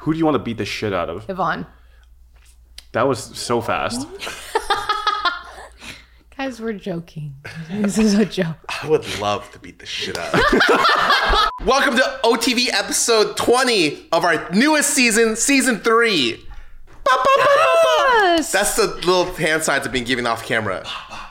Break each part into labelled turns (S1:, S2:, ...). S1: Who do you want to beat the shit out of?
S2: Yvonne.
S1: That was so fast.
S2: Guys, we're joking. This is a joke.
S3: I would love to beat the shit out of you. Welcome to OTV episode 20 of our newest season, season three. Ba, ba, ba, ba, ba. That's the little hand signs I've been giving off camera.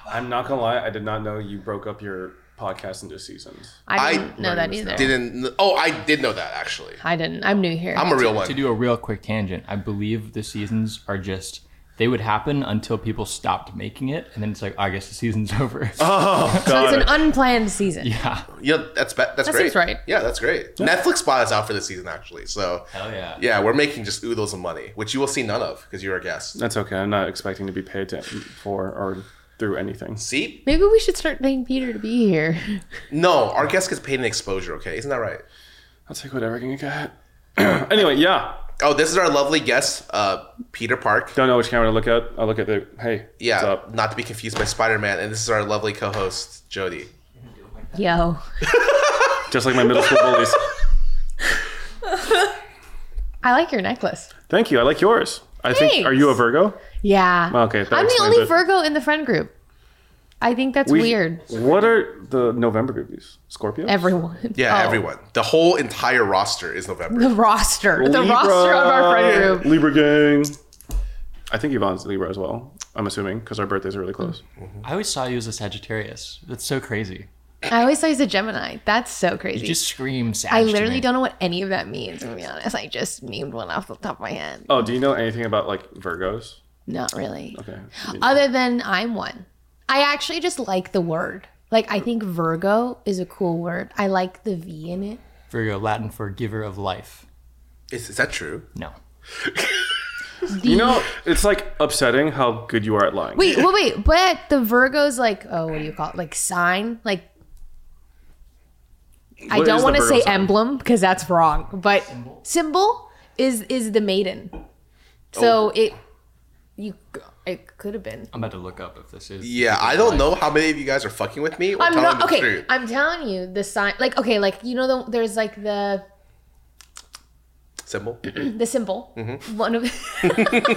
S1: I'm not gonna lie, I did not know you broke up your podcast into seasons.
S2: I
S3: I
S2: didn't know that either.
S3: Didn't. kn- Oh, I did know that actually.
S2: I didn't. I'm new here.
S3: I'm a real one.
S4: To do a real quick tangent, I believe the seasons are just they would happen until people stopped making it, and then it's like I guess the season's over.
S2: so it's an unplanned season.
S4: yeah,
S3: You know, that's be- that's
S2: That
S3: great.
S2: seems right.
S3: Yeah, that's great. Netflix bought us out for the season actually. So
S4: hell yeah.
S3: yeah, we're making just oodles of money, which you will see none of because you're a guest.
S1: That's okay. I'm not expecting to be paid to, for or through anything.
S3: See?
S2: Maybe we should start paying Peter to be here.
S3: No, our guest gets paid an exposure. Okay, isn't that right?
S1: I'll take whatever I can get. anyway, yeah.
S3: Oh, this is our lovely guest, uh, Peter Park.
S1: Don't know which camera to look at. I'll look at the. Hey.
S3: Yeah,
S1: What's up?
S3: not to be confused by Spider Man. And this is our lovely co host, Jody.
S2: Yo.
S1: Just like my middle school bullies.
S2: I like your necklace.
S1: Thank you. I like yours. I think. Are you a Virgo?
S2: Yeah.
S1: Okay, that
S2: I'm the
S1: explains
S2: only
S1: it.
S2: Virgo in the friend group. I think that's
S1: We-
S2: weird.
S1: What are the November babies? Scorpio.
S2: Everyone.
S3: Yeah,
S2: Oh.
S3: everyone. The whole entire roster is November.
S2: The roster. The roster of our friend group.
S1: Libra gang. I think Yvonne's Libra as well. I'm assuming because our birthdays are really close.
S4: I always saw you as a Sagittarius. That's so crazy.
S2: I always thought he's a Gemini. That's so crazy.
S4: You just scream Sag.
S2: I
S4: to
S2: literally
S4: me.
S2: don't know what any of that means, to be honest. I just named one off the top of my head.
S1: Oh, do you know anything about like Virgos?
S2: Not really.
S1: Okay.
S2: Other than I'm one. I actually just like the word. Like, I think Virgo is a cool word. I like the V in it.
S4: Virgo, Latin for giver of life.
S3: Is, is that true?
S4: No.
S1: You know, it's like upsetting how good you are at lying.
S2: Wait, well, wait. But the Virgo's like, oh, what do you call it? Like, sign? Like, I
S1: What is
S2: don't
S1: the
S2: want to
S1: Virgo
S2: say
S1: sign?
S2: emblem because that's wrong. But symbol, is is the maiden. So it you it could have been.
S4: I'm about to look up if this is.
S3: Yeah, I don't know how many of you guys are fucking with me or
S2: I'm
S3: telling
S2: not
S3: the
S2: okay.
S3: truth.
S2: I'm telling you the sign. Like okay, like you know the, there's like the
S3: Symbol.
S2: the symbol. One of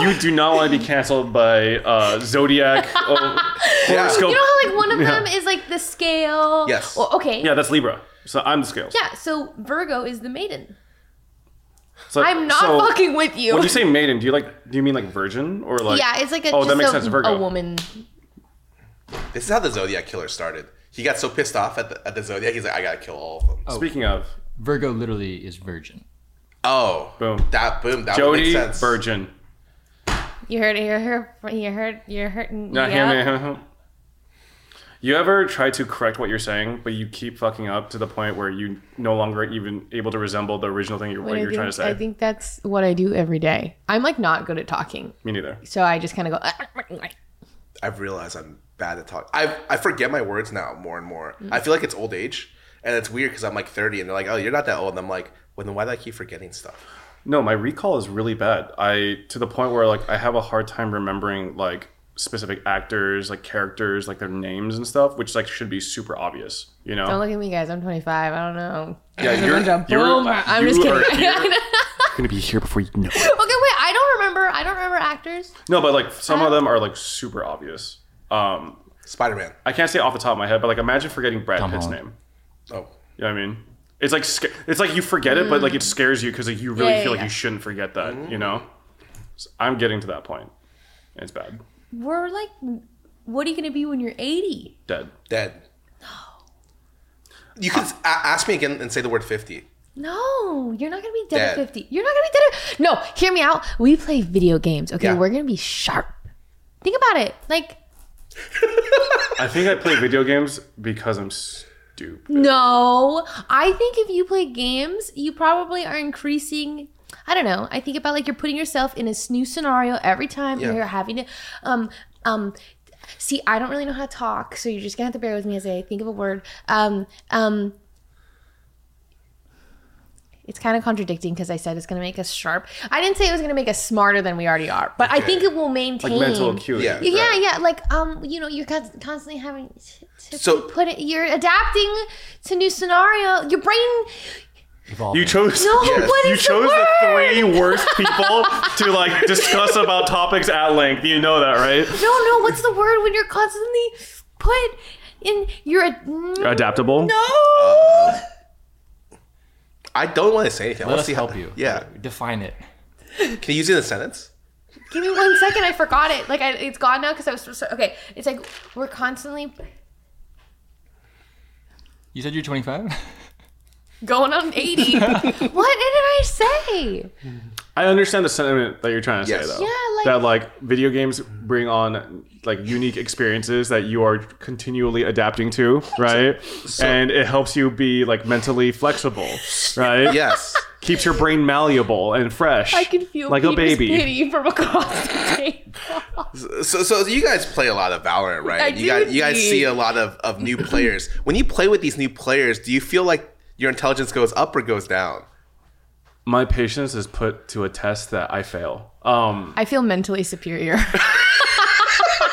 S1: You do not want to be canceled by uh, Zodiac. Oh,
S3: Yeah.
S1: horoscope.
S2: you know how like one of
S1: Yeah.
S2: them is like the scale.
S3: Yes.
S2: Well, okay.
S1: yeah, that's Libra. So I'm the scales.
S2: Yeah, So Virgo is the maiden.
S1: So,
S2: I'm not
S1: so
S2: fucking with you.
S1: When you say maiden, do you like? Do you mean like virgin or like?
S2: yeah, it's like a,
S1: oh,
S2: just
S1: that makes
S2: a,
S1: sense. Virgo.
S2: a woman.
S3: This is how the Zodiac killer started. He got so pissed off at the, at the Zodiac, he's like, I gotta kill all of
S2: Oh.
S3: them.
S1: Speaking of
S4: Virgo literally is virgin.
S3: Oh,
S1: Boom.
S3: that boom, that would make
S1: Jody,
S3: sense.
S1: virgin.
S2: You heard it. You heard. You heard. You heard.
S1: Not
S2: yeah.
S1: him, him, him. You ever try to correct what you're saying, but you keep fucking up to the point where you no longer even able to resemble the original thing you're,
S2: But
S1: what
S2: I
S1: you're
S2: think,
S1: trying to say?
S2: I think that's what I do every day. I'm like not good at talking,
S1: Me neither.
S2: so I just kind of go. "Ah,
S3: I've realized I'm bad at talking. I I forget my words now more and more.
S2: Mm.
S3: I feel like it's old age, and it's weird because I'm like 30, and they're like, "Oh, you're not that old." And I'm like, "Well, then why do I keep forgetting stuff?"
S1: No, my recall is really bad. I to the point where like I have a hard time remembering like specific actors, like characters, like their names and stuff, which like should be super obvious, you know?
S2: Don't look at me, guys. I'm 25. I don't know.
S1: yeah, you're,
S2: I'm
S1: you're-
S2: I'm
S1: you
S2: just
S1: are
S2: kidding.
S1: here-
S2: okay, wait.
S1: gonna be here before you know it.
S2: I don't remember. I don't remember actors.
S1: No, but like some of them are like super obvious. Um,
S3: Spider Man.
S1: I can't say off the top of my head, but like imagine forgetting Brad
S4: Tom
S1: Pitt's
S4: Holland.
S1: name.
S3: Oh,
S1: You know what I mean? It's like sca- it's like you forget it, but like it scares you because like you really
S2: Mm. Yeah, yeah,
S1: feel like
S2: yeah. Mm.
S1: you shouldn't forget that. You know, So I'm getting to that point. And it's bad.
S2: We're like, what are you gonna be when you're 80?
S1: Dead.
S3: dead. You can a- ask me again and say the word 50.
S2: No, you're not gonna be dead, at
S3: Dead.
S2: 50. You're not gonna be dead. At- no, hear me out. We play video games. Okay,
S3: Yeah.
S2: we're gonna be sharp. Think about it. Like,
S1: I think I play video games because I'm stupid.
S2: no, I think if you play games, you probably are increasing. I don't know. I think about like you're putting yourself in a s- new scenario every time
S3: Yeah.
S2: you're having to, um, um. See, I don't really know how to talk, so you're just gonna have to bear with me as I think of a word. Um, um. It's kind of contradicting because I said it's gonna make us sharp. I didn't say it was gonna make us smarter than we already are, but I
S3: Okay.
S2: think it will maintain
S1: Like mental acuity.
S3: Yeah.
S2: yeah,
S3: Right.
S2: yeah. Like, um, you know, you're con- constantly having to, to
S3: So-
S2: put it. You're adapting to new scenario. Your brain
S4: evolving.
S1: You chose.
S2: No, what
S1: You
S2: is the
S1: chose the,
S2: word?
S1: three worst people to like discuss about topics at length. You know that, right?
S2: No, no. What's the word when you're constantly put in? You're a mm,
S1: Adaptable.
S3: Oh.
S2: no.
S3: Um, I don't want to say anything. I
S4: Let
S3: want
S4: us
S3: to see
S4: help
S3: how,
S4: you.
S3: Yeah.
S4: Define it.
S3: Can you use it in a sentence?
S2: Give me one second. I forgot it. Like I, it's gone now because I was supposed to. Okay, it's like we're constantly
S4: You said you're 25.
S2: going on eighty. what did I say?
S1: I understand the sentiment that you're trying to
S3: Yes.
S1: say, though.
S2: Yeah, like-
S1: that like video games bring on like unique experiences that you are continually adapting to, right? and it helps you be like mentally flexible, right?
S3: Yes.
S1: keeps your brain malleable and fresh.
S2: I can feel
S1: like a
S2: Peter's
S1: baby.
S2: pity from across the table.
S3: So, so you guys play a lot of Valorant, right?
S2: I
S3: you
S2: do
S3: guys, you guys
S2: indeed.
S3: see a lot of, of new players. When you play with these new players, do you feel like your intelligence goes up or goes down?
S1: My patience is put to a test that I fail. Um,
S2: I feel mentally superior.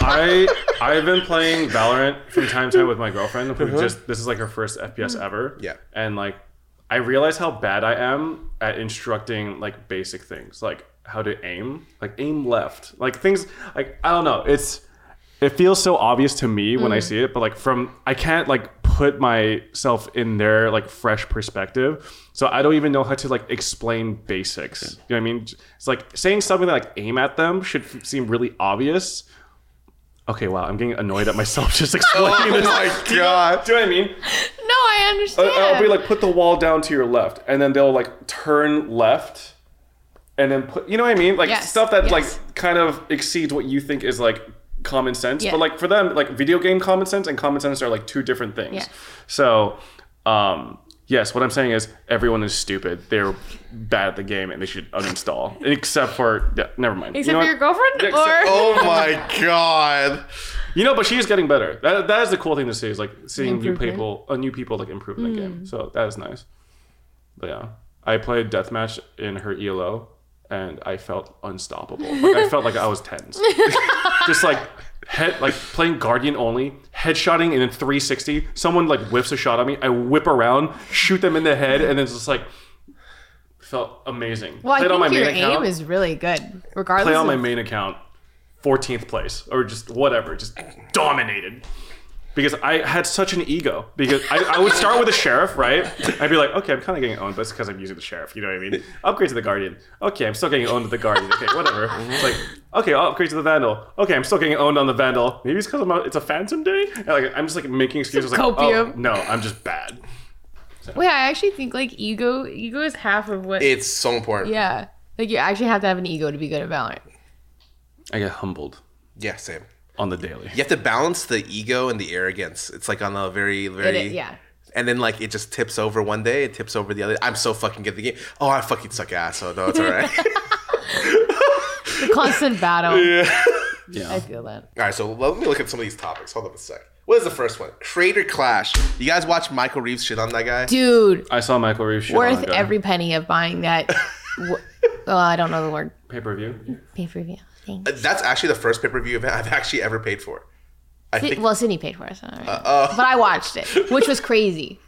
S1: I I've been playing Valorant from time to time with my girlfriend, who just this is like her first FPS ever.
S3: Yeah.
S1: and like I realize how bad I am at instructing like basic things, like how to aim, like aim left, like things like I don't know. It's it feels so obvious to me when I see it, but like from I can't like put myself in their like fresh perspective. So I don't even know how to like explain basics. You know what I mean? It's like saying something that like aim at them should f- seem really obvious. Okay, wow, I'm getting annoyed at myself just explaining this.
S3: Oh my god!
S1: Do you know what I mean?
S2: no, I understand.
S1: I- I'll be like, put the wall down to your left, and then they'll like turn left, and then put. You know what I mean? Like
S2: Yes,
S1: stuff that
S2: yes.
S1: like kind of exceeds what you think is like common sense,
S2: Yeah.
S1: but like for them, like video game common sense and common sense are like two different things.
S2: Yeah.
S1: So, um, yes, what I'm saying is everyone is stupid. They're bad at the game, and they should uninstall. Except for, yeah, never mind. You
S2: except
S1: know
S2: for
S1: what?
S2: your girlfriend,
S1: Yeah,
S2: or
S1: except-
S3: Oh my god!
S1: You know, but she is getting better. That, that is the cool thing to see is like seeing new people, uh, new people like improve in the
S2: Mm.
S1: game. So that is nice. But yeah, I played deathmatch in her ELO, and I felt unstoppable. Like, I felt like I was tense. Just like head, like playing guardian only, headshotting in a 360. Someone like whips a shot at me. I whip around, shoot them in the head, and it's just like felt amazing.
S2: well, I
S1: Played on
S2: think
S1: my
S2: your
S1: main
S2: aim
S1: account.
S2: is really good, regardless.
S1: Play on my
S2: of-
S1: main account, 14th place, or just whatever, just dominated. Because I had such an ego. Because I, I would start with a sheriff, right? I'd be like, okay, I'm kind of getting owned, but it's because I'm using the sheriff. You know what I mean? Upgrade to the guardian. Okay, I'm still getting owned to the guardian. Okay, whatever. It's like, okay, I'll upgrade to the vandal. Okay, I'm still getting owned on the vandal. Maybe it's because I'm a, it's a phantom day. And, like I'm just like making excuses. Like, oh,
S2: Copium.
S1: no, I'm just bad.
S2: Wait, I actually think like ego, ego is half of what.
S3: It's so important. Yeah,
S2: yeah, like you actually have to have an ego to be good at Valorant.
S1: I get humbled
S3: same.
S1: on the daily.
S3: You have to balance the ego and the arrogance. It's like on a very,
S2: It
S3: very
S2: is, yeah.
S3: And then like it just tips over one day, it tips over the other. I'm so fucking good at the game. Oh, I fucking suck ass. So no, it's alright.
S2: The constant battle.
S1: Yeah.
S2: I feel that.
S3: All right, so let me look at some of these topics. Hold up a sec. What is the first one? Crater Clash. You guys watch Michael Reeves shit on that guy?
S2: Dude,
S1: I saw Michael Reeves shoot
S2: worth
S1: on
S2: every penny of buying that. w- oh, I don't know the word.
S1: pay per view.
S2: Pay per view. thing.
S3: That's actually the first pay per view event I've actually ever paid for. I
S2: Sy-
S3: think
S2: well, Sydney paid for it, so, all right. but I watched it, which was crazy.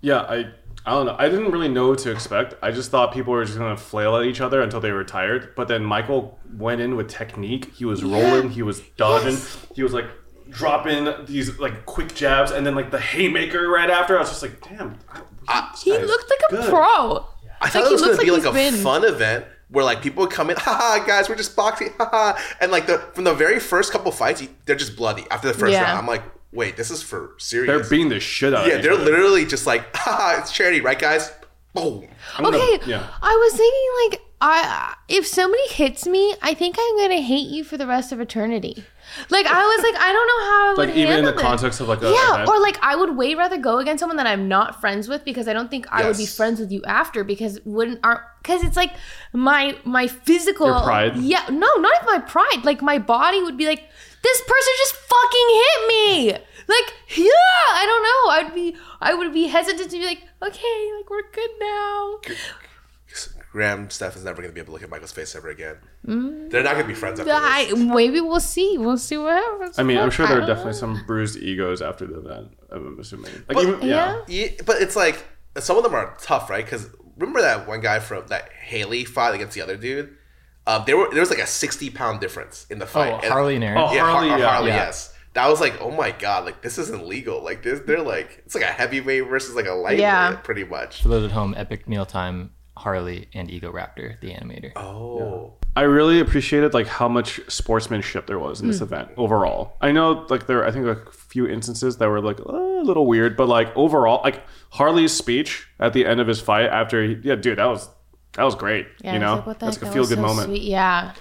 S1: Yeah, I I don't know. I didn't really know what to expect. I just thought people were just gonna flail at each other until they were tired. But then Michael went in with technique. He was rolling. He was dodging. He was like dropping these like quick jabs, and then like the haymaker right after. I was just like, damn. I-
S2: He
S1: is
S2: looked like a
S1: good.
S2: pro.
S3: I thought
S2: Like,
S3: it
S2: he
S3: was gonna
S2: looks
S3: be
S2: like
S3: like a
S2: he's been-
S3: fun event where like people would come in, haha guys, we're just boxing, haha. And like the from the very first couple fights, you- they're just bloody after the first
S2: Yeah.
S3: round. I'm like, wait, this is for
S1: They're
S3: serious.
S1: beating the shit out.
S3: yeah,
S1: of each
S3: they're
S1: other.
S3: literally just like, haha, it's charity, right guys? Boom.
S1: gonna-
S2: Okay,
S1: yeah.
S2: I was thinking like I if somebody hits me, I think I'm gonna hate you for the rest of eternity. Like I was like I don't know how I would
S1: Like even in the
S2: handle it.
S1: context of like a
S2: yeah,
S1: event.
S2: or like I would way rather go against someone that I'm not friends with because I don't think I would be
S3: Yes.
S2: friends with you after because wouldn't aren't because it's like my my physical
S1: Your pride?
S2: Yeah, no, not even my pride. Like my body would be like, this person just fucking hit me. Like yeah, I don't know. I'd be I would be hesitant to be like, okay, like we're good now.
S3: Graham Steph is never gonna be able to look at Michael's face ever again.
S1: Mm.
S3: They're not gonna be friends after this.
S2: I, maybe we'll see. We'll see what happens.
S1: I mean, I'm sure there
S2: I
S1: are
S2: don't
S1: definitely
S2: know.
S1: some bruised egos after the event. I'm assuming. Like
S3: But-
S1: even yeah.
S2: Yeah.
S3: Yeah, but it's like some of them are tough, right? Because remember that one guy from that Haley fought against the other dude. Um, there were there was like a sixty pound difference in the fight.
S4: Oh, Harley and Aaron.
S1: Oh,
S3: yeah, Har-
S1: Harley,
S3: Harley,
S1: yeah.
S4: Yeah.
S3: yes. That was like, oh my god, like this isn't legal. Like this, they're like, it's like a heavyweight versus like a lightweight,
S2: Yeah.
S3: pretty much.
S4: For those at home, Epic Mealtime, Harley, and Ego Raptor, the animator.
S3: Oh,
S1: I really appreciated like how much sportsmanship there was in
S2: Hmm.
S1: this event overall. I know like there I think a few instances that were like uh, a little weird, but like overall, like Harley's speech at the end of his fight after he, yeah, dude, that was that was great.
S2: Yeah,
S1: you
S2: I was
S1: know,
S2: like, what the
S1: that's
S2: heck?
S1: like a
S2: That
S1: feel
S2: was
S1: good
S2: so
S1: moment.
S2: sweet. Yeah.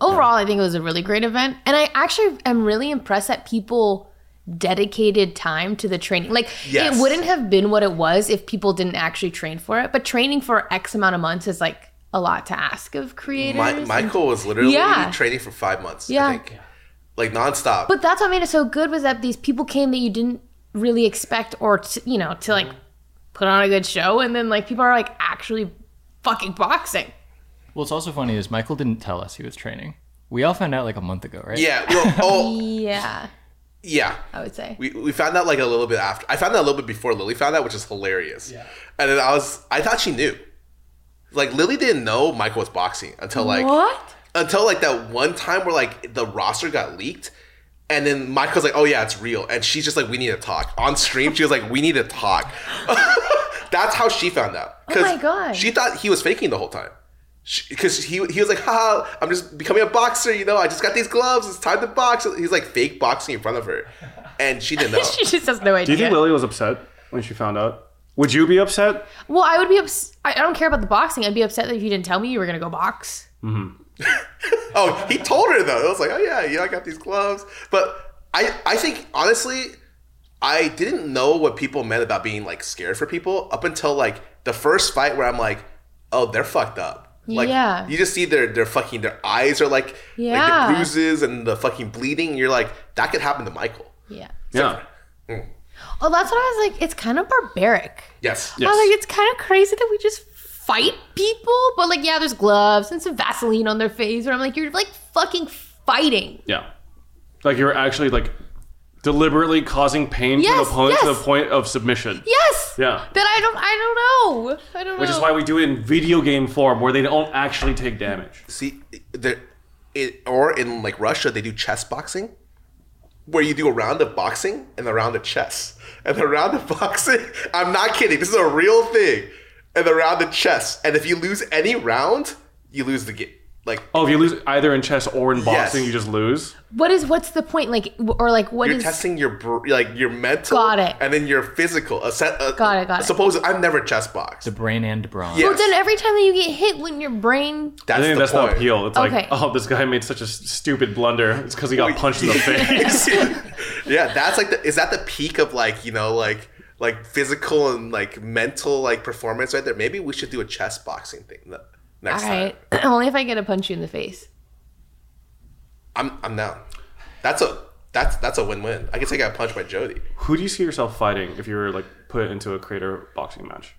S2: Overall, I think it was a really great event, and I actually am really impressed that people dedicated time to the training. Like
S3: Yes.
S2: it wouldn't have been what it was if people didn't actually train for it. But training for X amount of months is like a lot to ask of creators.
S3: my, Michael was literally
S2: Yeah.
S3: training for five months.
S2: Yeah.
S3: I think. like nonstop.
S2: But that's what made it so good was that these people came that you didn't really expect or t- you know to like put on a good show and then like people are like actually fucking boxing.
S4: Well, it's also funny is Michael didn't tell us he was training. We all found out like a month ago, right?
S3: yeah, well, oh
S2: Yeah,
S3: yeah.
S2: I would say.
S3: We, we found out like a little bit after. I found out a little bit before Lily found out, which is hilarious. Yeah. And then I was, I thought she knew. Like Lily didn't know Michael was boxing until like
S2: what?
S3: until like that one time where like the roster got leaked and then michael's like oh yeah it's real and she's just like we need to talk on stream she was like we need to talk that's how she found out
S2: Oh my God.
S3: she thought he was faking the whole time because he, he was like haha i'm just becoming a boxer you know i just got these gloves it's time to box he's like fake boxing in front of her and she didn't know
S2: she just has no
S1: Do
S2: idea.
S1: you think Lily was upset when she found out? Would you be upset?
S2: well, I would be ups- I, I don't care about the boxing. I'd be upset that if you didn't tell me you were gonna go box.
S3: oh, he told her though. It was like, oh yeah, yeah, I got these gloves. But I, I think honestly, I didn't know what people meant about being like scared for people up until like the first fight where I'm like, oh, they're fucked up. Like,
S2: Yeah.
S3: You just see their their fucking their eyes are like,
S2: Yeah.
S3: like the bruises and the fucking bleeding. And you're like, that could happen to Michael.
S2: Yeah.
S1: Yeah.
S2: Oh, that's what I was like. It's kind of barbaric.
S3: Yes.
S1: Yes.
S2: I was like, it's kind of crazy that we just fight people, but like, yeah, there's gloves and some Vaseline on their face. But I'm like, you're like fucking fighting.
S1: Yeah. Like you were actually like deliberately causing pain to
S2: Yes,
S1: the opponent to
S2: yes.
S1: the point of submission.
S2: Yes.
S1: Yeah.
S2: That I don't. I don't know. I don't
S1: Which
S2: know.
S1: is why we do it in video game form where they don't actually take damage.
S3: See, there, it, or in like Russia, they do chess boxing, where you do a round of boxing and a round of chess, and the round of boxing. I'm not kidding. This is a real thing. And the round of chess, and if you lose any round, you lose the game. Like
S1: Oh, if you lose either in chess or in boxing,
S3: Yes.
S1: you just lose.
S2: what is? What's the point? Like, w- or like, what is?
S3: you're testing your br- like your mental,
S2: Got it.
S3: and then your physical. A set, a,
S2: Got it, got it.
S3: Suppose I've never chess boxed.
S4: The brain and brawn.
S3: Yeah.
S2: Well, then every time that you get hit, when your brain
S1: I
S3: That's
S1: think
S3: the
S1: that's
S3: point.
S1: the appeal. It's like,
S2: Okay.
S1: oh, this guy made such a s- stupid blunder. It's because he got punched in the face.
S3: yeah, that's like the is that the peak of like you know like like physical and like mental like performance right there. Maybe we should do a chess boxing thing the
S2: All
S3: next
S2: right.
S3: time.
S2: Only if I get to punch you in the face.
S3: I'm I'm down. That's a that's that's a win win. I guess I got punched by Jody.
S1: Who do you see yourself fighting if you were like put into a creator boxing match?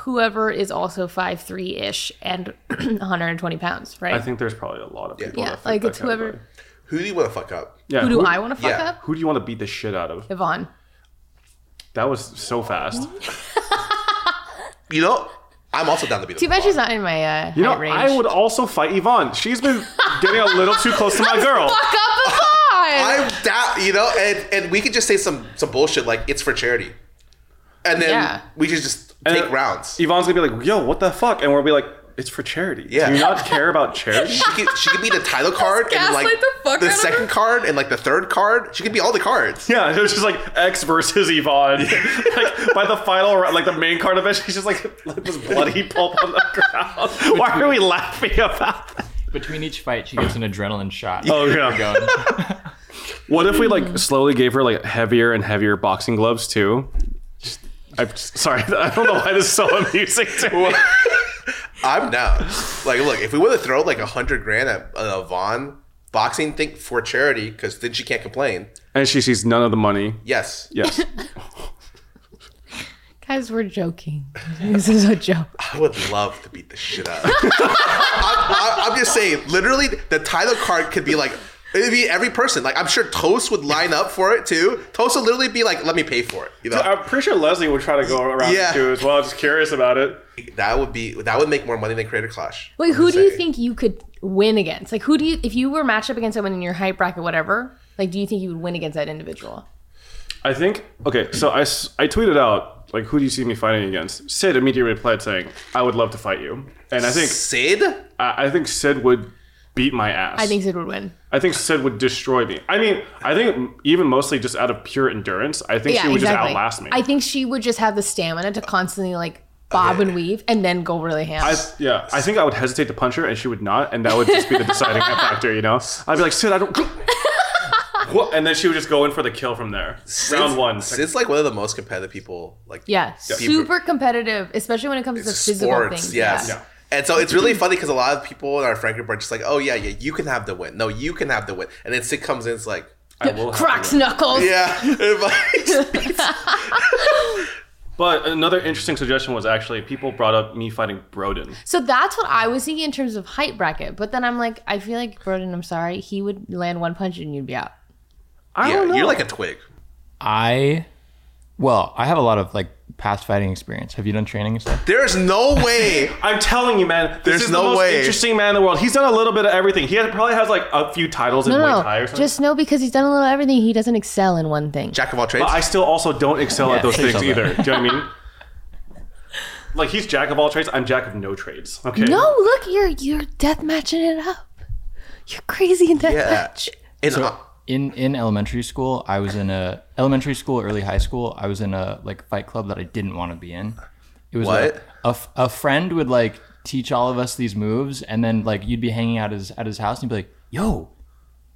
S2: Whoever is also five three ish and 120 pounds, right?
S1: I think there's probably a lot of people.
S2: Yeah,
S1: that fit
S2: like
S1: that
S2: it's whoever.
S1: category.
S3: Who do you want to fuck up?
S1: Yeah,
S2: Who do I want to fuck
S3: yeah.
S2: up?
S1: Who do you want to beat the shit out of?
S2: Yvonne.
S1: That was so fast.
S3: You know, I'm also down to be the
S2: Too bad
S3: boss.
S2: she's not in my uh,
S1: You know,
S2: height range.
S1: I would also fight Yvonne. She's been getting a little too close to my girl.
S2: fuck up Yvonne.
S3: I'm down. You know, and and we could just say some some bullshit like it's for charity, and then
S2: Yeah.
S3: we could just
S1: And
S3: take
S1: then
S3: rounds.
S1: Yvonne's gonna be like, "Yo, what the fuck?" And we'll be like, "It's for charity.
S3: Yeah.
S1: Do you not care about charity?"
S3: She could, she could be the title card and like
S2: gaslight the fuck out of
S3: second
S2: her.
S3: card and like the third card. She could be all the cards.
S1: Yeah, it was just like X versus Yvonne. like by the final, round, like the main card of it, she's just like, like this bloody pulp on the ground. Why are we laughing about that?
S4: Between each fight, she gets an adrenaline shot.
S1: Oh yeah.
S4: Going.
S1: What if we like slowly gave her like heavier and heavier boxing gloves too? Just- I'm just- sorry, I don't know why this is so amusing to me.
S3: I'm down. Like, look, if we want to throw like a hundred grand at a Vaughn boxing thing for charity, because then she can't complain.
S1: And she sees none of the money.
S3: Yes,
S1: Yes.
S2: Guys, we're joking. This is a joke.
S3: I would love to beat the shit out. of her. I'm, I'm- I'm just saying, literally, the title card could be like It'd be every person. Like I'm sure Toast would line up for it too. Toast would literally be like, "Let me pay for it." You know,
S1: I'm pretty sure Leslie would try to go around
S3: Yeah.
S1: too as well. Just curious about it.
S3: that would be that would make more money than Creator Clash.
S2: Wait,
S3: I'm
S2: who
S3: just
S2: do you
S3: saying.
S2: think you could win against? Like, who do you, if you were matched up against someone in your height bracket, whatever, like, do you think you would win against that individual?
S1: I think okay. So I, s- I tweeted out like, who do you see me fighting against? Sid immediately replied saying, "I would love to fight you," and I think
S3: Sid?
S1: I, I think Sid would beat my ass.
S2: I think Sid would win.
S1: I think Sid would destroy me. I mean, I think even mostly just out of pure endurance, I think
S2: Yeah,
S1: she would
S2: exactly.
S1: just outlast me.
S2: I think she would just have the stamina to constantly, like, bob and weave and then go really ham.
S1: I, yeah, I think I would hesitate to punch her, and she would not, and that would just be the deciding factor, you know. I'd be like, Sid, I don't. Wha- and then she would just go in for the kill from there. Round one.
S3: Sid's like one of the most competitive people. Like
S2: yeah, super competitive, especially when it comes to physical
S3: sports.
S2: things.
S3: yes.
S2: Yeah.
S1: Yeah.
S3: And so it's really funny because a lot of people in our friend group are just like, "Oh yeah, yeah, you can have the win. No, you can have the win." And then Sid comes in, it's like,
S1: I will have to
S2: Crocs
S1: win.
S2: knuckles.
S3: "Yeah."
S1: But another interesting suggestion was actually people brought up me fighting Broden.
S2: So that's what I was thinking in terms of height bracket. But then I'm like, I feel like Broden, I'm sorry, he would land one punch and you'd be out.
S1: I
S3: yeah,
S1: don't know.
S3: you're like a twig.
S4: I, well, I have a lot of like past fighting experience. Have you done training and stuff?
S3: There's no way.
S1: I'm telling you, man. This
S3: There's
S1: is
S3: no
S1: the most
S3: way.
S1: interesting man in the world. He's done a little bit of everything. He has, probably has like a few titles in
S2: No,
S1: Muay
S2: no,
S1: Thai or something.
S2: just know because he's done a little everything, he doesn't excel in one thing.
S3: Jack of all trades.
S1: But I still also don't excel
S4: Yeah,
S1: at those things
S4: say something.
S1: either. Do you know what I mean? Like he's jack of all trades. I'm jack of no trades. Okay.
S2: No, look, you're you're death matching it up. You're crazy in death
S3: yeah.
S2: match.
S3: And, uh,
S4: In in elementary school, I was in a elementary school, early high school. I was in a like fight club that I didn't want to be in. It was
S3: What?
S4: like, a f- a friend would like teach all of us these moves, and then like you'd be hanging out at his at his house, and he'd be like, "Yo,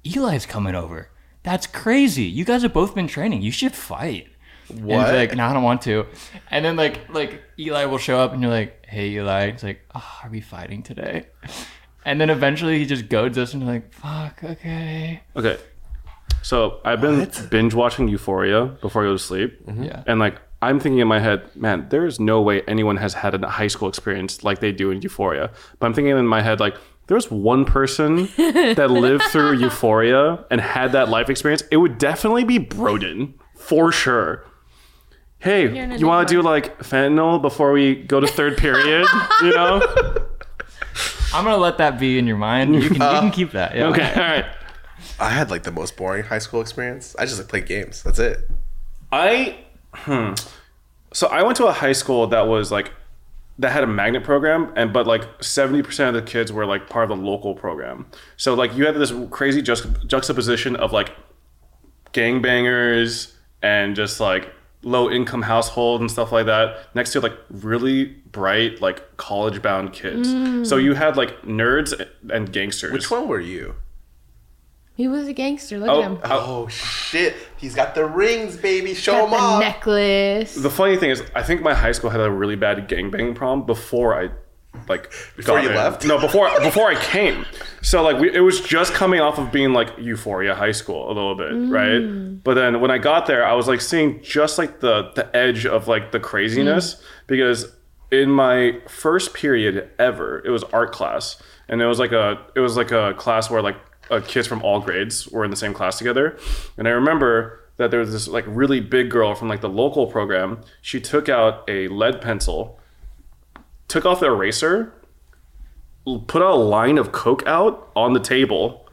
S4: Eli's coming over. That's crazy. You guys have both been training. You should fight." And he'd
S3: What?
S4: be like, no, I don't want to. And then like like Eli will show up and you're like, hey Eli. He's like, oh, are we fighting today? And then eventually he just goads us and you're like, fuck, okay.
S1: Okay. So I've been binge watching Euphoria before I go to sleep.
S4: Yeah.
S1: And like I'm thinking in my head, man, there is no way anyone has had a high school experience like they do in Euphoria. But I'm thinking in my head like there's one person that lived through Euphoria and had that life experience. It would definitely be Broden for sure. Hey, you want to do like fentanyl before we go to third period? you know?
S4: I'm gonna let that be in your mind. You can, you can keep that. Yeah.
S1: Okay, all right.
S3: I had like the most boring high school experience. I just like played games. That's it.
S1: I hmm. So I went to a high school that was like that had a magnet program and but like 70% of the kids were like part of the local program. So like you had this crazy juxt- juxtaposition of like gangbangers and just like low income household and stuff like that next to like really bright like college bound kids. So you had like nerds and gangsters.
S3: Which one were you?
S2: He was a gangster. Look at him.
S1: Oh, oh,
S3: Oh shit! He's got the rings, baby. Show
S2: Got
S3: him
S2: the
S3: off.
S2: necklace.
S1: The funny thing is, I think my high school had a really bad gangbang problem before I, like,
S3: Before
S1: got
S3: you
S1: in.
S3: left?
S1: No, before before I came. So like, we, it was just coming off of being like Euphoria high school a little bit, right? But then when I got there, I was like seeing just like the the edge of like the craziness because in my first period ever, it was art class, and it was like a it was like a class where like uh, kids from all grades were in the same class together. And I remember that there was this like really big girl from like the local program. She took out a lead pencil, took off the eraser, l- put a line of coke out on the table,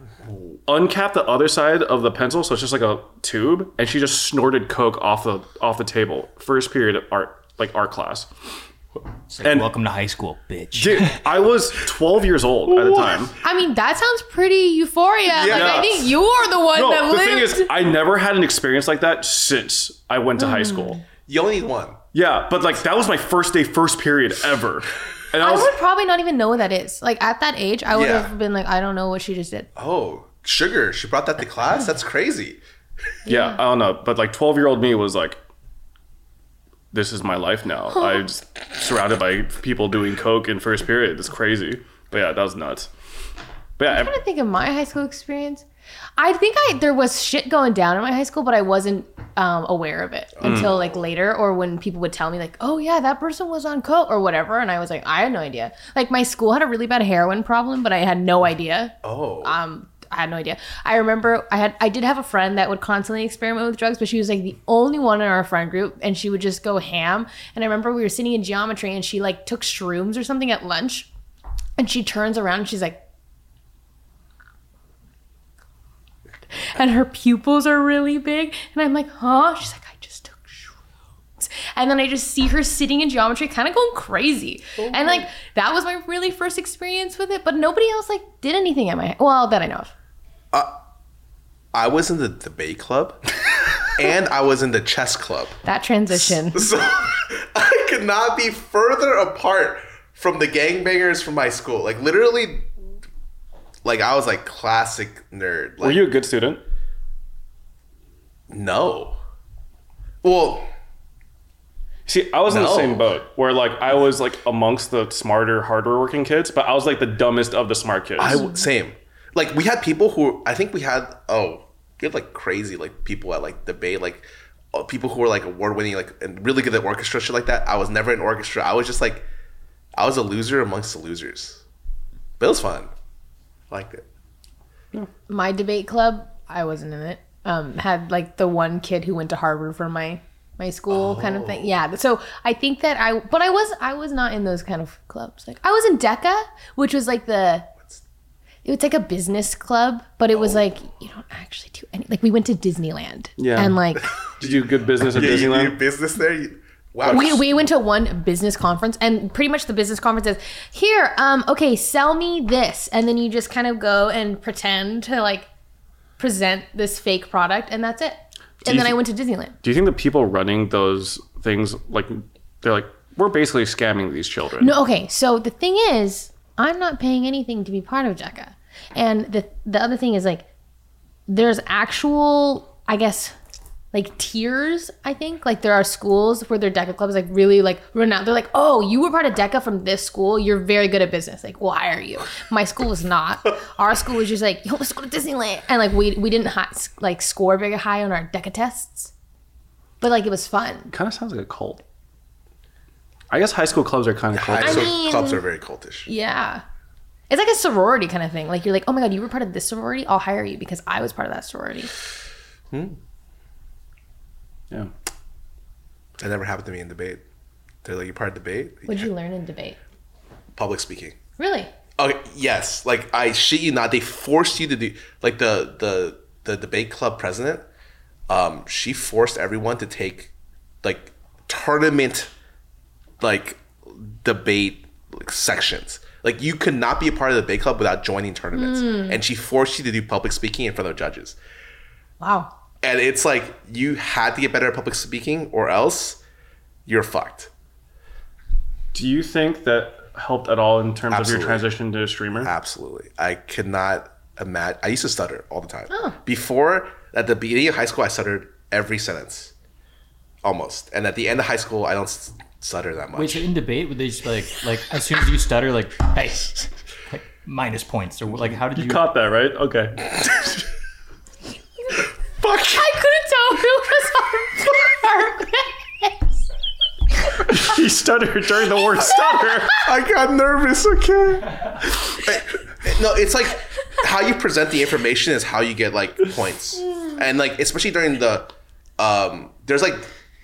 S1: uncapped the other side of the pencil, so it's just like a tube, and she just snorted coke off the off the table. First period of art like art class.
S4: It's like,
S1: And-
S4: welcome to high school, bitch.
S1: Dude, I was 12 years old at the time.
S2: I mean, that sounds pretty euphoria. Like,
S1: Yeah.
S2: I think you're the one that
S1: No, the
S2: lived. Mm.
S1: thing is, I never had an experience like that since I went to high school.
S3: You only need one.
S1: Yeah, but like that was my first day, first period ever. And I
S2: I
S1: was
S2: would probably not even know what that is. Like at that age, I would
S3: Yeah.
S2: have been like, I don't know what she just did.
S3: Oh, sugar. She brought that to class. That's crazy.
S1: yeah, I don't know, but like 12 year old me was like, this is my life now. I'm just surrounded by people doing coke in first period. It's crazy. But yeah, that was nuts. But yeah,
S2: I'm trying to think of my high school experience. I think I there was shit going down in my high school, but I wasn't um, aware of it until like later, or when people would tell me like, "Oh yeah, that person was on coke" or whatever, and I was like, I had no idea. Like my school had a really bad heroin problem, but I had no idea.
S3: Oh,
S2: Um, I had no idea. I remember I had I did have a friend that would constantly experiment with drugs, but she was like the only one in our friend group, and she would just go ham. And I remember we were sitting in geometry, and she like took shrooms or something at lunch, and she turns around and she's like. And her pupils are really big. And I'm like, huh? She's like, I just took shrooms and then I just see her sitting in geometry, kind of going crazy. and like that was my really first experience with it. But nobody else like did anything at my well that I know of.
S3: I was in the debate club and I was in the chess club.
S2: That transition.
S3: So I could not be further apart from the gangbangers from my school. Like literally like I was like classic nerd. Like
S1: Were you a good student?
S3: no. Well,
S1: See, I was in the
S3: No.
S1: same boat where like I was like amongst the smarter, harder working kids, but I was like the dumbest of the smart kids.
S3: I
S2: Mm.
S3: w- same. Like we had people who I think we had oh we had like crazy like people at like debate like uh, people who were like award winning like and really good at orchestra shit like that. I was never in orchestra. I was just like I was a loser amongst the losers. But it was fun. I liked it.
S2: my debate club, I wasn't in it. Um, had like the one kid who went to Harvard for my my school kind of thing. Yeah. So I think that I but I was I was not in those kind of clubs. Like I was in DECA, which was like the it was like a business club, but it was like you don't actually do any like we went to Disneyland.
S1: Yeah.
S2: And like
S1: Did you do good business at
S3: Yeah, you do
S1: Disneyland?
S3: business there. You, wow.
S2: we, we went to one business conference and pretty much the business conference is here um okay sell me this and then you just kind of go and pretend to like present this fake product and that's it
S1: you
S2: and then i
S1: thi-
S2: went to disneyland
S1: Do you think the people running those things like they're like we're basically scamming these children?
S2: no okay so the thing is i'm not paying anything to be part of jeca and the the other thing is like there's actual i guess like tiers i think like there are schools where their deca club is like really like renowned they're like oh you were part of deca from this school you're very good at business like we'll hire you my school was not our school was just like yo let's go to disneyland and like we we didn't hi- like score very high on our deca tests but like it was fun
S1: Kind of sounds like a cult. I guess high school clubs are kind of
S3: High
S1: cult.
S3: school
S2: mean-
S3: clubs are very cultish.
S2: yeah it's like a sorority kind of thing like you're like oh my god you were part of this sorority i'll hire you because i was part of that sorority
S1: Yeah.
S3: That never happened to me in debate. They're like, you part of debate?
S2: what'd you learn in debate
S3: Public speaking.
S2: really
S3: Okay, Oh, yes. Like I shit you not, they forced you to do like the the the debate club president. Um, she forced everyone to take like tournament like debate like, sections. Like you could not be a part of the debate club without joining tournaments, and she forced you to do public speaking in front of judges.
S2: wow
S3: And it's like you had to get better at public speaking, or else you're fucked.
S1: Do you think that helped at all in terms
S3: Absolutely.
S1: of your transition to a streamer?
S3: Absolutely. I could not imagine. I used to stutter all the time. Before, at the beginning of high school, I stuttered every sentence, almost. And at the end of high school, I don't s- stutter that much.
S4: Wait, so in debate, would they just like like as soon as you stutter, like hey, like, minus points or like how did you?
S1: Caught that, right? Okay.
S3: Fuck!
S2: I couldn't tell who was on purpose.
S1: he stuttered during the word stutter.
S3: I got nervous. Okay. no, it's like how you present the information is how you get like points, and like especially during the um, there's like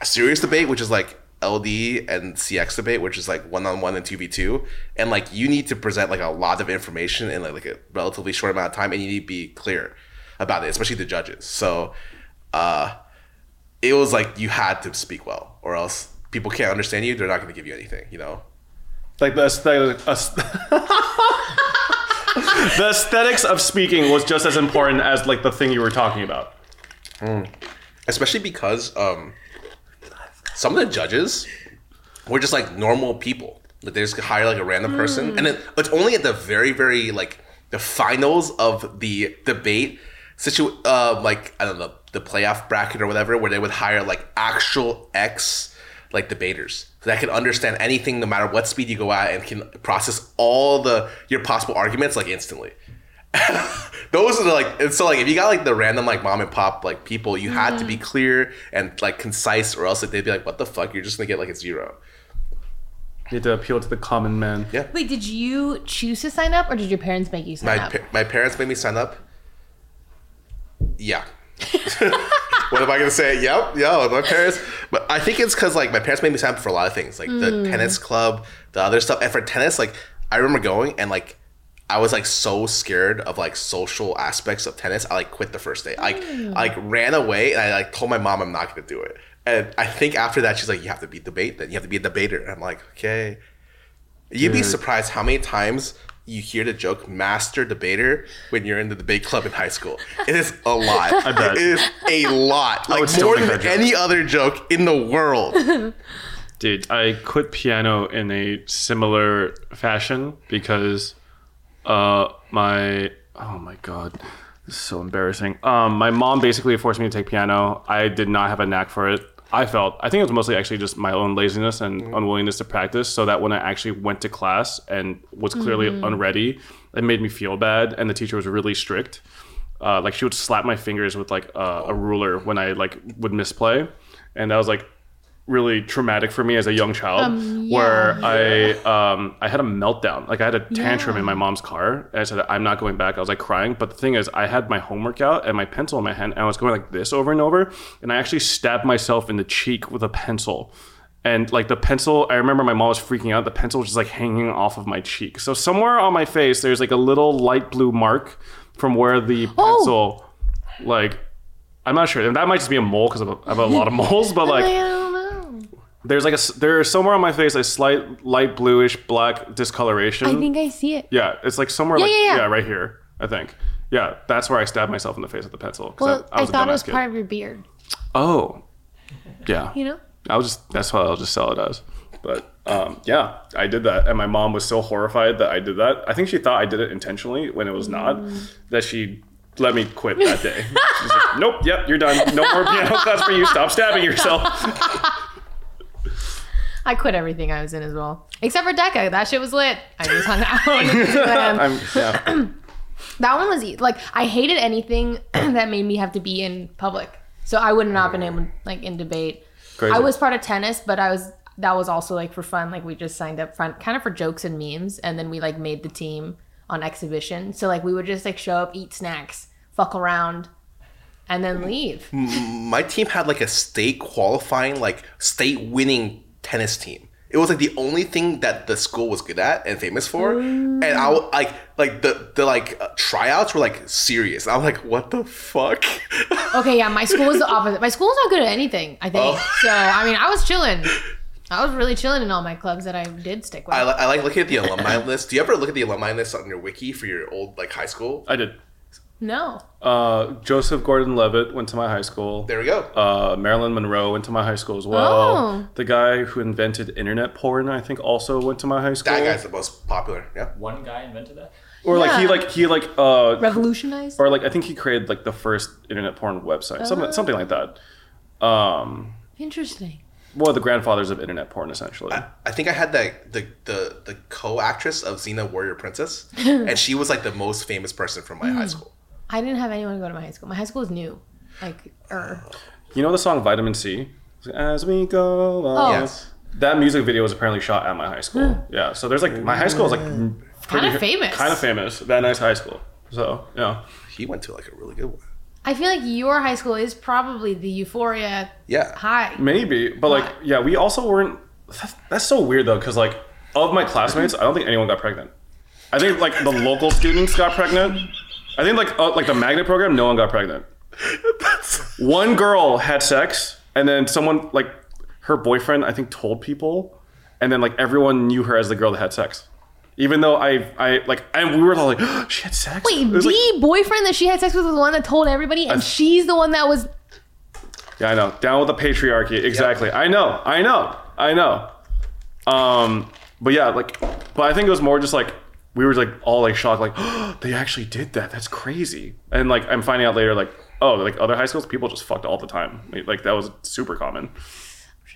S3: a serious debate, which is like LD and CX debate, which is like one on one and two v two, and like you need to present like a lot of information in like, like a relatively short amount of time, and you need to be clear about it, especially the judges. So, uh, it was like you had to speak well, or else people can't understand you. They're not going to give you anything, you know.
S1: like the aesthetic, aes- the aesthetics of speaking was just as important as like the thing you were talking about.
S3: especially because um, some of the judges were just like normal people. Like they just hire like a random person, and then it's only at the very, very like the finals of the debate situ, uh, like I don't know the playoff bracket or whatever, where they would hire like actual ex like debaters that can understand anything no matter what speed you go at and can process all the your possible arguments like instantly those are the like and so like if you got like the random like mom and pop like people you had to be clear and like concise or else like, they'd be like what the fuck you're just gonna get like a zero
S1: You had to appeal to the common man.
S3: Yeah.
S2: Wait, did you choose to sign up or did your parents make you
S3: my,
S2: sign up?
S3: pa- my parents made me sign up yeah. what am I gonna say? Yep, yo, my parents. But I think it's because like my parents made me sign up for a lot of things, like
S2: Hmm.
S3: the tennis club, the other stuff. And for tennis, like I remember going and like I was like so scared of like social aspects of tennis. I like quit the first day. Like
S2: Hmm.
S3: I like ran away and I like told my mom I'm not gonna do it. And I think after that she's like, you have to be debate. Then you have to be a debater. And I'm like, okay. You'd be surprised how many times you hear the joke master debater when you're in the debate club in high school. It is a lot. I
S1: bet.
S3: It is a lot. Like
S1: would still
S3: more
S1: make
S3: than
S1: that joke.
S3: any other joke in the world.
S1: Dude, I quit piano in a similar fashion because uh my oh my god, this is so embarrassing. Um my mom basically forced me to take piano. I did not have a knack for it. I felt I think it was mostly actually just my own laziness and unwillingness to practice so that when I actually went to class and was clearly unready, it made me feel bad and the teacher was really strict. Uh, like she would slap my fingers with like a a ruler when I like would misplay, and that was like really traumatic for me as a young child where I um, I had a meltdown. Like I had a tantrum in my mom's car and I said I'm not going back. I was like crying. But the thing is I had my homework out and my pencil in my hand and I was going like this over and over and I actually stabbed myself in the cheek with a pencil. And like the pencil, I remember my mom was freaking out. The pencil was just like hanging off of my cheek. So somewhere on my face, there's like a little light blue mark from where the pencil, like, I'm not sure. That might just be a mole because I have a- I have a lot of moles. But like,
S2: I don't know.
S1: there's like a s- there's somewhere on my face a slight light bluish black discoloration.
S2: I think I see it.
S1: yeah, it's like somewhere like
S2: yeah, yeah.
S1: right here. I think. Yeah, that's where I stabbed myself in the face with the pencil. 'cause
S2: Well, I,
S1: was a
S2: thought
S1: dumbass
S2: it was
S1: kid.
S2: part of your beard.
S1: Oh, yeah.
S2: You know?
S1: I'll just that's what I'll just sell it as. But um, yeah, I did that, and my mom was so horrified that I did that. I think she thought I did it intentionally when it was not.
S2: Mm.
S1: That she let me quit that day. She's like, nope, yep, you're done. No more piano class for you. Stop stabbing yourself.
S2: I quit everything I was in as well, except for Deca. That shit was lit. I just hung out.
S1: I'm, yeah.
S2: That one was e- like I hated anything that made me have to be in public, so I would not been able like in debate.
S1: Crazy.
S2: I was part of tennis, but I was that was also like for fun. Like we just signed up front, kind of for jokes and memes, and then we like made the team on exhibition. So like we would just like show up, eat snacks, fuck around, and then leave.
S3: my team had like a state qualifying, like state winning tennis team. It was like the only thing that the school was good at and famous for. And I wa- like like the the like uh, tryouts were like serious. I'm like, what the fuck?
S2: Okay, yeah, my school was the opposite. My school's not good at anything. I think
S3: Oh.
S2: so. I mean, I was chilling. I was really chilling in all my clubs that I did stick with.
S3: I, li- I like looking at the alumni list. Do you ever look at the alumni list on your wiki for your old like high school?
S1: I did.
S2: no.
S1: Uh, Joseph Gordon-Levitt went to my high school.
S3: There we go.
S1: Uh, Marilyn Monroe went to my high school as well.
S2: Oh.
S1: The guy who invented internet porn, I think, also went to my high school.
S3: that guy's the most popular. Yeah.
S4: One guy invented that.
S1: or like he
S2: Yeah.
S1: like he like uh,
S2: Revolutionized.
S1: or like I think he created like the first internet porn website,
S2: Oh.
S1: something something like that. Um,
S2: Interesting.
S1: one of the grandfathers of internet porn, essentially.
S3: I think I had that the the the co-actress of Xena Warrior Princess, and she was like the most famous person from my
S1: Hmm.
S3: high school.
S2: I didn't have anyone go to my high school. My high school was new. Like, er.
S1: you know the song Vitamin C? As we go
S2: Oh.
S1: on.
S3: Yes.
S1: That music video was apparently shot at my high school. Yeah, so there's like my high school is like
S2: Kind of famous.
S1: kind of famous. That nice high school. So yeah.
S3: He went to like a really good one.
S2: I feel like your high school is probably the euphoria
S3: Yeah.
S2: high.
S1: Maybe, but like, yeah, we also weren't. that's- That's so weird though, because like, of my classmates, I don't think anyone got pregnant. I think like the local students got pregnant. I think like uh, like the magnet program, no one got pregnant. One girl had sex, and then someone like her boyfriend, I think, told people, and then like everyone knew her as the girl that had sex. Even though I, I like, and we were all like, she had sex.
S2: Wait,
S1: It
S2: the
S1: was, like-
S2: boyfriend that she had sex with was the one that told everybody, and she's the one that was.
S1: Yeah, I know. Down with the patriarchy. Exactly. I know. I know. I know. Um, but yeah, like, but I think it was more just like we were like all like shocked, like they actually did that. That's crazy. And like I'm finding out later, like oh, like other high schools, people just fucked all the time. Like, like, that was super common.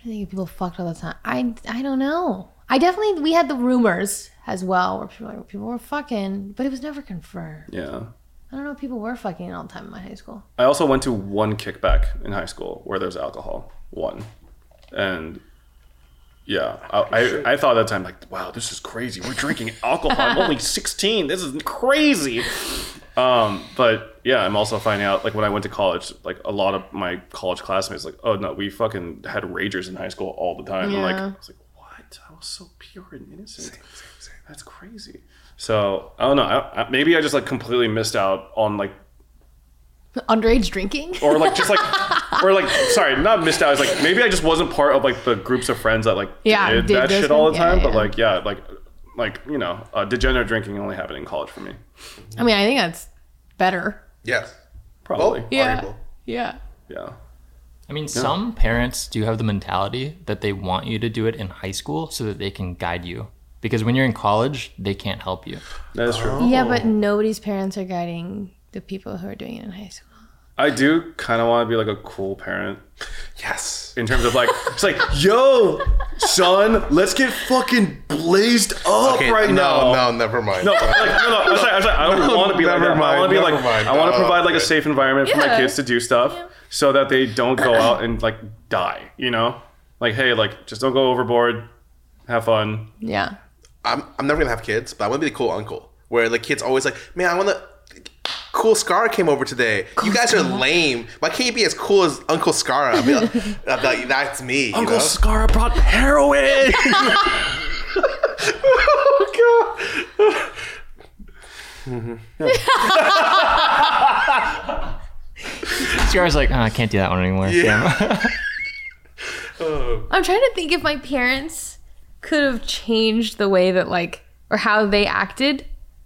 S2: I think people fucked all the time. I I don't know. I definitely we had the rumors as well where people were, people were fucking, but it was never confirmed.
S1: Yeah.
S2: I don't know if people were fucking all the time in my high school.
S1: I also went to one kickback in high school where there's alcohol. One, and. Yeah, I, I, I thought at that time like, wow, this is crazy. We're drinking alcohol. I'm only 16. This is crazy. Um, but yeah, I'm also finding out like when I went to college, like a lot of my college classmates, like, oh no, we fucking had ragers in high school all the time. I'm like,
S2: Yeah.
S1: I was like, what? I was so pure and innocent. That's crazy. So I don't know. I, I, maybe I just like completely missed out on like,
S2: Underage drinking?
S1: or like just like, or like, sorry, not missed out. It's like maybe I just wasn't part of like the groups of friends that like
S2: Yeah,
S1: did,
S2: did
S1: that
S2: those
S1: shit all the
S2: things. Yeah,
S1: time. But
S2: yeah.
S1: like, yeah, like, like you know, uh, degenerate drinking only happened in college for me.
S2: I mean, I think that's better.
S3: Yeah. Oh,
S1: Probably.
S3: Well,
S2: Yeah.
S3: arguable.
S2: Yeah.
S1: yeah.
S4: I mean, some parents do have the mentality that they want you to do it in high school so that they can guide you. Because when you're in college, they can't help you.
S1: That is
S3: Oh.
S1: true.
S2: Yeah, but nobody's parents are guiding the people who are doing it in high school.
S1: I do kind of want to be like a cool parent
S3: Yes.
S1: in terms of like, it's like, yo, son, let's get fucking blazed up
S3: Okay,
S1: right
S3: no,
S1: now.
S3: no, never mind.
S1: No, like, no, no, I'm sorry, I'm sorry. I don't want to be like
S3: never
S1: that. I want
S3: mind,
S1: to be
S3: never
S1: like,
S3: mind.
S1: I want to
S3: No,
S1: provide like a
S3: okay.
S1: safe environment for my
S2: Yeah.
S1: kids to do stuff so that they don't go out and like die, you know? Like, hey, like, just don't go overboard. Have fun.
S2: Yeah.
S3: I'm, I'm never gonna have kids, but I want to be the cool uncle where the kids always like, man, I want to. Cool Scar came over today. you guys are lame. Why can't you be as cool as Uncle Scar? I'll be like, I'll be like, that's me. you know?
S1: Scara brought heroin. oh, God.
S4: Scar's like, oh, I can't do that one anymore.
S3: Yeah.
S2: I'm trying to think if my parents could have changed the way that like or how they acted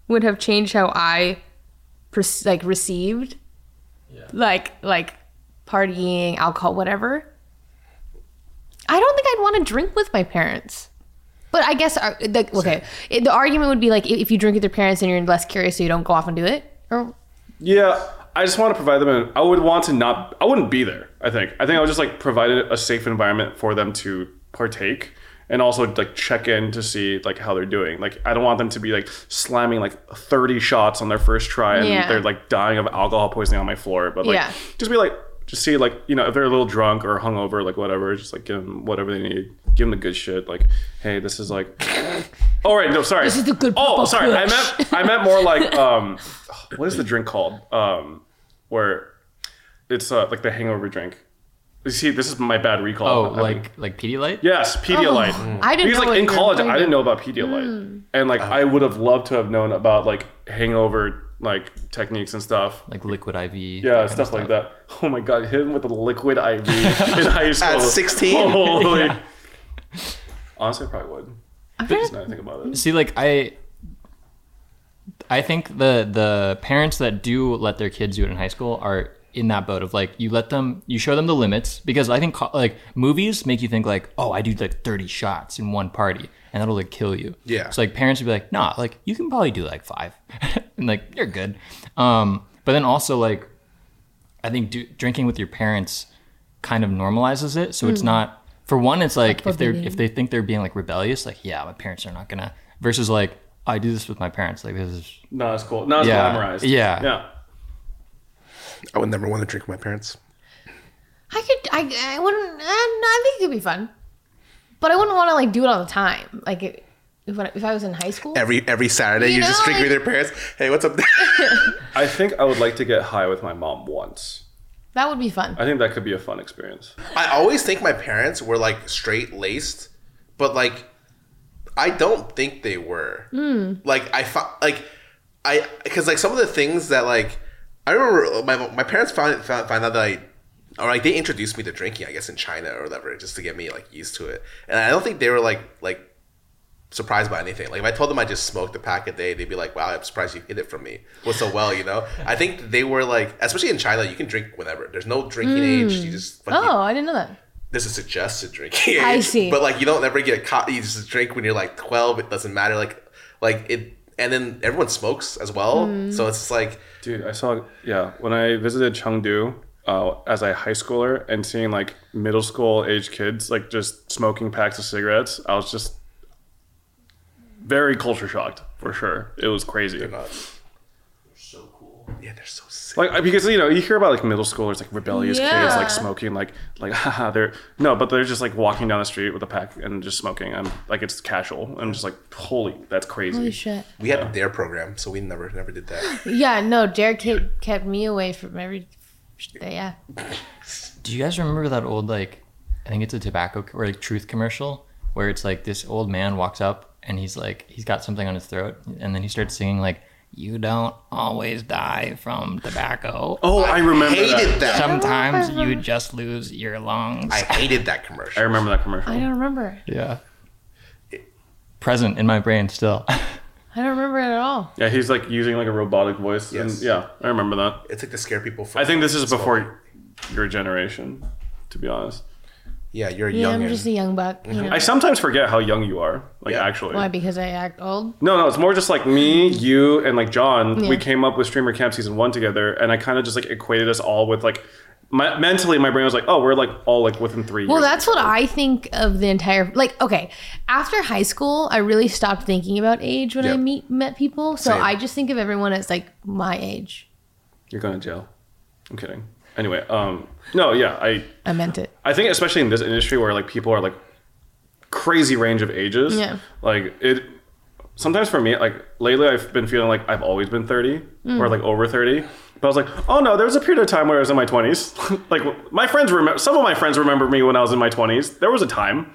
S2: would have changed how I perce- like received like like partying, alcohol, whatever. I don't think I'd want to drink with my parents. But I guess uh, the, okay, it, the argument would be like if you drink with your parents and you're less curious, so you don't go off and do it. Or
S1: Yeah, I just want to provide them. An, I would want to not. I wouldn't be there. I think. I think I would just like provide a safe environment for them to partake, and also like check in to see like how they're doing. Like I don't want them to be like slamming like thirty shots on their first try and
S2: Yeah.
S1: they're like dying of alcohol poisoning on my floor. But like,
S2: Yeah.
S1: just be like. Just see, like you know, if they're a little drunk or hungover, like whatever, just like give them whatever they need. Give them the good shit. Like, hey, this is like, oh right, no, sorry. This
S2: is the good
S1: Oh,
S2: Papa
S1: sorry, I
S2: Kush.
S1: meant I meant more like um, what is the drink called? Um, where it's uh, like the hangover drink. You see, this is my bad recall.
S4: Oh,
S1: I mean-
S4: like like Pedialyte?
S1: yes, Pedialyte.
S2: I didn't
S1: because like
S2: know what
S1: in
S2: you were
S1: college, I
S2: drinking.
S1: didn't know about Pedialyte, and like I would have loved to have known about like hangover like techniques and stuff.
S4: Like liquid IV.
S1: Yeah, stuff like that. Oh my god, hit him with a liquid IV in high school
S3: 16?
S1: Holy. Honestly, I probably would.
S2: I'm trying
S1: Just
S2: to-
S1: now I think about it.
S4: See, like I, I think the the parents that do let their kids do it in high school are in that boat of like you let them you show them the limits because I think co- like movies make you think like oh I do like thirty shots in one party and that'll like kill you
S3: Yeah.
S4: so like parents would be like nah like you can probably do like five and like you're good um but then also like I think do, drinking with your parents kind of normalizes it. So it's
S1: Hmm.
S4: not for one, it's like if they're if they think they're being like rebellious, like yeah, my parents are not gonna. Versus like I do this with my parents, like this is
S1: Not as cool. Not as
S4: Yeah.
S1: glamorized.
S4: Yeah.
S1: Yeah.
S3: I would never want to drink with my parents.
S2: I could. I. I wouldn't. I, I think it could be fun, but I wouldn't want to like do it all the time. Like it, if I- if I was in high school.
S3: Every every Saturday,
S2: You
S3: you are just
S2: know,
S3: drinking with your
S2: like-
S3: parents. Hey, what's up?
S1: I think I would like to get high with my mom once.
S2: that would be fun.
S1: I think that could be a fun experience.
S3: I always think my parents were like straight laced, but like I don't think they were. Like I found like I because like some of the things that like I remember uh, my my parents found found, found out that I or like they introduced me to drinking I guess in China or whatever just to get me like used to it, and I don't think they were like like surprised by anything. Like if I told them I just smoked a pack a day, they'd be like, "Wow, I'm surprised you hid it from me. What's so well?" You know. I think they were like, especially in China, you can drink whenever. There's no drinking age. You just fucking
S2: Oh, I didn't know that.
S3: this is suggested drinking.
S2: I
S3: age,
S2: see.
S3: But like you don't ever get caught. You just drink when you're like 12. It doesn't matter. Like like it. And then everyone smokes as well.
S2: Mm.
S3: So it's just like
S1: Dude, I saw, yeah, when I visited Chengdu uh, as a high schooler and seeing like middle school age kids like just smoking packs of cigarettes, I was just very culture shocked for sure. It was crazy.
S3: nuts. Yeah, they're so sick.
S1: Like because you know you hear about like middle schoolers like rebellious kids
S2: Yeah.
S1: like smoking like like haha they're no but they're just like walking down the street with a pack and just smoking and like it's casual I'm just like holy that's crazy
S2: Holy shit.
S3: We had a dare program, so we never never did that.
S2: Yeah, no, Derek kept, kept me away from every. Yeah.
S4: Do you guys remember that old like I think it's a tobacco co- or like truth commercial where it's like this old man walks up and he's like he's got something on his throat and then he starts singing like you don't always die from tobacco.
S1: oh I, remember that.
S3: hated that.
S4: Sometimes you just lose your lungs.
S3: I hated that
S1: I
S3: commercial.
S1: remember that
S2: I
S1: commercial
S2: don't remember.
S4: yeah. Present in my brain still.
S2: I don't remember it at all.
S1: yeah he's like using like a robotic voice
S3: Yes.
S1: and yeah I remember that
S3: It's like to scare people. From
S1: I think this is before your generation to be honest
S3: Yeah, you're
S2: Yeah,
S3: young.
S2: I'm just a young buck. You know.
S1: I sometimes forget how young you are like
S3: Yeah.
S1: actually
S2: Why? Because I act old?
S1: No, no, it's more just like me, you, and like John.
S2: Yeah.
S1: We came up with Streamer Camp season one together, and I kind of just like equated us all with like my, mentally, my brain was like, oh, we're like all like within three
S2: Well,
S1: years.
S2: that's what I think of the entire. Like, okay, after high school, I really stopped thinking about age when I
S3: Yep.
S2: meet met people. So
S3: Same.
S2: I just think of everyone as like my age.
S1: You're going to jail. I'm kidding. Anyway, um, no, yeah, I
S2: I meant it.
S1: I think especially in this industry where like people are like crazy range of ages.
S2: Yeah.
S1: Like it sometimes for me, like lately I've been feeling like I've always been 30 or like over 30. But I was like, oh no, there was a period of time where I was in my 20s. like my friends remember some of my friends remember me when I was in my 20s. There was a time.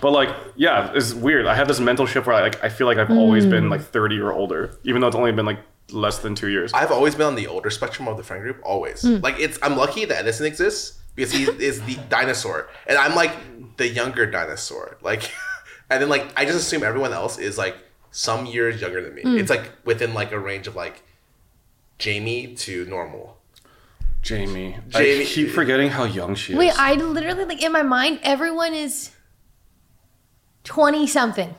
S1: But like, yeah, it's weird. I have this mental shift where I like I feel like I've always
S2: Mm.
S1: been like 30 or older, even though it's only been like less than 2 years.
S3: I've always been on the older spectrum of the friend group. Always.
S2: Hmm.
S3: Like it's. I'm lucky that Edison exists because he is the dinosaur, and I'm like the younger dinosaur. Like, and then like I just assume everyone else is like some years younger than me.
S2: Hmm.
S3: It's like within like a range of like Jamie to normal.
S1: Jamie. I
S3: Jamie-
S1: keep forgetting how young she is.
S2: Wait, I literally like in my mind, everyone is twenty something.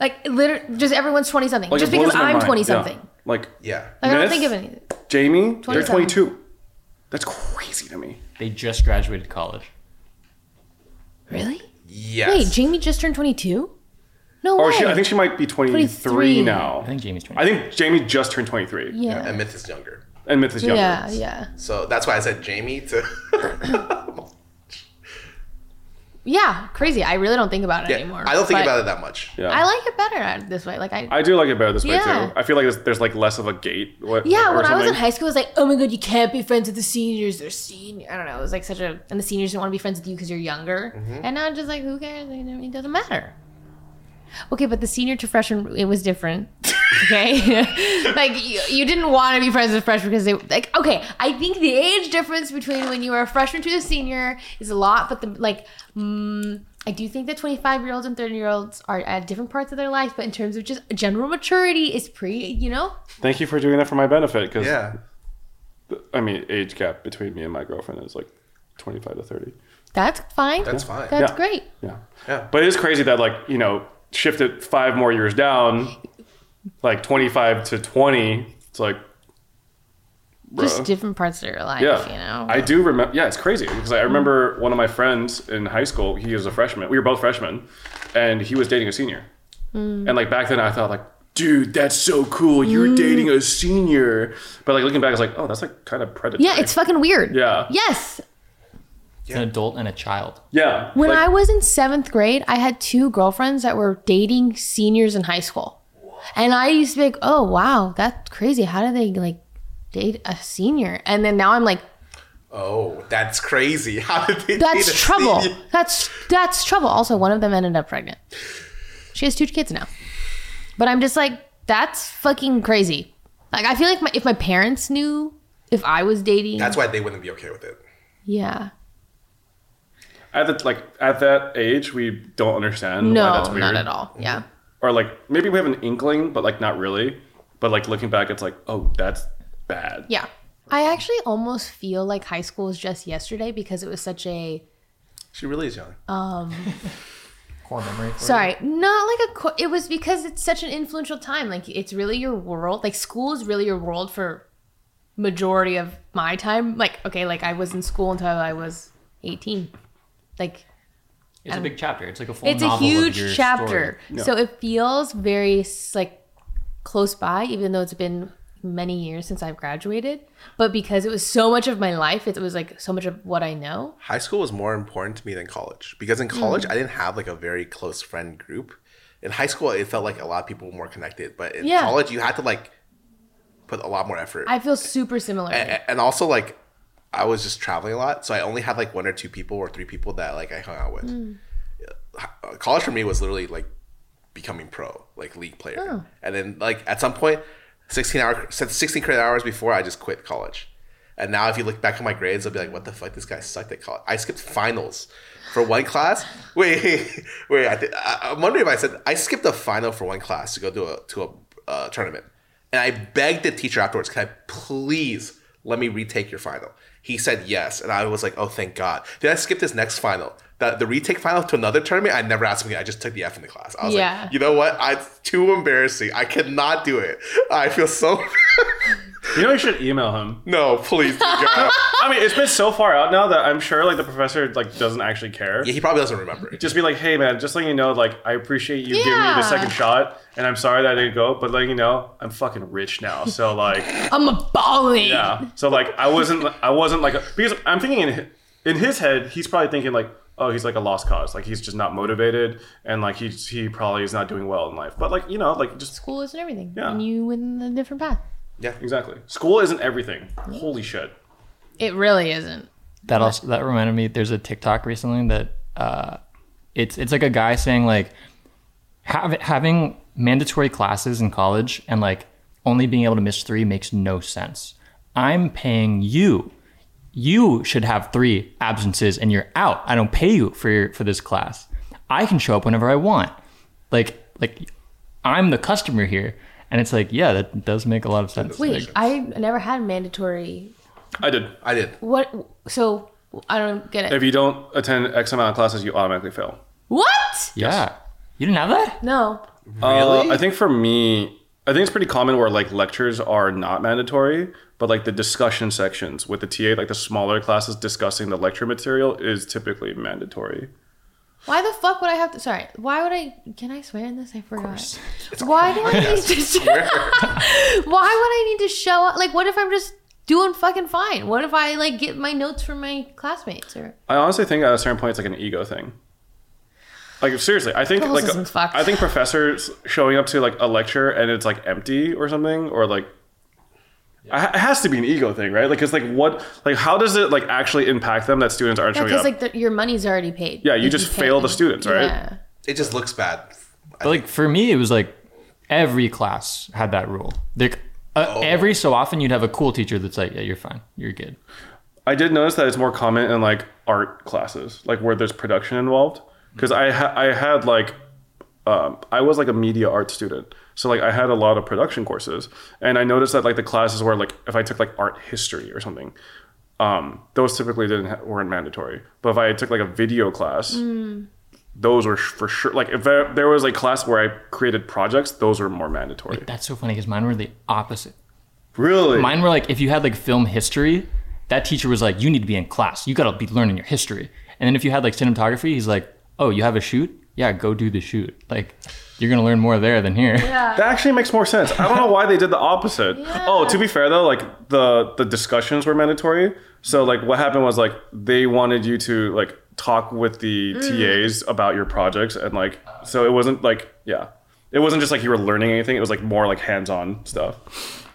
S2: Like, literally, just everyone's twenty something.
S1: Like,
S2: just
S1: it blows
S2: because
S1: my
S2: I'm
S1: mind.
S2: twenty
S1: Yeah.
S2: something.
S1: Like
S3: Yeah.
S2: Like, I don't
S1: Myth?
S2: think of anything.
S1: Jamie, they're
S2: 27.
S1: 22. That's crazy to me.
S4: they just graduated college.
S2: Really?
S3: Yes.
S2: Wait, Jamie just turned twenty two. No
S1: Or
S2: way.
S1: Oh, she, I think she might be 23,
S2: 23.
S1: now.
S4: I think Jamie's 20.
S1: I think Jamie just turned 23,
S2: yeah.
S3: and Myth is younger.
S1: and Myth is younger.
S2: Yeah, yeah.
S3: So that's why I said Jamie to.
S2: Yeah, crazy. I really don't think about it
S3: Yeah,
S2: anymore.
S3: I don't think
S2: but
S3: about it that much.
S1: Yeah.
S2: I like it better at- this way. Like I,
S1: I do like it better this way
S2: Yeah.
S1: too. I feel like there's, there's like less of a gate. What,
S2: yeah.
S1: or
S2: When I was in
S1: something.
S2: high school, it was like, oh my god, you can't be friends with the seniors. They're senior. I don't know. It was like such a, and the seniors don't want to be friends with you because you're younger.
S1: Mm-hmm.
S2: And now I'm just like, who cares? Like, It doesn't matter. Okay, but the senior to freshman, it was different. Okay, like you, you didn't want to be friends with freshmen because they like. Okay, I think the age difference between when you are a freshman to a senior is a lot, but the like, mm, I do think that twenty-five year olds and thirty-year-olds are at different parts of their life, but in terms of just general maturity, is pretty. You know,
S1: Thank you for doing that for my benefit because
S3: Yeah.
S1: I mean, age gap between me and my girlfriend is like 25 to 30.
S2: that's fine.
S3: That's fine.
S2: That's
S1: Yeah.
S2: great.
S1: Yeah.
S3: Yeah.
S1: But it is crazy that like, you know, shifted 5 more years down like 25 to 20. It's like
S2: Just
S1: bruh.
S2: different parts of your life.
S1: Yeah,
S2: You know.
S1: I do remember. Yeah, it's crazy because I remember one of my friends in high school. He was a freshman. We were both freshmen, and he was dating a senior.
S2: Hmm.
S1: And like back then, I thought like, dude, that's so cool. You're dating a senior. But like looking back, I was like, oh, that's like kind of predatory.
S2: yeah, it's fucking weird.
S1: Yeah.
S2: Yes,
S4: It's an adult and a child.
S1: yeah.
S2: When
S1: like,
S2: I was in seventh grade, I had two girlfriends that were dating seniors in high school. And I used to be like, oh, wow, that's crazy. How do they like date a senior? And then now I'm like,
S3: Oh, that's crazy. How did they date a
S2: that's trouble.
S3: senior?
S2: That's that's trouble. Also, one of them ended up pregnant. She has two kids now. But I'm just like, that's fucking crazy. Like, I feel like my, if my parents knew if I was dating,
S3: That's why they wouldn't be okay with it.
S2: yeah.
S1: at the, like at that age, we don't understand. why
S2: No,
S1: that's weird. Mm-hmm.
S2: not at all. Yeah.
S1: Or like maybe we have an inkling, but like not really. But like looking back, it's like, oh, that's bad.
S2: Yeah. I actually almost feel like high school was just yesterday because it was such a
S3: She really is young.
S4: Core memory. for
S2: sorry, not like a co- it was because it's such an influential time. Like it's really your world. Like school is really your world for majority of my time. Like okay, like I was in school until I was 18. Like
S4: you. It's a big chapter. It's like a full
S2: Um, it's a
S4: novel of
S2: huge
S4: your
S2: chapter.
S4: story.
S2: So it feels very s- like close by even though it's been many years since I've graduated, but because it was so much of my life, it was like so much of what I know.
S3: High school was more important to me than college because in college I didn't have like a very close friend group. In high school, it felt like a lot of people were more connected, but in
S2: Yeah.
S3: college, you had to like put a lot more effort.
S2: I feel super similar.
S3: A- and also like I was just traveling a lot, so I only had like one or two people or three people that like I hung out with. Uh, College for me was literally like becoming pro, like league player, and then like at some point, sixteen hour since sixteen credit hours before I just quit college, and now if you look back at my grades, I'll be like, what the fuck, this guy sucked at college. I skipped finals for one class. Wait, wait, I uh, th- I, I'm wondering if I said I skipped a final for one class to go to a to a uh, tournament. And I begged the teacher afterwards, can I please let me retake your final? He said yes. And I was like, oh, thank God. Then I skipped this next final. The, the retake final to another tournament, I never asked him again. I just took the F in the class. I was
S2: Yeah.
S3: like, you know what? I, it's too embarrassing. I cannot do it. I feel so.
S1: You know, you should email him.
S3: no, please do God.
S1: I mean, it's been so far out now that I'm sure like the professor like doesn't actually care.
S3: Yeah, he probably doesn't remember.
S1: Just be like, hey man, just letting you know, like I appreciate you giving me
S2: Yeah.
S1: the second shot, and I'm sorry that I didn't go, but letting you know, I'm fucking rich now, so like.
S2: I'm a balling.
S1: Yeah. So like I wasn't I wasn't like because I'm thinking in hi- in his head he's probably thinking like oh he's like a lost cause like he's just not motivated and like he's he probably is not doing well in life but like you know like just
S2: School isn't everything.
S1: Yeah.
S2: And you win a different path.
S1: exactly school isn't everything holy shit
S2: It really isn't.
S4: That also that reminded me. There's a TikTok recently that uh, it's it's like a guy saying like have, having mandatory classes in college and like only being able to miss three makes no sense. I'm paying you. You should have three absences and you're out. I don't pay you for your, for this class. I can show up whenever I want. Like like I'm the customer here. And it's like, yeah, that does make a lot of sense.
S2: Wait, I never had mandatory.
S1: I did
S3: I did.
S2: What? So I don't get it.
S1: if you don't attend X amount of classes you automatically fail
S2: What?
S4: Yeah. You didn't have that?
S2: No.
S1: really Uh, I think for me I think it's pretty common where like lectures are not mandatory but like the discussion sections with the TA like the smaller classes discussing the lecture material is typically mandatory
S2: Why the fuck would I have to? Sorry. Why would I? Can I swear in this? I forgot. Why do I need to? Why would I need to show up? Like, what if I'm just doing fucking fine? What if I like get my notes from my classmates or?
S1: I honestly think at a certain point it's like an ego thing. Like seriously, I think
S2: The whole
S1: like
S2: system's fucked.
S1: I think professors showing up to like a lecture and it's like empty or something or like I- it has to be an ego thing, right? Like it's like what like how does it like actually impact them that students aren't
S2: Yeah,
S1: showing
S2: because
S1: up?
S2: like the, your money's already paid.
S1: Yeah, you
S2: Like,
S1: just
S2: can't-
S1: fail the students, right?
S2: Yeah.
S3: It just looks bad.
S4: But like for me, it was like every class had that rule. Like uh, every so often, you'd have a cool teacher that's like, "Yeah, you're fine, you're good."
S1: I did notice that it's more common in like art classes, like where there's production involved. Because I ha- I had like um, I was like a media art student, so like I had a lot of production courses, and I noticed that like the classes where like if I took like art history or something, um, those typically didn't ha- weren't mandatory. But if I took like a video class, those were sh- for sure. Like if there, there was a class where I created projects, those were more mandatory.
S4: That's so funny because mine were the opposite.
S1: Really?
S4: Mine were like, if you had like film history, that teacher was like, "You need to be in class. You gotta be learning your history." And then if you had like cinematography, he's like, "Oh, you have a shoot? Yeah, go do the shoot. Like, you're gonna learn more there than here."
S1: That actually makes more sense. I don't know why they did the opposite. Oh, to be fair though, like the the discussions were mandatory. So like what happened was like they wanted you to like talk with the TAs about your projects and like so it wasn't like yeah. It wasn't just like you were learning anything, it was like more like hands-on stuff.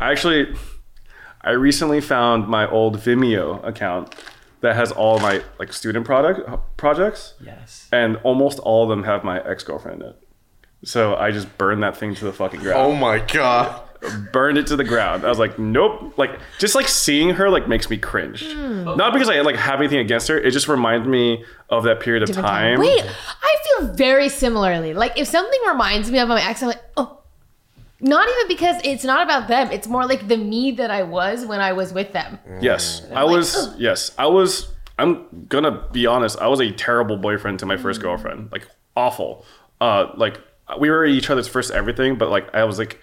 S1: I actually I recently found my old Vimeo account that has all my like student product projects
S4: Yes.
S1: and almost all of them have my ex-girlfriend in it. So I just burned that thing to the fucking ground.
S3: Oh my god.
S1: Burned it to the ground. I was like, nope. Like just like seeing her like makes me cringe.
S2: Hmm.
S1: Not because I like have anything against her. It just reminds me of that period of
S2: Different
S1: time.
S2: Wait, I feel very similarly. Like if something reminds me of my ex, I'm like, oh. Not even because it's not about them. It's more like the me that I was when I was with them.
S1: Yes. I was yes. I was I'm gonna be honest, I was a terrible boyfriend to my first girlfriend. Like awful. Uh like we were each other's first everything, but like I was like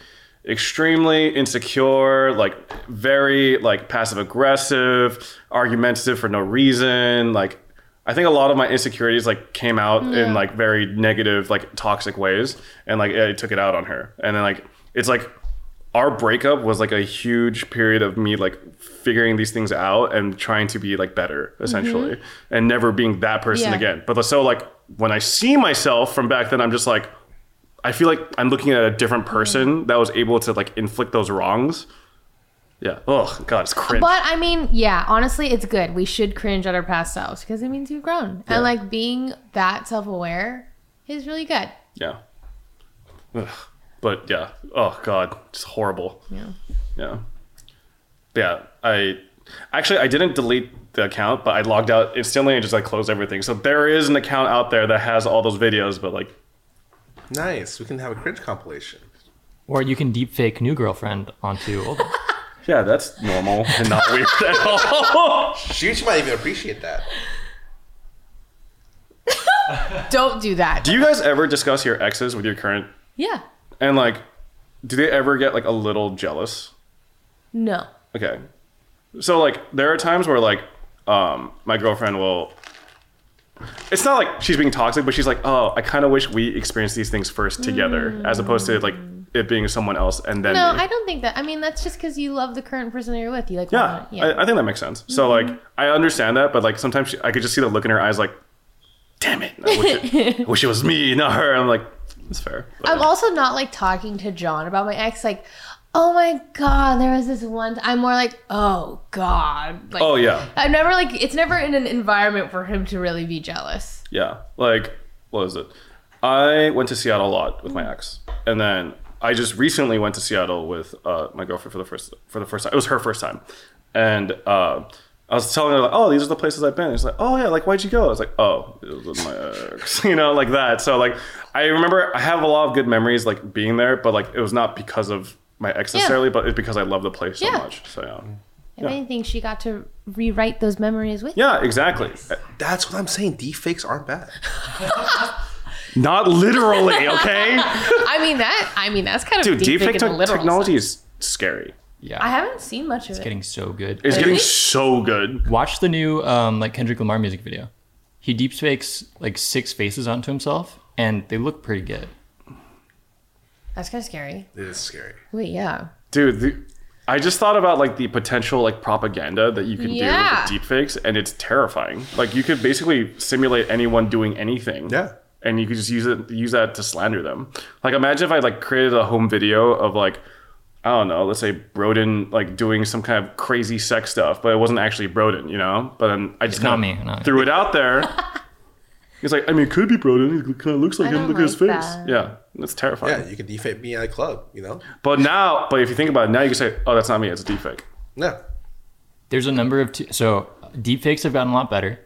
S1: extremely insecure, like very like passive aggressive, argumentative for no reason, like I think a lot of my insecurities like came out in like very negative, like toxic ways, and like I took it out on her. And then like it's like our breakup was like a huge period of me like figuring these things out and trying to be like better essentially and never being that person
S2: Yeah.
S1: again. But so like when I see myself from back then, I'm just like, I feel like I'm looking at a different person that was able to like inflict those wrongs. Yeah. Oh God, it's cringe.
S2: But I mean, yeah, honestly, it's good. We should cringe at our past selves because it means you've grown. And like being that self aware is really good.
S1: yeah. Ugh. But yeah. Oh God, it's horrible.
S2: Yeah.
S1: Yeah. Yeah. I actually I didn't delete the account, but I logged out instantly and just like closed everything. So there is an account out there that has all those videos, but like
S3: Nice. We can have a cringe compilation.
S4: Or you can deep fake new girlfriend onto old.
S1: yeah, that's normal and not weird at all.
S3: She, she might even appreciate that.
S2: Don't do that.
S1: Do you guys ever discuss your exes with your current
S2: yeah.
S1: and like do they ever get like a little jealous?
S2: No.
S1: Okay. So like there are times where like um my girlfriend will it's not like she's being toxic, but she's like, "Oh, I kind of wish we experienced these things first together as opposed to like it being someone else and then
S2: Mm. No,
S1: me."
S2: I don't think that. I mean, that's just because you love the current person that you're with. You like,
S1: yeah,
S2: wanna-
S1: I, I think that makes sense. So like
S2: Mm-hmm.
S1: I understand that, but like sometimes she, I could just see the look in her eyes like, "Damn it. I wish it, I wish it was me, not her." I'm like, "That's fair." But,
S2: I'm also not like talking to John about my ex. Like, oh my god, there was this one. I'm more like, oh god. Like,
S1: oh yeah.
S2: I'm never like. It's never in an environment for him to really be jealous.
S1: Yeah. Like, what is it? I went to Seattle a lot with my ex, and then I just recently went to Seattle with uh, my girlfriend for the first for the first time. It was her first time, and uh, I was telling her like, "Oh, these are the places I've been." And she's like, "Oh yeah, like why'd you go?" I was like, "Oh, it was with my ex," you know, like that. So like, I remember I have a lot of good memories like being there, but like it was not because of my ex necessarily, but it's because I love the place so
S2: Yeah.
S1: much. So yeah,
S2: If anything, she got to rewrite those memories with.
S1: yeah, exactly.
S3: That's what I'm saying. Deep fakes aren't bad.
S1: Not literally, okay.
S2: I mean that. I mean that's kind of
S1: Dude,
S2: deep
S1: deepfake
S2: fake in the
S1: tech
S2: literal
S1: technology
S2: sense.
S1: is scary.
S4: Yeah.
S2: I haven't seen much of it.
S4: getting so good.
S1: It's getting so good.
S4: Watch the new um, like Kendrick Lamar music video. He deep fakes like six faces onto himself, and they look pretty good.
S2: That's kind of scary.
S3: It is scary.
S2: Wait, yeah.
S1: Dude, the, I just thought about like the potential like propaganda that you can
S2: Yeah.
S1: do with deepfakes and it's terrifying. Like you could basically simulate anyone doing anything.
S3: Yeah.
S1: And you could just use it use that to slander them. Like imagine if I like created a home video of like I don't know, let's say Broden like doing some kind of crazy sex stuff, but it wasn't actually Broden, you know? But then I just
S4: not
S1: kinda
S4: me, not me.
S1: threw it out there. He's like, I mean, it could be Broden. It kind of looks like
S2: I
S1: him.
S2: don't
S1: Look at his face.
S2: like that.
S1: Yeah, that's terrifying.
S3: Yeah, you can deep fake me at a club, you know?
S1: But now, but if you think about it, now you can say, "Oh, that's not me. It's a deepfake."
S3: Yeah.
S4: There's a number of t- so deep fakes have gotten a lot better.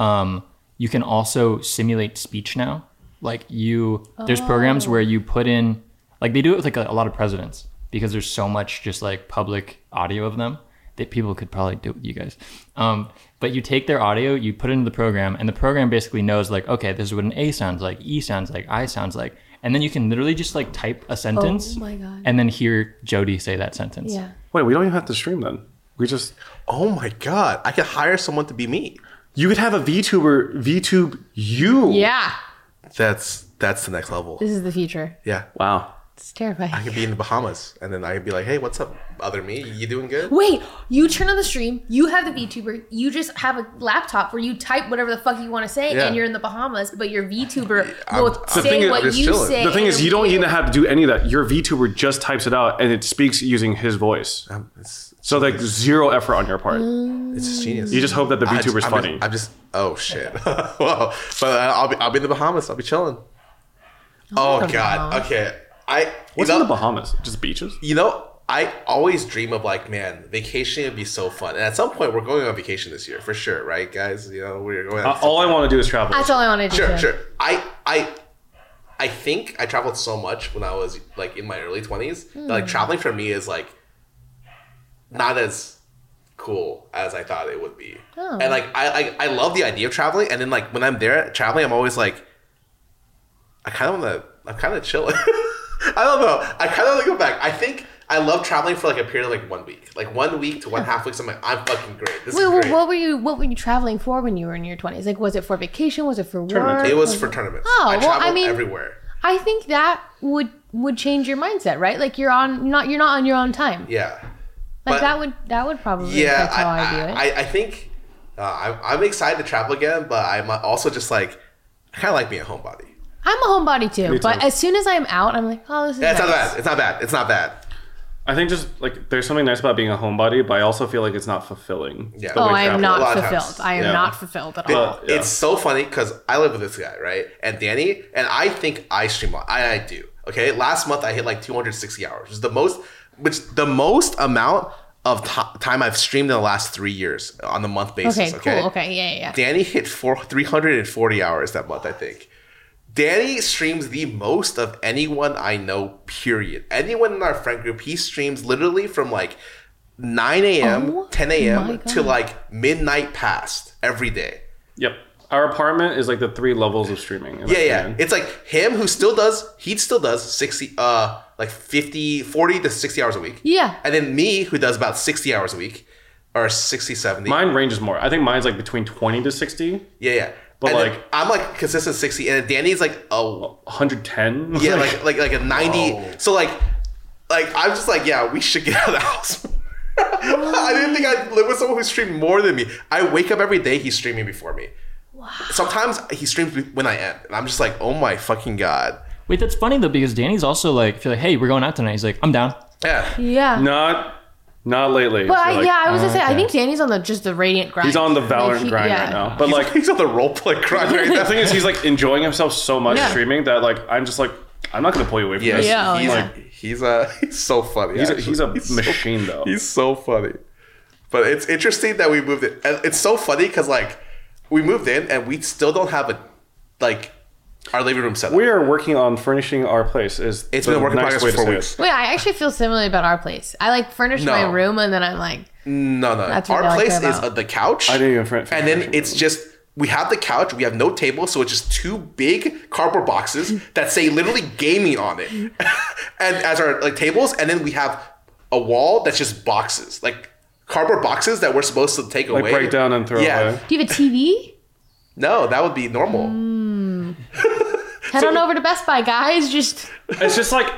S4: Um, you can also simulate speech now. Like you, there's programs where you put in like they do it with like a, a lot of presidents because there's so much just like public audio of them that people could probably do it with you guys. Um, but you take their audio, you put it into the program, and the program basically knows like, okay, this is what an A sounds like, E sounds like, I sounds like, and then you can literally just like type a sentence
S2: Oh my God.
S4: and then hear Jody say that sentence.
S2: Yeah.
S1: Wait, we don't even have to stream then. We just
S3: Oh my god. I could hire someone to be me.
S1: you could have a VTuber VTube you.
S2: Yeah.
S3: That's that's the next level.
S2: This is the future.
S3: Yeah.
S1: Wow.
S2: It's terrifying.
S3: I could be in the Bahamas and then I could be like, hey, what's up, other me? You doing good?
S2: Wait, you turn on the stream, you have the VTuber, you just have a laptop where you type whatever the fuck you want to say,
S3: Yeah.
S2: and you're in the Bahamas, but your VTuber will
S3: I'm-
S1: The
S2: say
S1: thing is-
S2: what
S3: I'm just
S2: you
S3: chilling.
S2: say.
S1: The thing
S2: and
S1: is, you
S2: it'll
S1: don't
S2: be-
S1: even have to do any of that. Your VTuber just types it out and it speaks using his voice.
S3: Um, it's,
S1: So like zero effort on your part.
S3: it's just genius.
S1: You just hope that the
S3: I
S1: VTuber's
S3: just- I'm
S1: funny.
S3: Just, I'm just oh shit. well, but uh, I'll be I'll be in the Bahamas. I'll be chilling. Oh,
S2: the
S3: god.
S2: Bahamas.
S3: Okay. I
S1: What's
S3: you
S1: in
S3: know,
S1: the Bahamas? Just beaches.
S3: you know I always dream of like man vacation would be so fun. And at some point we're going on vacation this year for sure, right guys? You know we're going.
S1: Uh, all I want to do is travel.
S2: That's all I want to do.
S3: sure
S2: too.
S3: sure i i i think i traveled so much when i was like in my early 20s that,
S2: Hmm.
S3: like traveling for me is like not as cool as i thought it would be
S2: Oh.
S3: and like I, I i love the idea of traveling and then like when i'm there traveling i'm always like i kind of want to i'm kind of chilling i don't know i kind of want to go back i think I love traveling for like a period of like one week, like one week to one half weeks. I'm like, I'm fucking great. This
S2: Wait,
S3: is
S2: wait,
S3: great.
S2: what were you? What were you traveling for when you were in your twenties? Like, was it for vacation? Was it for work?
S3: it was for tournaments.
S2: Oh,
S3: I
S2: well, I
S3: traveled
S2: mean-
S3: everywhere.
S2: I think that would would change your mindset, right? Like you're on not you're not on your own time.
S3: Yeah.
S2: Like
S3: But-
S2: that would that would probably
S3: yeah,
S2: that's
S3: I,
S2: how I,
S3: I,
S2: do it.
S3: I, I think uh, I'm, I'm excited to travel again, but I'm also just like, I kind of like being a homebody.
S2: I'm a homebody too,
S1: Me
S2: but
S1: too.
S2: as soon as I'm out, I'm like, oh, this is
S3: Yeah, it's
S2: nice.
S3: not bad. It's not bad. It's not bad.
S1: I think just like there's something nice about being a homebody, but I also feel like it's not fulfilling.
S3: Yeah.
S1: the
S2: Oh,
S1: way
S2: I
S1: travel-
S2: am
S3: a
S2: not
S3: lot of
S2: fulfilled.
S3: times.
S2: I am
S1: Yeah.
S2: not fulfilled at
S1: Well,
S2: all.
S1: yeah.
S3: It's so funny because I live with this guy, right? And Danny, and I think I stream. a- I, I do. Okay. Last month I hit like 260 hours, which is the most, which the most amount of ti- time I've streamed in the last three years on the month basis.
S2: Okay,
S3: Okay.
S2: cool. Okay, yeah, yeah, yeah.
S3: Danny hit four, 340 hours that month, I think. Danny streams the most of anyone I know, period. Anyone in our friend group, he streams literally from like 9 a.m.,
S2: Oh
S3: 10
S2: my
S3: a.m.
S2: God.
S3: to like midnight past every day.
S1: Yep. Our apartment is like the three levels of streaming. in my
S3: Yeah, yeah.
S1: opinion.
S3: It's like him who still does, he still does 60, uh, like 50, 40 to 60 hours a week.
S2: Yeah.
S3: And then me who does about 60 hours a week or 60, 70.
S1: Mine ranges more. I think mine's like between 20 to 60,
S3: yeah, yeah.
S1: But,
S3: And then
S1: like-
S3: I'm like consistent 60, and then Danny's like a
S1: 110.
S3: Yeah, like like like a ninety.
S1: Oh.
S3: So like like I'm just like yeah, we should get out of the house. I didn't think I'd live with someone who streamed more than me. I wake up every day he's streaming before me. Sometimes he streams when I am, and I'm just like, oh my fucking god.
S4: Wait, that's funny though because Danny's also like, if you're like, hey, we're going out tonight. He's like, I'm down.
S3: Yeah,
S2: Yeah.
S1: not not lately.
S2: But
S1: I
S2: I,
S1: feel like uh,
S2: yeah, I was gonna say, I
S4: okay.
S2: think Danny's on the just the radiant grind.
S1: he's on the Valorant
S2: Like, he-
S1: grind
S2: yeah.
S1: right now. But
S3: like
S1: like
S3: he's on the roleplay grind right
S1: the
S3: now.
S1: thing is, he's like enjoying himself so much
S2: Yeah.
S1: streaming that like I'm just like I'm not gonna pull you away from
S3: Yeah,
S1: this.
S2: Yeah,
S3: he's,
S2: yeah.
S3: he's a he's so funny.
S1: He's a,
S3: actually.
S1: he's a
S3: He's so-
S1: machine though.
S3: He's so funny. But it's interesting that we moved it. And It's so funny because like we moved in and we still don't have a like our living room set up.
S1: we are working on furnishing our place. Is
S3: It's
S1: the
S3: been a work in
S1: nice
S3: progress
S1: way
S3: for
S1: to
S3: four
S1: say
S3: weeks.
S1: it.
S2: Wait, I actually feel similarly about our place. I like furnish my
S3: No.
S2: room and then I'm like,
S3: no, no.
S2: That's what I
S3: our
S2: like
S3: place is
S2: about-
S3: uh, the couch.
S1: I didn't even finish-
S3: And then
S1: finish
S3: it's just we have the couch. We have no table, so it's just two big cardboard boxes that say literally gaming on it, and as our like tables. And then we have a wall that's just boxes, like cardboard boxes that we're supposed to take away,
S1: break down and throw
S3: yeah.
S1: away.
S2: do you have a TV?
S3: No, that would be normal.
S2: Mm. Head on over to Best Buy, guys. Just
S1: It's just like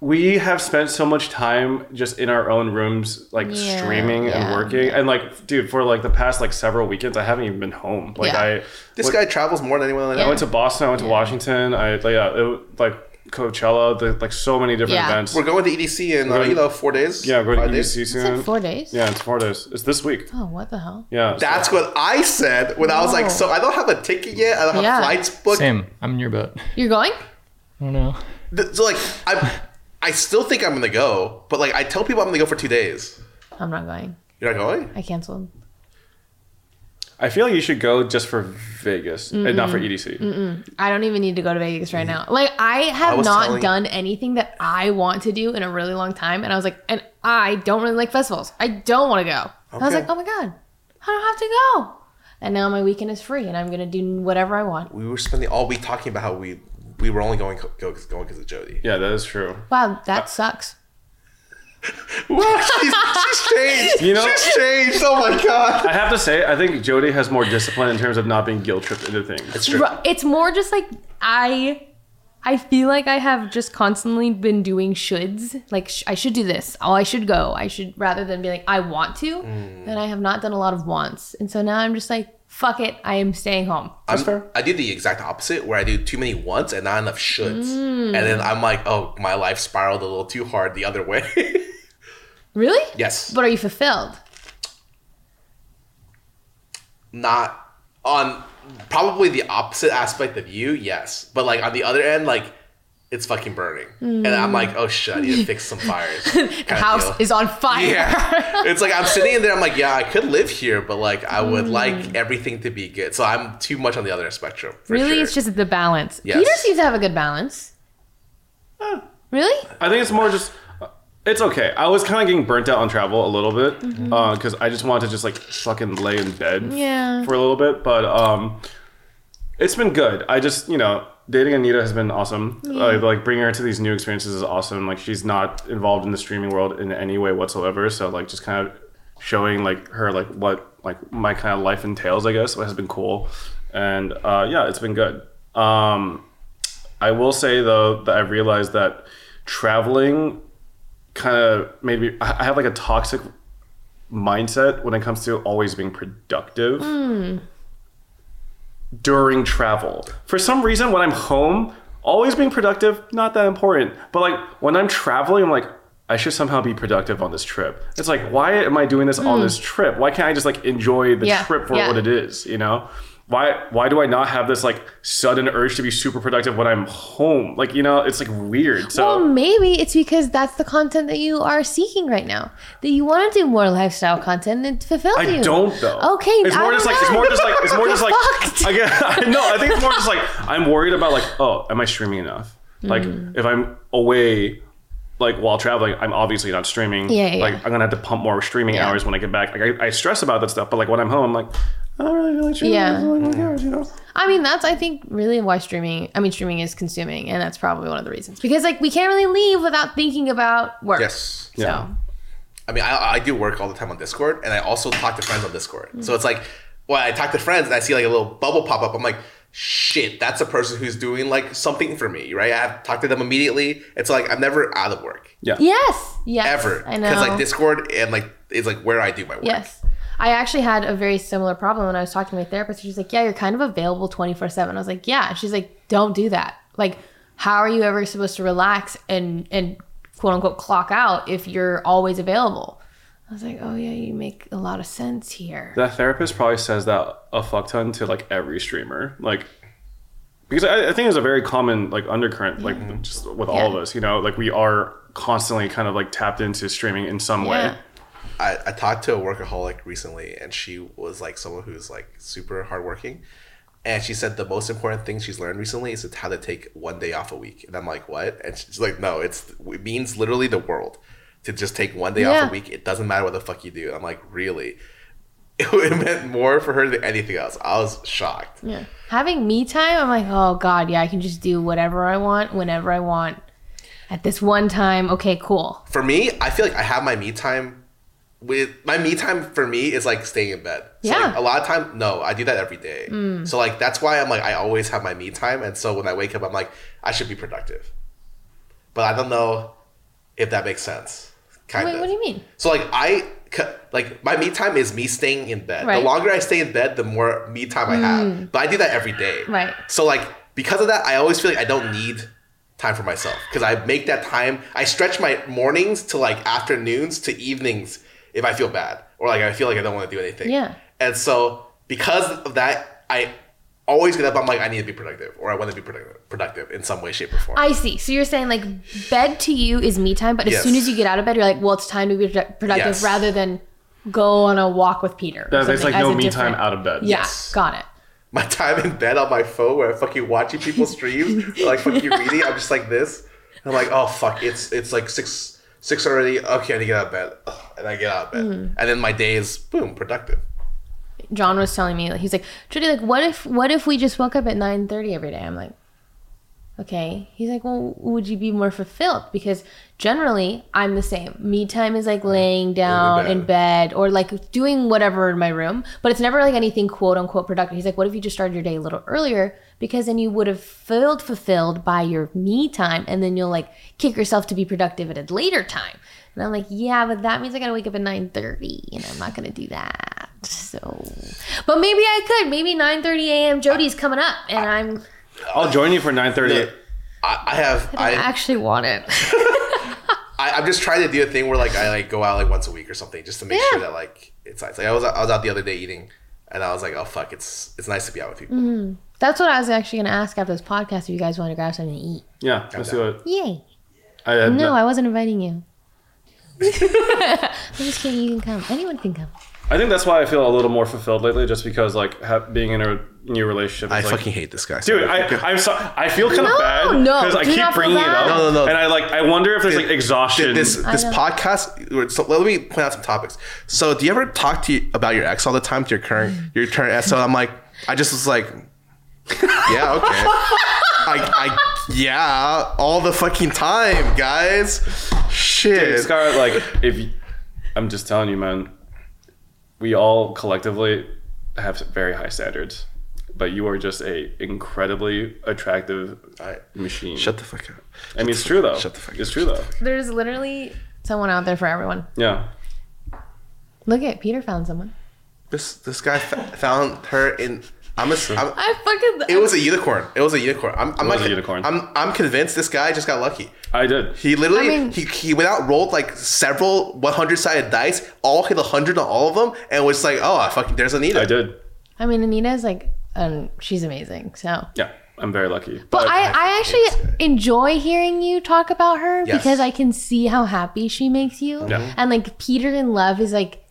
S1: we have spent so much time just in our own rooms, like
S2: Yeah,
S1: streaming
S2: yeah,
S1: and working, and like, dude, for like the past like several weekends, I haven't even been home. Like,
S2: Yeah.
S1: I
S3: This
S1: what-
S3: guy travels more than anyone I know.
S1: I went to Boston, I went to Washington, I like, yeah, it, like Coachella, the, like so many different
S2: Yeah.
S1: events.
S3: We're going to EDC in uh,
S1: We're-
S3: you know four days.
S1: yeah, we're E
S3: five
S1: going to
S3: days.
S1: EDC
S2: it's like
S1: soon.
S2: four days.
S1: Yeah, it's four days. It's this week.
S2: Oh, what the hell?
S1: Yeah, so-
S3: That's what I said when I was
S2: No.
S3: like, so I don't have a ticket yet. I don't have
S2: Yeah.
S3: flights booked.
S4: Same. I'm in your boat. I
S2: You're going?
S4: don't know.
S3: Th- So like I, I still think I'm gonna go, but like I tell people I'm gonna go for two days.
S2: I'm not going.
S3: You're not going?
S2: I canceled.
S1: I feel like you should go just for Vegas and not for E EDC.
S2: I don't even need to go to Vegas right now. Like I have
S3: I was
S2: not
S3: telling-
S2: done anything that I want to do in a really long time, and I was like, and I don't really like festivals. I don't want to go. I was
S3: Okay.
S2: like, oh my god, I don't have to go. And now my weekend is free, and I'm gonna do whatever I want.
S3: We were spending all week talking about how we we were only going co- go, going because of Jody.
S1: Yeah, that is true.
S2: Wow,
S3: Uh,
S2: that sucks.
S3: Wow, she's, she's changed.
S1: You know-
S3: she's changed. Oh my god.
S1: I have to say, I think Jody has more discipline in terms of not being guilt tripped into things.
S3: That's true.
S2: Ru- It's more just like I, I feel like I have just constantly been doing shoulds. Like sh- I should do this. Oh, I should go. I should rather than be like I want to.
S3: Mm.
S2: And I have not done a lot of wants, and so now I'm just like fuck it. I am staying home.
S3: I'm- I do the exact opposite, where I do too many wants and not enough shoulds,
S2: Mm.
S3: and then I'm like, oh, my life spiraled a little too hard the other way.
S2: Really?
S3: yes.
S2: But are you fulfilled?
S3: not on probably the opposite aspect of you, yes. But like on the other end, like it's fucking burning. And I'm like, oh shit, I need to fix some fires.
S2: The Mm. house is on fire.
S3: yeah. It's like I'm sitting in there, I'm like, yeah, I could live here, but like I would
S2: Mm.
S3: like everything to be good. So I'm too much on the other spectrum. For
S2: really,
S3: sure.
S2: it's just the balance.
S3: Yes.
S2: Peter seems to have a good balance. Really?
S1: I think it's more just. It's okay. I was kind of getting burnt out on travel a little bit because I just wanted to just like fucking lay in bed
S2: Yeah.
S1: for a little bit. But um, it's been good. I just you know dating Anita has been awesome. Uh, like bringing her to these new experiences is awesome. Like she's not involved in the streaming world in any way whatsoever. So like just kind of showing like her like what like my kind of life entails. I guess has been cool. And uh, yeah, it's been good. Um, I will say though that I realized that traveling kind of made me. I I have like a toxic mindset when it comes to always being productive during travel. For some reason, when I'm home, always being productive, not that important. But like when I'm traveling, I'm like, I should somehow be productive on this trip. It's like, why am I doing this on this trip? Why can't I just like enjoy the
S2: Hmm. Yeah,
S1: trip for
S2: yeah.
S1: what it is? You know, why why do I not have this like sudden urge to be super productive when I'm home? Like you know, it's like weird. So
S2: Well, maybe it's because that's the content that you are seeking right now. That you want to do more lifestyle content and it fulfills
S1: I
S2: you.
S1: don't though.
S2: Okay,
S1: it's more
S2: I
S1: just
S2: don't
S1: like it's
S2: know.
S1: more just like it's more just like
S2: You're fucked.
S1: I get, I know. I think it's more just like I'm worried about like oh, am I streaming enough? Like
S2: Hmm.
S1: if I'm away, like while traveling, I'm obviously not streaming.
S2: Yeah, yeah,
S1: Like
S2: yeah.
S1: I'm gonna have to pump more streaming
S2: Yeah.
S1: hours when I get back. Like I, I stress about that stuff, but like when I'm home, I'm like I don't really feel like streaming.
S2: Yeah.
S1: I don't really care, you know.
S2: I mean, that's I think really why streaming. I mean, streaming is consuming, and that's probably one of the reasons. Because like we can't really leave without thinking about work.
S3: Yes.
S2: So
S1: Yeah.
S3: I mean, I, I do work all the time on Discord, and I also talk to friends on Discord. So it's like, when I talk to friends and I see like a little bubble pop up, I'm like, shit, that's a person who's doing like something for me, right? I have to talk to them immediately. It's like I'm never out of work
S1: Yeah.
S2: yes, yes,
S3: ever
S2: I know.
S3: like Discord and like it's like where I do my work.
S2: Yes. I actually had a very similar problem when I was talking to my therapist. She was like, Yeah, you're kind of available 24 7. I was like, Yeah. And she's like, Don't do that. Like, how are you ever supposed to relax and, and quote unquote clock out if you're always available? I was like, Oh, yeah, you make a lot of sense here.
S1: That therapist probably says that a fuck ton to like every streamer, like because I, I think it's a very common like undercurrent, like just with all of
S2: Yeah.
S1: us, you know, like we are constantly kind of like tapped into streaming in some way.
S2: Yeah.
S3: I, I talked to a workaholic recently, and she was like someone who's like super hardworking. And she said the most important thing she's learned recently is it's how to take one day off a week. And I'm like, what? And she's like, no, it's it means literally the world to just take one day off
S2: Yeah.
S3: a week. It doesn't matter what the fuck you do. And I'm like, really? It meant more for her than anything else. I was shocked.
S2: Yeah. Having me time, I'm like, Oh, God, yeah, I can just do whatever I want, whenever I want at this one time. Okay, cool.
S3: For me, I feel like I have my me time. With my me time for me is like staying in bed. So
S2: Yeah. Mm.
S3: like, a lot of time, no, I do that every day. So like that's why I'm like I always have my me time, and so when I wake up, I'm like I should be productive. But I don't know if that makes sense. Kind
S2: Wait,
S3: of.
S2: what do you mean?
S3: So like I c- like my me time is me staying in bed.
S2: Right. Mm.
S3: The longer I stay in bed, the more me time I have. But I do that every day.
S2: Right.
S3: So like because of that, I always feel like I don't need time for myself because I make that time. I stretch my mornings to like afternoons to evenings if I feel bad or like I feel like I don't want to do anything.
S2: Yeah.
S3: And so because of that, I always get up. I'm like I need to be productive or I want to be productive, productive in some way, shape, or form.
S2: I see. So you're saying like bed to you is me time, but as
S3: Yes.
S2: soon as you get out of bed, you're like, well, it's time to be produ- productive
S3: Yes.
S2: rather than go on a walk with Peter. or
S1: That- That's
S2: something
S1: like no
S2: as a
S1: me time
S2: different-
S1: out of bed.
S2: Yeah,
S3: Yes.
S2: got it.
S3: my time in bed on my phone where I'm fucking watching people stream, or, like fucking reading. I'm just like this. I'm like, oh fuck, it's it's like six six already. Okay, I need to get out of bed, Ugh, and I get out of bed, and then my day is boom productive.
S2: John was telling me like, he's like, Trudy, like, what if what if we just woke up at nine thirty every day? I'm like, okay. He's like, well, would you be more fulfilled? Because generally, I'm the same. Me time is like laying down in bed or like doing whatever in my room, but it's never like anything quote unquote productive. He's like, what if you just started your day a little earlier? Because then you would have felt fulfilled by your me time, and then you'll like kick yourself to be productive at a later time. And I'm like, yeah, but that means I gotta wake up at 9:30, and I'm not gonna do that. So, but maybe I could. Maybe 9:30 a.m. Jody's coming up, and I'm
S1: I'll join you for 9:30.
S3: I, I have
S2: I
S3: I,
S2: actually want it.
S3: I I'm just trying to do a thing where like I like go out like once a week or something just to make sure
S2: Yeah.
S3: that like it's nice. Like I was I was out the other day eating, and I was like, oh fuck, it's it's nice to be out with people.
S2: That's what I was actually going to ask after this podcast if you guys want to grab something to eat.
S1: Yeah, let's do it.
S2: Yay.
S1: I, I,
S2: No, I wasn't inviting you. I'm just kidding. You can come. Anyone can come.
S1: I think that's why I feel a little more fulfilled lately, just because like ha- being in a new relationship. Is,
S3: I
S1: like,
S3: fucking hate this guy,
S1: Dude, I, I'm so, I feel kind of
S2: No,
S1: bad
S2: no,
S1: because I
S2: do not
S1: keep
S2: feel
S1: bringing it
S2: bad.
S1: up,
S3: No, no, no.
S1: and I like I wonder if there's like
S3: Did-
S1: exhaustion.
S3: Did this this
S2: know.
S3: podcast. So let me point out some topics. So do you ever talk to you about your ex all the time to your current your current ex? So I'm like, I just was like, yeah, okay. I, I yeah, all the fucking time, guys. Shit.
S1: Scarlett, like if you, I'm just telling you, man, we all collectively have very high standards. but you are just a incredibly attractive
S3: I,
S1: machine.
S3: shut the fuck up.
S1: I mean, it's true though.
S3: shut the fuck
S1: It's
S3: up,
S1: true
S3: shut
S1: though.
S2: There's literally someone out there for everyone.
S1: Yeah.
S2: Look at Peter found someone.
S3: This this guy f- found her in. I'm a. I'm,
S2: I fucking.
S3: it was a unicorn. It was a unicorn. I'm, I'm
S1: was
S3: not-
S1: a unicorn.
S3: I'm I'm convinced this guy just got lucky.
S1: I did.
S3: He literally
S2: I mean-
S3: he, he went out rolled like several 100 sided dice, all hit 100 on all of them, and was like, oh, I fucking there's Anita.
S1: I did.
S2: I mean, Anita is like, um, she's amazing. So,
S1: Yeah. I'm very lucky.
S2: but I, I actually enjoy hearing you talk about her
S3: Yes.
S2: because I can see how happy she makes you.
S1: Yeah.
S2: And like Peter in love is like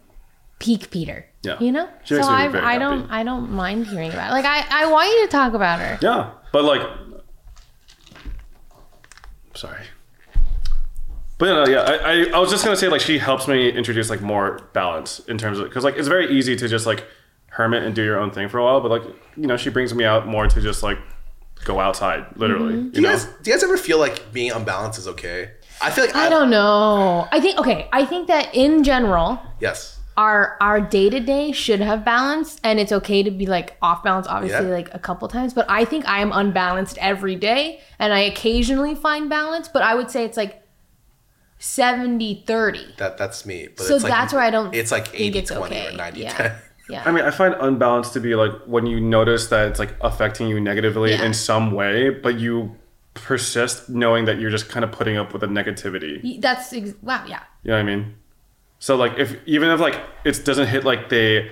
S2: peak Peter.
S1: Yeah.
S2: You know.
S1: She
S2: so
S1: makes me
S2: I,
S1: very
S2: I don't,
S1: happy.
S2: I don't mind hearing about. It. Like I, I want you to talk about her.
S1: Yeah, but like, sorry. But uh, yeah, no, yeah, I, I, I was just gonna say like she helps me introduce like more balance in terms of because like it's very easy to just like hermit and do your own thing for a while, but like you know she brings me out more to just like go outside literally. You
S3: do, you
S1: know,
S3: guys, do you guys ever feel like being unbalanced is okay? I feel like
S2: I don't know. I think okay. I think that in general,
S3: Yes.
S2: our our day to day should have balance, and it's okay to be like off balance, obviously,
S3: Yeah.
S2: like a couple times. But I think I am unbalanced every day, and I occasionally find balance. But I would say it's like 70 30.
S3: That that's me. But
S2: So
S3: it's like,
S2: that's where I don't
S3: It's like
S2: think
S3: 80
S2: it's
S3: 20
S2: okay.
S3: or 90
S2: Yeah.
S3: 10.
S2: Yeah.
S1: I mean, I find unbalanced to be like when you notice that it's like affecting you negatively
S2: Yeah.
S1: in some way, but you persist knowing that you're just kind of putting up with the negativity.
S2: That's ex- wow. Yeah.
S1: You know what I mean? So like if even if like it doesn't hit like the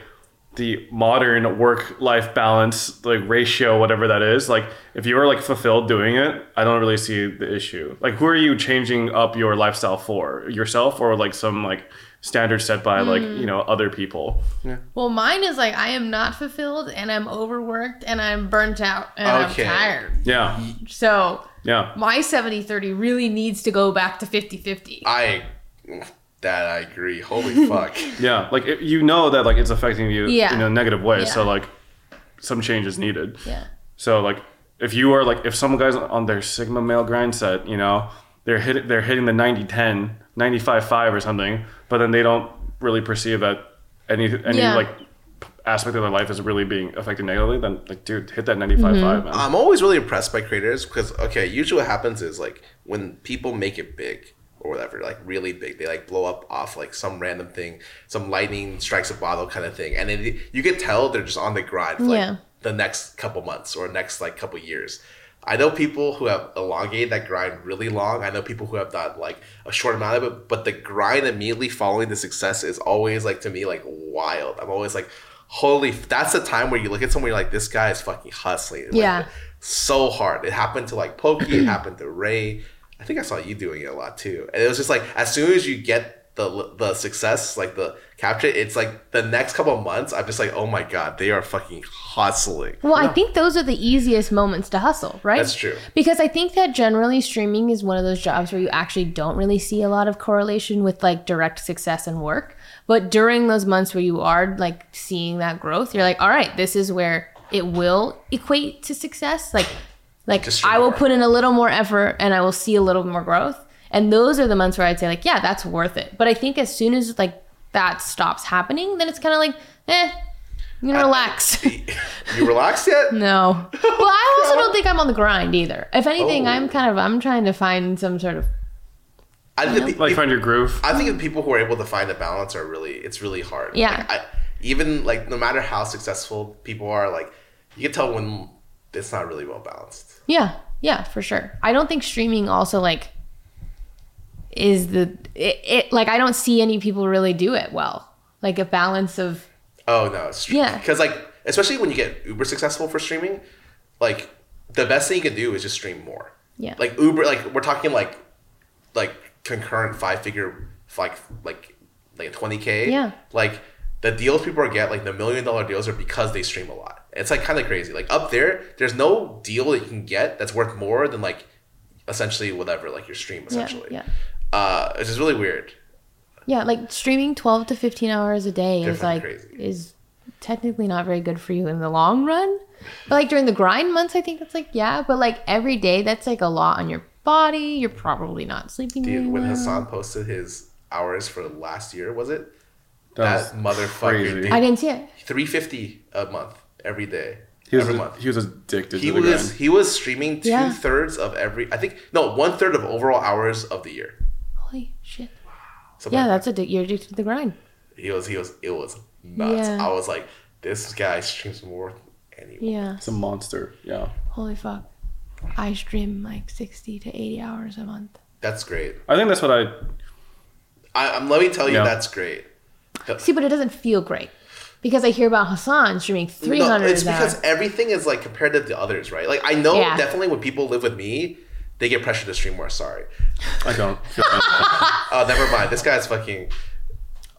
S1: the modern work life balance like ratio whatever that is like if you are like fulfilled doing it I don't really see the issue like who are you changing up your lifestyle for yourself or like some like standard set by like you know other people
S2: Well, mine is like I am not fulfilled, and I'm overworked, and I'm burnt out, and
S3: Okay.
S2: I'm tired.
S1: yeah
S2: So
S1: yeah
S2: my 70 30 really needs to go back to 50 50.
S3: I that I agree. Holy fuck.
S1: yeah like it, you know that like it's affecting you
S2: Yeah.
S1: in a negative way so
S2: Yeah.
S1: like some change is needed
S2: Yeah.
S1: So like if you are like if some guys on their sigma male grind set, you know, they're hit they're hitting the 90 10, 95 5 or something, but then they don't really perceive that any any
S2: Yeah.
S1: like aspect of their life is really being affected negatively, then like dude, hit that 95 5,
S2: Mm-hmm.
S1: man.
S3: I'm always really impressed by creators because okay, usually what happens is like when people make it big or whatever, like really big, they like blow up off like some random thing, some lightning strikes a bottle kind of thing, and then you could tell they're just on the grind for like
S2: Yeah.
S3: the next couple months or next like couple years. I know people who have elongated that grind really long. I know people who have done like a short amount of it, but the grind immediately following the success is always like to me like wild. I'm always like, holy, f- that's the time where you look at someone you're like, this guy is fucking hustling. Like,
S2: Yeah.
S3: so hard. It happened to like Pokey, it happened to Ray. I think I saw you doing it a lot too. And it was just like as soon as you get the the success, like the capture, it's like the next couple of months, I'm just like, oh my god, they are fucking hustling.
S2: Well, I think those are the easiest moments to hustle, right?
S3: That's true.
S2: Because I think that generally streaming is one of those jobs where you actually don't really see a lot of correlation with like direct success and work. But during those months where you are like seeing that growth, you're like, all right, this is where it will equate to success. Like, like
S3: Just stream
S2: I will
S3: more.
S2: put in a little more effort and I will see a little more growth. And those are the months where I'd say like, yeah, that's worth it. But I think as soon as like that stops happening, then it's kind of like, eh, I'm gonna relax.
S3: You relaxed yet?
S2: No. Well, I also don't think I'm on the grind either. If anything,
S3: Oh.
S2: I'm kind of I'm trying to find some sort of
S3: I think the,
S1: Like find your groove.
S3: I think the people who are able to find the balance are really it's really hard.
S2: Yeah.
S3: Like, I, even like no matter how successful people are, like you can tell when it's not really well balanced.
S2: yeah, yeah, for sure. I don't think streaming also like is the it, it like I don't see any people really do it well. Like a balance of
S3: Oh no, it's
S2: Yeah.
S3: Because like, especially when you get uber successful for streaming, like the best thing you can do is just stream more.
S2: Yeah.
S3: Like Uber, like we're talking like, like concurrent five figure, like like like twenty k.
S2: Yeah.
S3: Like the deals people get, like the million dollar deals, are because they stream a lot. It's like kind of crazy. Like up there, there's no deal that you can get that's worth more than like essentially whatever like your stream
S2: yeah,
S3: essentially.
S2: yeah.
S3: Uh, it's just really weird.
S2: Yeah, like streaming 12 to 15 hours a day is
S3: Definitely
S2: like
S3: crazy.
S2: is technically not very good for you in the long run. But like during the grind months, I think that's like yeah, but like every day that's like a lot on your body. You're probably not sleeping.
S3: Dude,
S2: really
S3: when
S2: well.
S3: Hassan posted his hours for last year, was it?
S1: That
S3: That,
S1: was
S3: motherfucker
S1: crazy.
S3: did
S2: I didn't see it.
S3: three fifty a month every day.
S1: He was,
S3: every month.
S1: he was addicted
S3: He
S1: to the grind.
S3: was he was streaming two
S2: Yeah.
S3: thirds of every I think no one third of overall hours of the year.
S2: Holy shit.
S3: Something
S2: Yeah,
S3: like
S2: that's addic- you're addicted to the grind.
S3: that. he was he was it was nuts.
S2: Yeah.
S3: I was like, this guy streams more than anyone.
S2: Yeah.
S1: It's a monster. Yeah.
S2: Holy fuck. I stream like 60 to 80 hours a month.
S3: That's great.
S1: I think that's what I.
S3: I, I'm let me tell you
S1: Yeah.
S3: that's great.
S2: See, but it doesn't feel great because I hear about Hassan streaming 300
S3: it's
S2: of that.
S3: because everything is like compared to the others, right? Like I know
S2: Yeah.
S3: definitely when people live with me, they get pressured to stream more. Sorry,
S1: I don't. Feel I,
S3: oh never mind. This guy's fucking.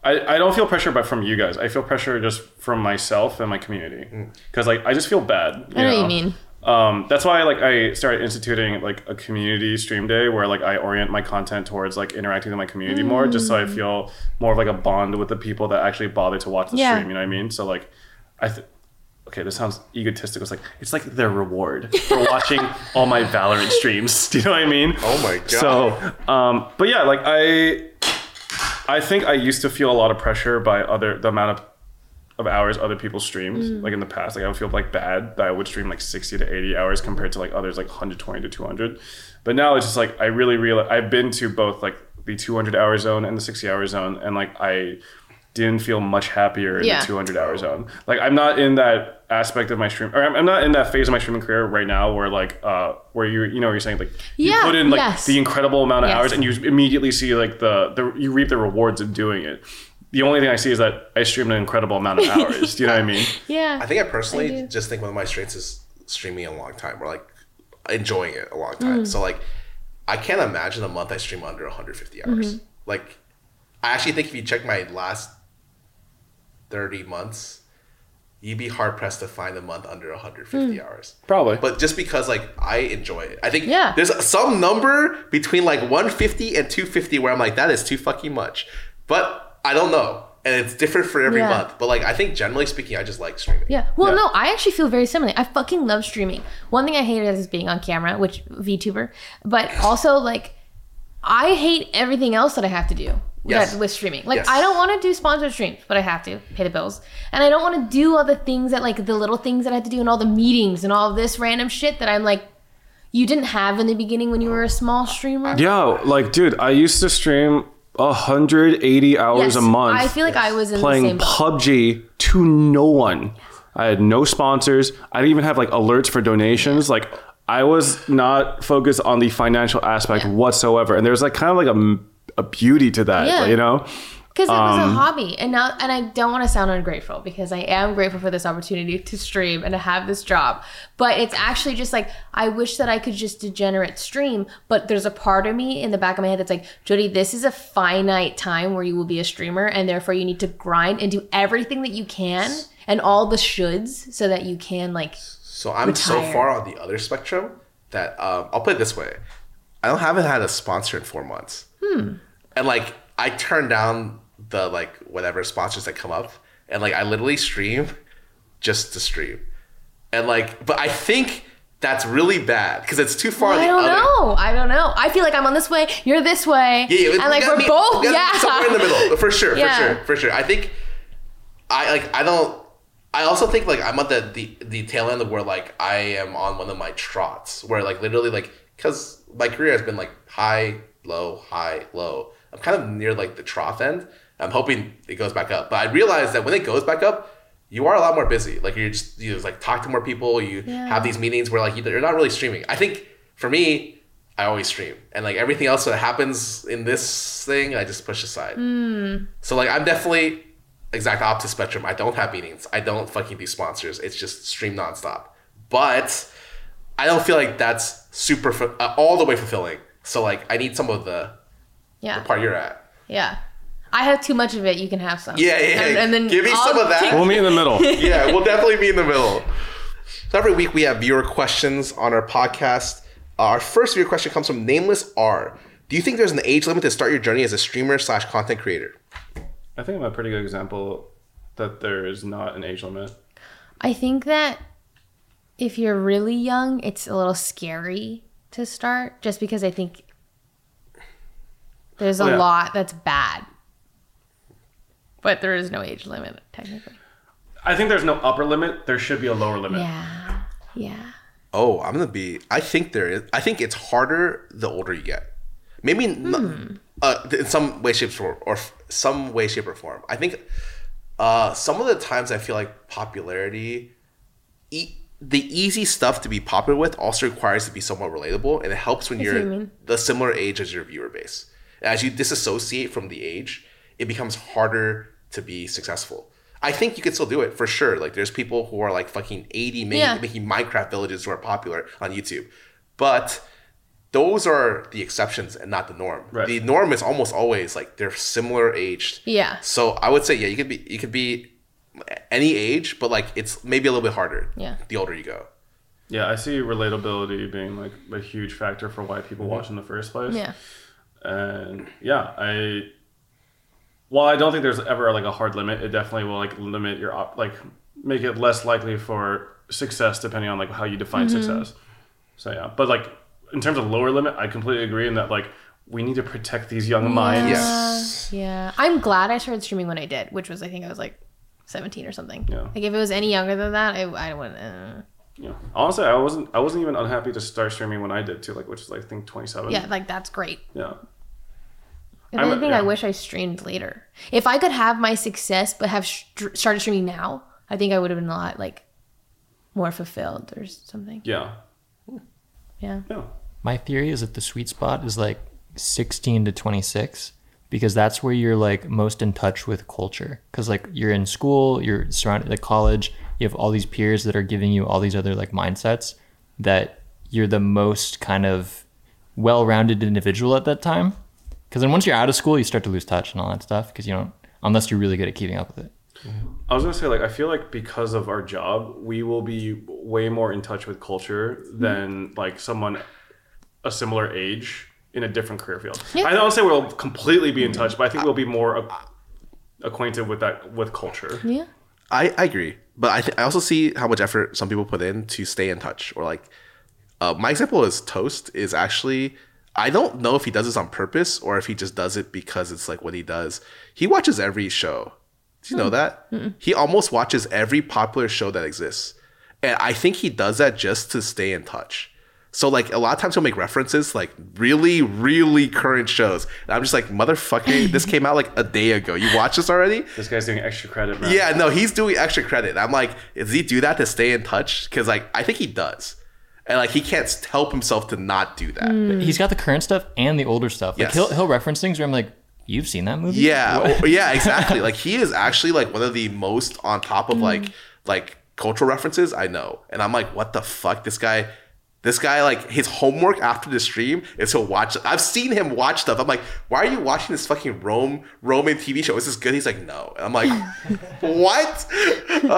S1: I don't feel pressure, but from you guys, I feel pressure just from myself and my community
S3: Mm.
S1: because like I just feel bad. You
S2: I know what you mean.
S1: Um, that's why like I started instituting like a community stream day where like I orient my content towards like interacting with my community more, just so I feel more of like a bond with the people that actually bother to watch the
S2: Yeah.
S1: stream. You know what I mean? So like, I. Th- Okay, this sounds egotistical. It's like it's like their reward for watching all my Valorant streams. Do you know what I mean?
S3: Oh my god.
S1: So, um, but yeah, like I, I think I used to feel a lot of pressure by other the amount of of hours other people streamed. Like in the past, like I would feel like bad that I would stream like sixty to eighty hours compared to like others like hundred twenty to two hundred. But now it's just like I really realize I've been to both like the two hundred hour zone and the sixty hour zone, and like I didn't feel much happier in
S2: Yeah.
S1: the 200 hour zone like i'm not in that aspect of my stream or i'm I'm not in that phase of my streaming career right now where like uh where you you know you're saying like you
S2: Yeah,
S1: put in like
S2: yes.
S1: the incredible amount of
S2: Yes.
S1: hours and you immediately see like the, the you reap the rewards of doing it the only thing i see is that i streamed an incredible amount of hours do you know what i mean
S2: Yeah.
S3: I think I personally
S2: do.
S3: just think one of my strengths is streaming a long time or like enjoying it a long
S2: Mm.
S3: time. So like I can't imagine a month I stream under 150 hours.
S2: Mm-hmm.
S3: Like I actually think if you check my last 30 months, you'd be hard pressed to find a month under 150
S2: Mm.
S3: hours.
S1: probably but
S3: But just because like I enjoy it. I think
S2: Yeah.
S3: there's some number between like 150 and 250 where I'm like that is too fucking much. But I don't know. And it's different for every
S2: Yeah.
S3: month. But like I think generally speaking I just like streaming.
S2: Yeah. Well,
S1: Yeah.
S2: no, I actually feel very similarly. I fucking love streaming. One thing I hate is being on camera, which VTuber, but also like I hate everything else that I have to do.
S3: Yes.
S2: That with streaming, like
S3: Yes.
S2: I don't want to do sponsored streams, but I have to pay the bills, and I don't want to do all the things that like the little things that I have to do, and all the meetings, and all of this random shit that I'm like, you didn't have in the beginning when you were a small streamer.
S1: yeah like dude i used to stream 180 hours
S2: Yes.
S1: a month
S2: I feel like I was in the
S1: playing
S2: same. boat.
S1: PUBG to no one. I had no sponsors. I didn't even have like alerts for donations. Like I was not focused on the financial aspect whatsoever. And there's like kind of like a m- a, beauty to that,
S2: Yeah.
S1: you know?
S2: because it was
S3: Um,
S2: a hobby and now and i don't want to sound ungrateful because i am grateful for this opportunity to stream and to have this job but it's actually just like i wish that i could just degenerate stream but there's a part of me in the back of my head that's like jody this is a finite time where you will be a streamer and therefore you need to grind and do everything that you can and all the shoulds so that you can like
S3: So I'm so
S2: Retire.
S3: far on the other spectrum that um, I'll put it this way: I don't haven't had a sponsor in four months,
S2: Hmm.
S3: and like I turn down the like whatever sponsors that come up, and like I literally stream just to stream, and like but I think that's really bad because it's too far.
S2: I
S3: the
S2: don't
S3: other.
S2: know. I don't know. I feel like I'm on this way. You're this way.
S3: Yeah, yeah,
S2: and
S3: we
S2: like
S3: gotta
S2: we're
S3: meet-
S2: both.
S3: we gotta
S2: Yeah.
S3: meet somewhere in the middle for sure,
S2: Yeah.
S3: for sure, for sure. I think I like I don't. I also think like I'm at the, the the tail end of where like I am on one of my trots where like literally like because my career has been like high low high low. I'm kind of near like the trough end. I'm hoping it goes back up, but I realize that when it goes back up. You are a lot more busy. Like you're just you just, like talk to more people. You
S2: Yeah.
S3: have these meetings where like you- you're not really streaming. I think for me, I always stream, and like everything else that happens in this thing, I just push aside. So like I'm definitely exact opposite spectrum. I don't have meetings. I don't fucking do sponsors. It's just stream nonstop. But I don't feel like that's super fu- uh, all the way fulfilling. So like I need some of the
S2: yeah.
S3: part you're at.
S2: Yeah. I have too much of it. You can have some.
S3: Yeah, yeah.
S2: And, and then
S3: Give me
S2: I'll
S3: some of that.
S2: take-
S1: We'll meet in the middle.
S3: yeah, we'll definitely be in the middle. So every week we have viewer questions on our podcast. Our first viewer question comes from Nameless R. Do you think there's an age limit to start your journey as a streamer slash content creator?
S1: I think I'm a pretty good example that there is not an age limit.
S2: I think that if you're really young, it's a little scary to start just because I think there's a
S1: Yeah.
S2: lot that's bad. But there is no age limit, technically.
S1: I think there's no upper limit. There should be a lower limit.
S2: Yeah. Yeah.
S3: Oh, I'm gonna be. I think there is. I think it's harder the older you get. Maybe n- uh, th- in some way, shape, or, or f- some way, shape, or form. I think uh, some of the times I feel like popularity, e- the easy stuff to be popular with, also requires to be somewhat relatable, and it helps when
S2: what you
S3: you're
S2: mean.
S3: the similar age as your viewer base. As you disassociate from the age, it becomes harder to be successful. I think you can still do it for sure. Like there's people who are like fucking 80 making,
S2: Yeah.
S3: making Minecraft villages who are popular on YouTube. But those are the exceptions and not the norm.
S1: Right.
S3: The norm is almost always like they're similar aged.
S2: Yeah.
S3: So I would say yeah, you could be you could be any age, but like it's maybe a little bit harder.
S2: Yeah.
S3: The older you go.
S1: Yeah, I see relatability being like a huge factor for why people watch in the first place.
S2: Yeah.
S1: and yeah i while i don't think there's ever like a hard limit it definitely will like limit your op- like make it less likely for success depending on like how you define
S2: Mm-hmm.
S1: success so yeah but like in terms of lower limit i completely agree in that like we need to protect these young minds
S3: Yes.
S2: Yeah. I'm glad I started streaming when I did, which was I think I was like 17 or something.
S1: Yeah.
S2: Like if it was any younger than that, I, I wouldn't. Uh,
S1: Yeah. honestly i wasn't i wasn't even unhappy to start streaming when i did too like which is like, i think 27
S2: yeah, like that's great.
S1: yeah
S2: If
S1: I'm-
S2: anything,
S1: yeah.
S2: I wish I streamed later. If I could have my success but have str- started streaming now, I think I would have been a lot like more fulfilled or something.
S1: yeah
S2: Yeah.
S1: yeah
S4: My theory is that the sweet spot is like 16 to 26 because that's where you're like most in touch with culture cuz like you're in school, you're surrounded like college, you have all these peers that are giving you all these other like mindsets that you're the most kind of well-rounded individual at that time. Cuz then once you're out of school, you start to lose touch and all that stuff cuz you don't unless you're really good at keeping up with it.
S1: I was gonna say, like, I feel like because of our job, we will be way more in touch with culture
S2: Mm-hmm.
S1: than like someone a similar age in a different career field.
S2: Yeah. Mm-hmm. Uh,
S1: I don't say we'll completely be in touch, but I think we'll be more a- acquainted with that with culture.
S2: Yeah.
S3: I, I agree, but I th- I also see how much effort some people put in to stay in touch or like. Uh, my example is Toast is actually I don't know if he does this on purpose or if he just does it because it's like what he does. He watches every show. Do you know that? He almost watches every popular show that exists, and I think he does that just to stay in touch. So like a lot of times he'll make references like really really current shows. And I'm just like motherfucker, this came out like a day ago. You watch this already?
S1: This guy's doing extra credit, man.
S3: Yeah, no, he's doing extra credit. I'm like, does he do that to stay in touch? Because like, I think he does, and like he can't help himself to not do that.
S4: He's got the current stuff and the older stuff. Like
S3: Mm. Yes.
S4: he'll he'll reference things where I'm like, "You've seen that movie?"
S3: Yeah, or- yeah, exactly. like he is actually like one of the most on top of like like cultural references I know, and I'm like, what the fuck, this guy. This guy, like his homework after the stream is he'll watch. I've seen him watch stuff. I'm like, why are you watching this fucking Rome Roman TV show? Is this good? He's like, no. And I'm like, what?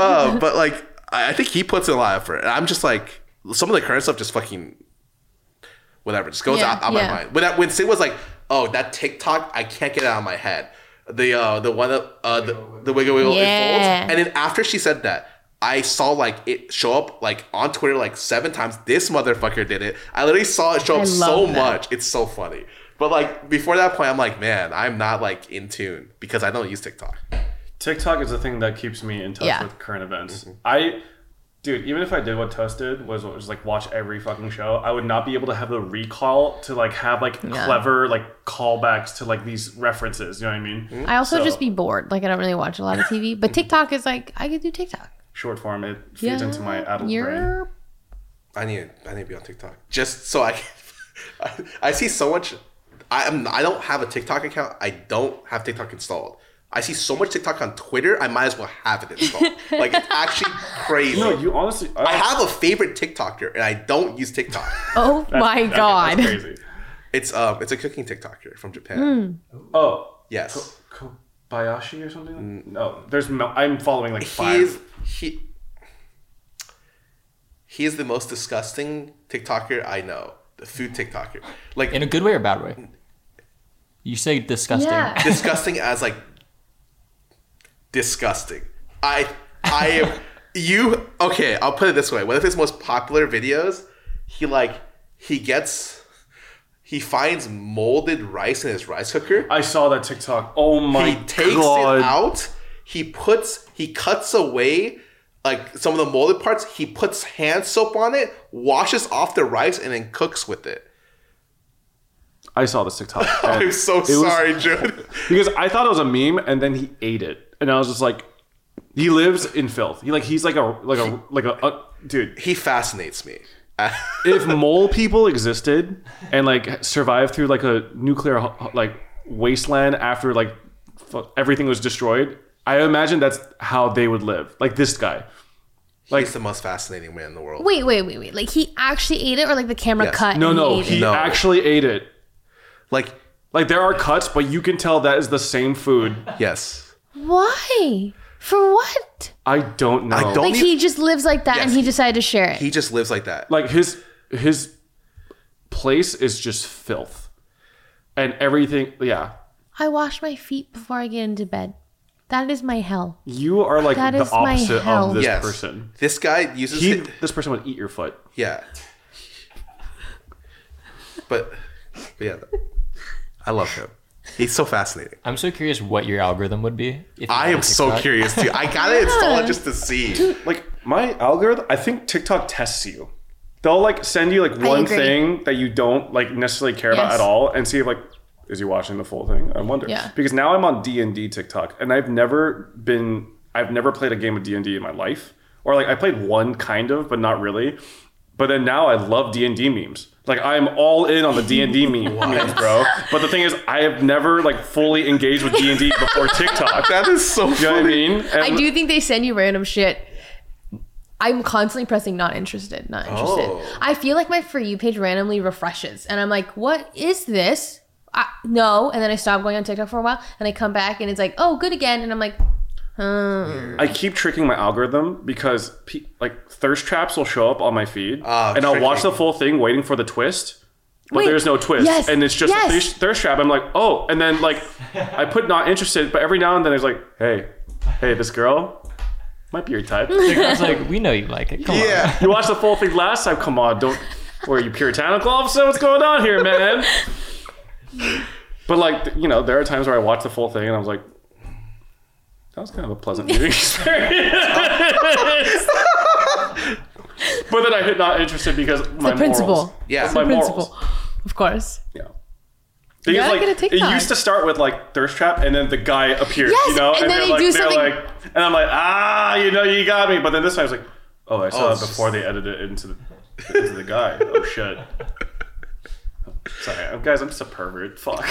S3: Uh, but like, I I think he puts in a lot of effort. And I'm just like, some of the current stuff just fucking whatever. Just goes
S2: Yeah,
S3: out, out
S2: yeah.
S3: my mind. When I, when Sid was like, "Oh, that TikTok, I can't get it out of my head." The uh, the one that uh, the, the wiggle wiggle it
S2: Yeah.
S3: folds, and then after she said that, I saw like it show up like on Twitter like seven times. This motherfucker did it. I literally saw it show
S2: I
S3: up so
S2: love that.
S3: much. It's so funny. But like before that point, I'm like, man, I'm not like in tune because I don't use TikTok.
S1: TikTok is the thing that keeps me in touch
S2: Yeah.
S1: with current
S3: Mm-hmm.
S1: events. I, dude, even if I did what Tuss did, was was like watch every fucking show, I would not be able to have the recall to like have like clever like callbacks to like these references. You know what I mean?
S3: Mm-hmm.
S2: I also
S1: So-
S2: just be bored. Like I don't really watch a lot of TV, but TikTok is like I could do TikTok.
S1: Short form, it feeds into my adult brain.
S2: You're
S3: I need I need to be on TikTok just so I can. I, I see so much. I am I don't have a TikTok account. I don't have TikTok installed. I see so much TikTok on Twitter. I might as well have it installed. like it's actually crazy.
S1: No, you honestly. I,
S3: I have a favorite TikToker, and I don't use TikTok.
S2: Oh my
S1: okay, that's
S2: god.
S1: crazy.
S3: it's um, it's a cooking TikToker from Japan.
S1: Oh,
S3: Yes,
S1: Kobayashi or something. No, there's. Mil- I'm following like five.
S3: Mm. he's he. He is the most disgusting TikToker I know. The food TikToker, like
S4: In a good way or bad way? You say disgusting.
S2: Yeah.
S3: disgusting as like disgusting. I I am you okay, I'll put it this way. One of his most popular videos, he like he gets he finds molded rice in his rice cooker.
S1: I saw that TikTok. Oh my
S3: he takes
S1: god!
S3: it out, he puts he cuts away like some of the molded parts, he puts hand soap on it, washes off the rice, and then cooks with it.
S1: I saw this TikTok.
S3: I'm
S1: and
S3: so
S1: it was-
S3: sorry, Jude.
S1: because I thought it was a meme, and then he ate it, and I was just like, he lives in filth. He like he's like a like a like a uh, dude.
S3: He fascinates me.
S1: If mole people existed and like survived through like a nuclear ho- like wasteland after like fu- everything was destroyed, I imagine that's how they would live. Like this guy.
S3: Like, He's the most fascinating man in the world.
S2: Wait, wait, wait, wait. Like he actually ate it, or like the camera
S3: Yes.
S2: cut?
S1: No,
S2: and
S1: no,
S2: he ate
S1: he
S2: it?
S3: No.
S1: actually ate it.
S3: Like,
S1: Like there are cuts, but you can tell that is the same food.
S3: yes.
S2: Why? For what?
S1: I don't know.
S3: I don't
S2: Like
S3: even-
S2: he just lives like that,
S3: Yes,
S2: and he
S3: he-
S2: decided to share it.
S3: He just lives like that.
S1: like his his place is just filth and everything yeah
S2: I wash my feet before I get into bed. That is my hell.
S1: you are like
S2: That
S1: the
S2: is my
S1: opposite
S2: hell.
S1: of this
S3: yes.
S1: person
S3: This guy uses
S1: he
S3: hi-
S1: this person would eat your foot
S3: Yeah. But, but yeah, I love him. He's so fascinating.
S4: I'm so curious what your algorithm would be. if you
S3: I
S4: had
S3: am
S4: a
S3: so
S4: TikTok.
S3: curious too. I gotta install it just to see.
S1: like my algorithm i think tiktok tests you they'll like send you like one
S2: agree.
S1: thing that you don't like necessarily care about
S2: Yes.
S1: at all and see if like is he watching the full thing i wonder
S2: Yeah.
S1: because now i'm on d&d tiktok and i've never been i've never played a game of d&d in my life or like i played one kind of but not really but then now i love d&d memes like i'm all in on the d&d meme memes bro but the thing is i have never like fully engaged with d&d before tiktok
S3: That is so
S1: you know what i
S3: funny.
S1: mean And-
S2: I do think they send you random shit. I'm constantly pressing not interested, not interested.
S3: Oh.
S2: I feel like my for you page randomly refreshes, and I'm like, "What is this?" I, no, and then I stop going on TikTok for a while, and I come back, and it's like, "Oh, good again," and I'm like, "Hmm."
S1: I keep tricking my algorithm because pe- like thirst traps will show up on my feed,
S3: Ah,
S1: and I'll watch
S3: tricking.
S1: the full thing waiting for the twist. But
S2: Wait,
S1: there's no twist,
S2: yes,
S1: and it's just
S2: yes.
S1: a thirst, thirst trap. I'm like, oh, and then like, I put not interested, but every now and then it's like, hey, hey, this girl might be your type. you
S4: I was like, we know you like it. Come on.
S3: Yeah.
S1: watched the full thing last time. Come on, don't. Were you puritanical? Officer? What's going on here, man? But like, th- you know, there are times where I watch the full thing and I was like, that was kind of a pleasant viewing experience. but then I hit not interested because my
S2: the principle.
S1: morals.
S3: Yeah.
S1: my
S2: The principle,
S1: morals.
S2: of course."
S1: Yeah. Thing is,
S2: gotta
S1: like,
S2: get a
S1: it
S2: TikTok.
S1: used to start with like thirst trap, and then the guy appears,
S2: Yes,
S1: you know,
S2: and then
S1: they're
S2: they
S1: like,
S2: do
S1: they're
S2: something-
S1: like, and I'm like, ah, you know, you got me. But then this time I was like, oh, I saw
S3: Oh,
S1: it
S3: it's just-
S1: before they edited it into the into the guy. oh shit. Sorry, guys, I'm just a pervert. Fuck.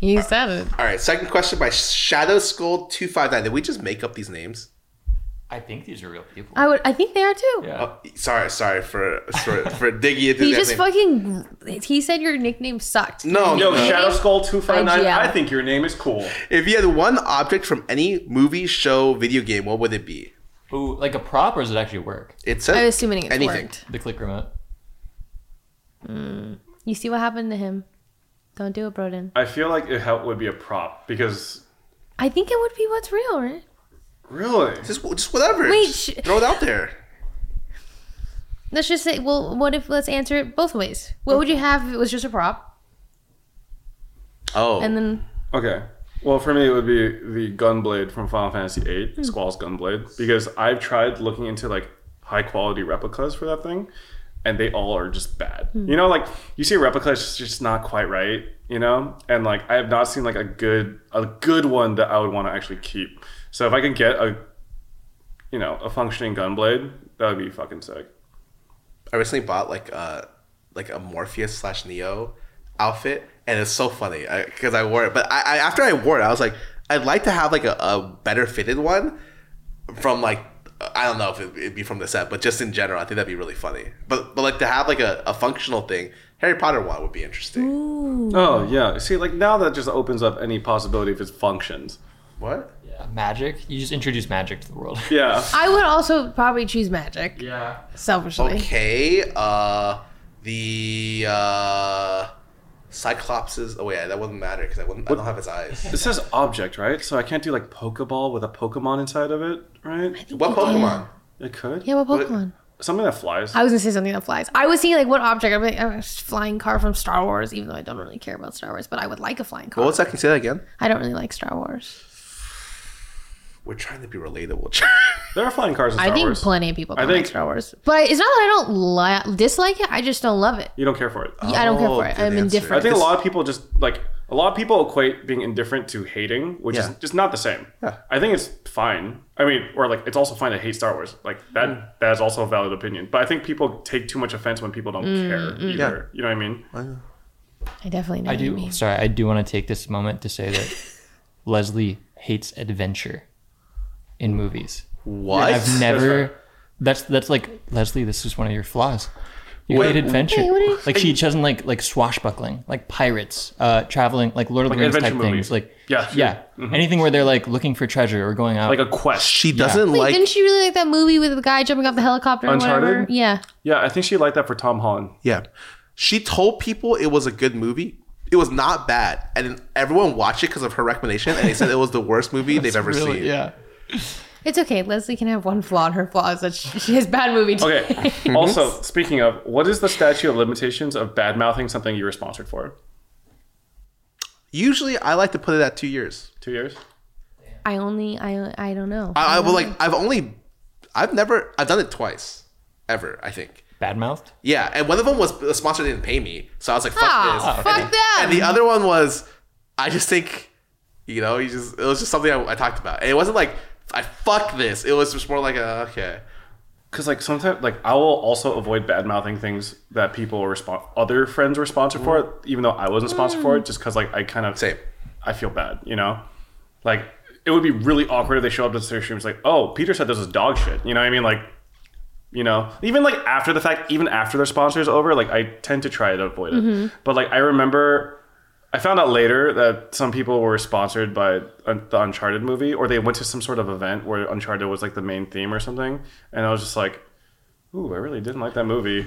S2: You said it.
S3: All right. Second question by Shadow Skull two five nine. Did we just make up these names?
S4: I think these are real people.
S2: I would. I think they are too.
S4: Yeah.
S3: Oh, sorry, sorry for for, for digging into
S2: He
S3: that
S2: just
S3: name.
S2: fucking. He said your nickname sucked.
S3: no,
S1: Yo,
S3: no.
S1: Shadow Skull two five nine.
S2: IGL.
S1: I think your name is cool.
S3: If you had one object from any movie, show, video game, what would it be?
S4: Ooh, like a prop, or does it actually work?
S3: It's a,
S2: I'm assuming it's
S3: anything.
S2: worked.
S4: The click remote.
S2: Mm. You see what happened to him? Don't do it, Broden.
S1: I feel like it ha- would be a prop because
S2: I think it would be what's real, right?
S1: really,
S3: Just just whatever.
S2: Wait,
S3: Just
S2: sh-
S3: throw it out there.
S2: Let's just say, well, what if let's answer it both ways? What would you have if it was just a prop?
S3: Oh,
S2: And then
S1: Okay. Well, for me, it would be the Gunblade from Final Fantasy VIII, Squall's Gunblade, because I've tried looking into like high quality replicas for that thing, and they all are just bad. You know, like you see a replica, it's just- just not quite right. You know, and like I have not seen like a good a good one that I would want to actually keep. So if I could get a, you know, a functioning Gunblade, that would be fucking sick.
S3: I recently bought like a like a Morpheus slash Neo outfit, and it's so funny because I, wore it. But I, I after I wore it, I was like, I'd like to have like a, a better fitted one from like I don't know if it, it'd be from the set, but just in general, I think that'd be really funny. But but like to have like a, a functional thing, Harry Potter one would be interesting.
S1: Oh yeah. See, like now that just opens up any possibility if it functions.
S3: What?
S4: Yeah. Magic. You just introduce magic to the world.
S1: Yeah.
S2: I would also probably choose magic,
S4: Yeah.
S2: selfishly.
S3: Okay. Uh, the uh, Cyclopses. Oh yeah, that wouldn't matter because I wouldn't. I don't have his eyes.
S1: It says object, right? So I can't do like Pokeball with a Pokemon inside of it, right?
S3: What Pokemon?
S1: I could.
S2: Yeah, what Pokemon?
S1: Something that flies.
S2: I was gonna say something that flies. I was thinking like what object? I'm like "Oh, a flying car from Star Wars, even though I don't really care about Star Wars, but I would like a flying car.
S3: What was that? Can you say that again?
S2: I don't really like Star Wars.
S3: We're trying to be relatable.
S1: There are flying cars in Star
S2: I think
S1: Wars.
S2: plenty of people
S1: I
S2: don't like
S1: think-
S2: Star Wars, but it's not that I don't li- dislike it. I just don't love it.
S1: you don't care for it.
S2: I don't care
S3: Oh,
S2: for it.
S3: good
S2: I'm
S3: answer.
S1: I
S2: indifferent.
S1: think a lot of people just like a lot of people equate being indifferent to hating, which
S3: Yeah.
S1: is just not the same.
S3: Yeah.
S1: I think it's fine. I mean, or like it's also fine to hate Star Wars. Like that
S3: Mm.
S1: that is also a valid opinion. But I think people take too much offense when people don't
S2: Mm,
S1: care either. You know what I mean?
S2: I definitely know.
S4: I
S2: what you
S4: do.
S2: mean.
S4: Sorry, I do want to take this moment to say that Leslie hates adventure in movies.
S3: What?
S4: I've
S1: right.
S4: never. That's that's like Leslie. This is one of your flaws. You
S3: Wait,
S4: hate adventure.
S2: Hey, what are you-
S4: like she doesn't like like swashbuckling, like pirates, uh, traveling, like Lord of the Rings type
S1: adventure
S4: things.
S1: movies.
S4: Like
S1: Yeah, sure. Mm-hmm.
S4: yeah, anything where they're like looking for treasure or going out.
S1: Like a quest.
S3: She doesn't
S2: Wait,
S3: like.
S2: didn't she really like that movie with the guy jumping off the helicopter? and Whatever?
S1: Uncharted?
S2: Yeah.
S1: Yeah, I think she liked that for Tom Holland.
S3: Yeah. She told people it was a good movie. It was not bad. And then everyone watched it because of her recommendation. And they said it was the worst movie they've ever
S4: really,
S3: seen.
S4: yeah.
S2: It's okay. Leslie can have one flaw, and her flaw is that she, she has bad movie. taste.
S1: Okay. also, speaking of, what is the statute of limitations of bad mouthing something you were sponsored for?
S3: Usually I like to put it at two years.
S1: Two years?
S2: I only, I, I don't know.
S3: I, I was like, I've only, I've never, I've done it twice ever, I think.
S4: Bad mouthed.
S3: Yeah. And one of them was the sponsor didn't pay me. So I was like, fuck this.
S2: Ah, fuck
S3: and, the-
S2: them.
S3: and the other one was, I just think, you know, you just, it was just something I, I talked about. And it wasn't like, I fuck this. It was just more like, a, okay.
S1: Because like sometimes like I will also avoid bad mouthing things that people were spon- other friends were sponsored for it, even though I wasn't sponsored for it, just because like I kind of
S3: Same.
S1: I feel bad, you know. Like it would be really awkward if they show up to the stream. It's like, oh, Peter said this is dog shit. You know what I mean? Like, you know, even like after the fact, even after their sponsor's over, like I tend to try to avoid it.
S2: Mm-hmm.
S1: But like I remember, I found out later that some people were sponsored by un- the Uncharted movie, or they went to some sort of event where Uncharted was like the main theme or something, and I was just like, ooh, I really didn't like that movie.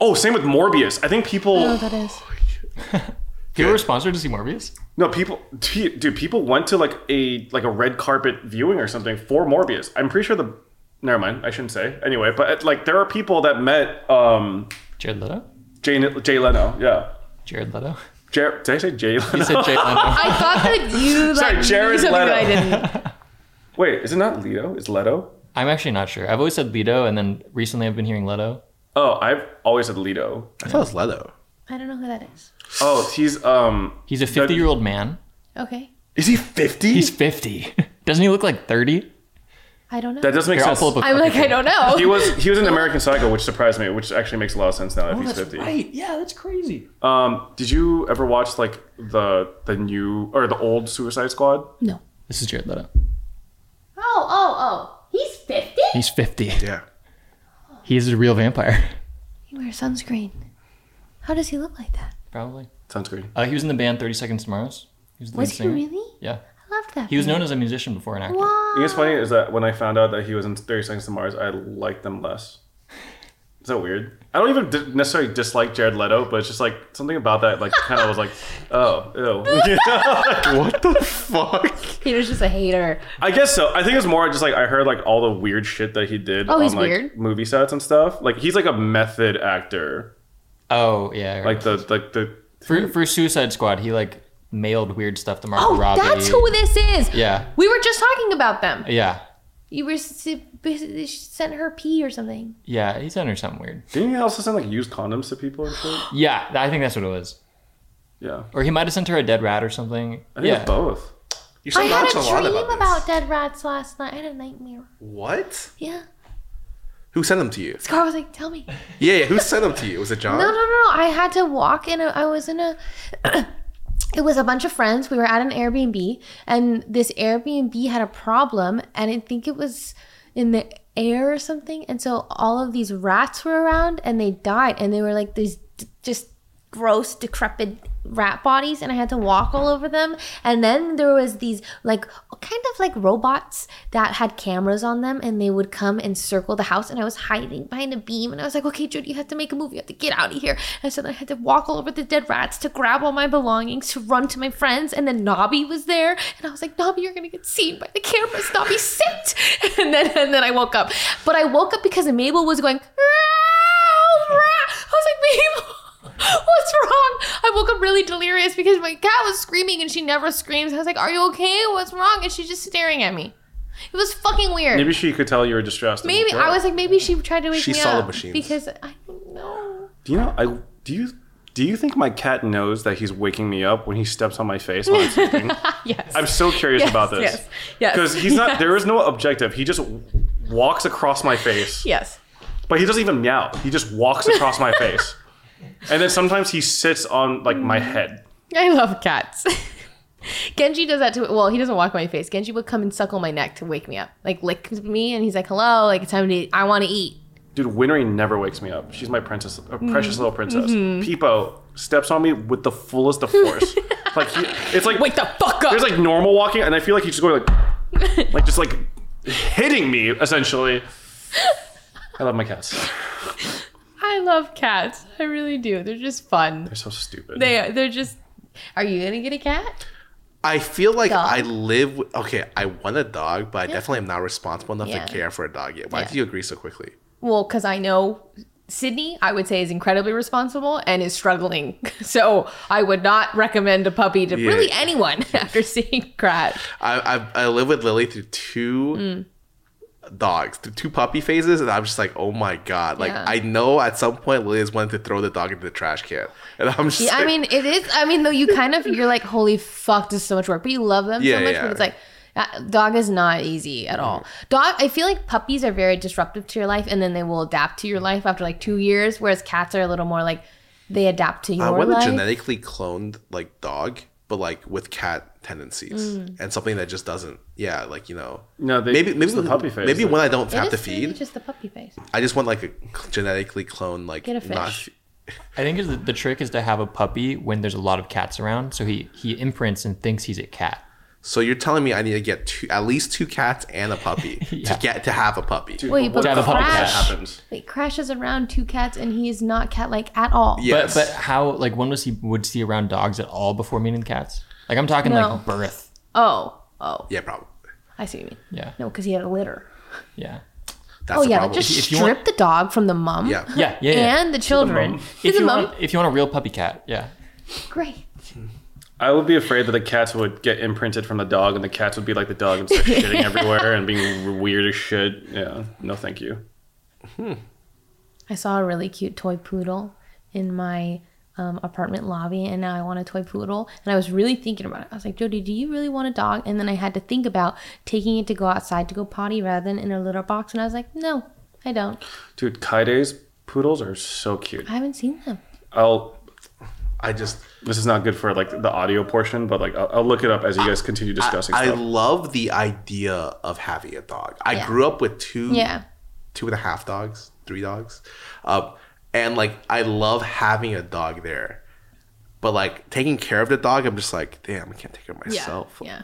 S1: Oh, same with Morbius. I think people.
S2: I don't know what that is.
S4: You were sponsored to see Morbius.
S1: No, people, t- dude, people went to like a like a red carpet viewing or something for Morbius. I'm pretty sure the. Never mind, I shouldn't say anyway. But like, there are people that met um
S4: Jared Leto.
S1: Jay Jay Leno. Yeah,
S4: Jared Leto.
S1: Jer- did I say Jay Leno?
S4: You said Jared Leto.
S2: I thought that you like
S1: Sorry,
S2: knew
S1: Jared
S2: something
S1: Leto.
S2: that I didn't.
S1: Wait, is it not Leto? Is Leto?
S4: I'm actually not sure. I've always said Leto, and then recently I've been hearing Leto.
S1: Oh, I've always said Leto.
S3: I thought it was Leto.
S2: I don't know who that is.
S1: Oh, he's um.
S4: He's a 50 year old man.
S2: Okay.
S1: Is he fifty?
S4: He's 50. Doesn't he look like 30?
S2: I don't know.
S1: That doesn't make
S4: Here, I'll
S1: sense.
S4: pull up a
S2: I'm like,
S4: fucking
S2: I don't know.
S1: he was he was an American Psycho, which surprised me, which actually makes a lot of sense now that he's fifty.
S4: Yeah, Oh, that's crazy.
S1: Um, did you ever watch like the the new or the old Suicide Squad?
S2: no.
S4: This is Jared Leto.
S2: Oh, oh, oh. He's 50?
S4: He's 50.
S3: Yeah.
S4: He is a real vampire.
S2: He wears sunscreen. How does he look like that?
S4: Probably.
S1: Sounds good.
S4: Uh, he was in the band 30 Seconds to Mars. He was the
S2: Was
S4: lead
S2: he
S4: singer.
S2: really?
S4: Yeah.
S2: I loved that.
S4: He was known as a musician before an actor.
S1: You know what's funny is that when I found out that he was in 30 Seconds to Mars, I liked them less. Is that weird? I don't even di- necessarily dislike Jared Leto, but it's just like something about that, like, kind of was like, oh, ew.
S3: What the fuck?
S2: He was just a hater.
S1: I guess so. I think it's more just like I heard like all the weird shit that he did
S2: Oh,
S1: on
S2: he's
S1: like
S2: weird?
S1: movie sets and stuff. Like he's like a method actor.
S4: Oh, yeah.
S1: Like
S4: Like
S1: the like the
S4: for, for Suicide Squad, he like mailed weird stuff to Margot
S2: Oh,
S4: Robbie.
S2: that's who this is.
S4: Yeah.
S2: We were just talking about them.
S4: Yeah.
S2: You were s- she sent her pee or something.
S4: Yeah, he's under something weird.
S1: didn't he also send like used condoms to people and shit?
S4: Yeah, I think that's what it was.
S1: Yeah.
S4: Or he might have sent her a dead rat or something.
S1: I think
S4: Yeah.
S1: it's both.
S3: You're
S2: I had a
S3: nonchalant
S2: dream about,
S3: this.
S2: dead rats last night. I had a nightmare.
S3: What?
S2: Yeah.
S3: Who sent them to you?
S2: Scar was like, "Tell me."
S3: Yeah, yeah. Who sent them to you? Was it John?
S2: No, no, no. I had to walk in. A, I was in a. it was a bunch of friends. We were at an Airbnb, and this Airbnb had a problem, and I think it was in the air or something. And so all of these rats were around, and they died, and they were like these d- just gross, decrepit rat bodies and I had to walk all over them and then there was these like kind of like robots that had cameras on them and they would come and circle the house and I was hiding behind a beam and I was like okay Jude you have to make a move you have to get out of here and so then I had to walk all over the dead rats to grab all my belongings to run to my friends and then Nobby was there and I was like Nobby you're gonna get seen by the cameras Nobby sit and then and then I woke up but I woke up because Mabel was going "Meow, meow." I was like Mabel What's wrong? I woke up really delirious because my cat was screaming and she never screams. I was like, Are you okay? What's wrong? And she's just staring at me. It was fucking weird. Maybe,
S1: Maybe she could tell you were distressed. and woke
S2: I
S1: up.
S2: was like, Maybe she tried to wake
S3: She
S2: me
S3: saw the
S2: up.
S3: machines.
S2: Because I don't know.
S1: Do you know? I do you do you think my cat knows that he's waking me up when he steps on my face when I'm sleeping?
S2: Yes.
S1: I'm so curious
S2: Yes,
S1: about this
S2: Yes. Yes.
S1: because he's not.
S2: yes,
S1: There is no objective. He just w- walks across my face,
S2: Yes.
S1: but he doesn't even meow. He just walks across my face, and then sometimes he sits on like
S2: Mm.
S1: my head.
S2: I love cats. Genji does that too. Well, he doesn't walk my face. Genji would come and suckle my neck to wake me up, like lick me, and he's like, "Hello, like it's time to. Eat. I want to eat."
S1: Dude, Winry never wakes me up. She's my princess, a precious
S2: Mm.
S1: little princess.
S2: Mm-hmm.
S1: Peepo steps on me with the fullest of force. like he, it's like
S2: Wake the fuck up!
S1: there's like normal walking, and I feel like he's just going like, like just like hitting me essentially. I love my cats.
S2: I love cats. I really do. They're just fun.
S1: They're so stupid.
S2: They are. They're just. Are you gonna get a cat?
S3: I feel like
S2: Dog.
S3: I live. With, okay, I want a dog, but I definitely am not responsible enough
S2: Yeah.
S3: to care for a dog yet. Why
S2: Yeah.
S3: do you agree so quickly?
S2: Well, because I know Sydney, I would say, is incredibly responsible and is struggling. So I would not recommend a puppy to
S3: Yeah.
S2: really anyone after seeing Crash.
S3: I I, I live with Lily through two dogs, through two puppy phases, and I'm just like, oh my god! Like
S2: Yeah.
S3: I know at some point Lily is wanting to throw the dog into the trash can, and I'm just.
S2: Yeah, I
S3: like-
S2: mean, it is. I mean, though, you kind of you're like, holy fuck, this is so much work, but you love them
S3: Yeah,
S2: so much.
S3: yeah. Mm-hmm.
S2: But it's like, uh, dog is not easy at all. Dog, I feel like puppies are very disruptive to your life, and then they will adapt to your life after like two years. Whereas cats are a little more like they adapt to your
S3: I want
S2: life.
S3: a genetically cloned like dog, but like with cat tendencies
S2: Mm.
S3: and something that just doesn't. Yeah, like you know.
S1: No, they-
S3: maybe maybe
S1: it's the puppy phase
S3: Maybe
S1: that-
S3: one I don't
S2: It
S3: have
S2: is
S3: to
S2: really
S3: feed.
S2: just the puppy face.
S3: I just want like a genetically cloned like
S2: Get a fish.
S4: I think is the, the trick is to have a puppy when there's a lot of cats around, so he he imprints and thinks he's a cat.
S3: So you're telling me I need to get two, at least two cats and a puppy
S4: Yeah.
S3: to get to have a puppy.
S2: Wait, but
S4: To have a puppy
S1: that
S4: cat.
S2: Crash,
S1: happens?
S2: wait, Crash is around two cats, and he is not cat-like at all.
S3: Yes.
S4: But but how like when was he would see around dogs at all before meeting cats? Like I'm talking
S2: No.
S4: like birth.
S2: Oh, oh,
S3: yeah, probably.
S2: I see what you mean.
S4: Yeah.
S2: No, because he had a litter.
S4: Yeah.
S3: That's
S2: Oh
S3: the
S2: yeah, but
S3: problem.
S2: just
S4: If you
S2: strip
S4: want-
S2: the dog from the mom.
S3: yeah.
S4: Yeah, yeah, yeah.
S2: and the children. He's
S4: if
S2: a
S4: you
S2: mom.
S4: want if you want a real puppy cat, yeah.
S2: Great.
S1: I would be afraid that the cats would get imprinted from the dog, and the cats would be like the dog and start shitting everywhere and being weird as shit. Yeah, no, thank you.
S2: I saw a really cute toy poodle in my um, apartment lobby, and now I want a toy poodle. And I was really thinking about it. I was like, Jody, do you really want a dog? And then I had to think about taking it to go outside to go potty rather than in a litter box. And I was like, no, I don't.
S1: Dude, Kaide's poodles are so cute.
S2: I haven't seen them.
S1: I'll.
S3: I just
S1: This is not good for like the audio portion, but like I'll, I'll look it up as you guys continue discussing
S3: I
S1: stuff.
S3: love the idea of having a dog. I
S2: Yeah.
S3: grew up with two
S2: Yeah.
S3: two and a half dogs, three dogs. Um, and like I love having a dog there. But like taking care of the dog, I'm just like, damn, I can't take care of myself.
S2: Yeah.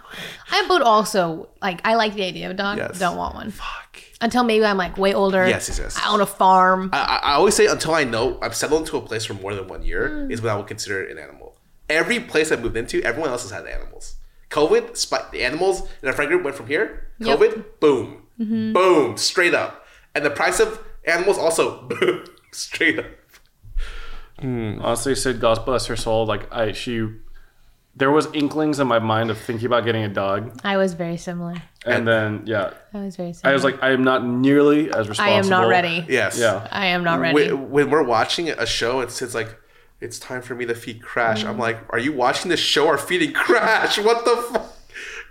S2: I would also like. I like the idea of a dog.
S3: Yes.
S2: Don't want one
S3: Fuck.
S2: until maybe I'm like way older.
S3: Yes, yes, yes.
S2: I own a farm.
S3: I, I always say until I know I'm settled into a place for more than one year
S2: Hmm.
S3: is when I will consider it an animal. Every place I moved into, everyone else has had animals. COVID, spi- the animals in our friend group went from here.
S2: Yep. Mm-hmm.
S3: COVID, boom, boom, straight up, and the price of animals also boom, straight up.
S1: Honestly, Sid, God bless her soul. Like I, she, there was inklings in my mind of thinking about getting a dog,
S2: I was very similar.
S1: and then yeah,
S2: I was very similar.
S1: I was like, I am not nearly as
S2: I
S1: responsible.
S2: am not ready.
S3: Yes.
S1: Yeah.
S2: I am not ready.
S3: When, when we're watching a show, it's it's like. It's time for me to feed Crash.
S2: Mm-hmm.
S3: I'm like, are you watching this show or feeding Crash? What the fuck?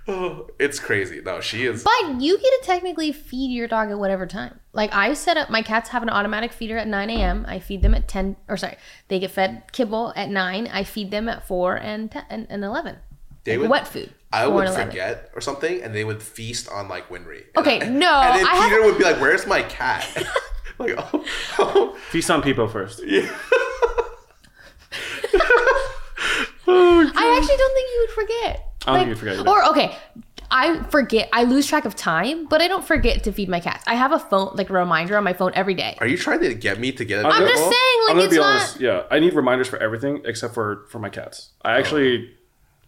S3: Oh, it's crazy. No, she is.
S2: But you get to technically feed your dog at whatever time. Like I set up my cats have an automatic feeder at 9 a.m. I feed them at 10, or sorry, they get fed kibble at 9. I feed them at 4 and 10, and, and 11.
S3: They
S2: Like,
S3: would-
S2: wet food.
S3: I
S2: 4
S3: would
S2: and 11.
S3: forget or something, and they would feast on like Winry. And
S2: Okay,
S3: I-
S2: no,
S3: And then
S2: I
S3: Peter
S2: haven't-
S3: would be like, "Where's my cat?" like, oh, oh,
S1: Feast on people first.
S2: I actually don't think you would forget.
S1: I don't think you'd forget either.
S2: Or okay, I forget. I lose track of time, but I don't forget to feed my cats. I have a phone like a reminder on my phone every day.
S3: are you trying to get me to get a
S1: I'm
S2: I'm just
S1: Well,
S2: saying, like
S1: I'm gonna
S2: it's
S1: be
S2: not.
S1: honest. Yeah, I need
S2: Oh.
S1: reminders for everything except for for my cats. I actually,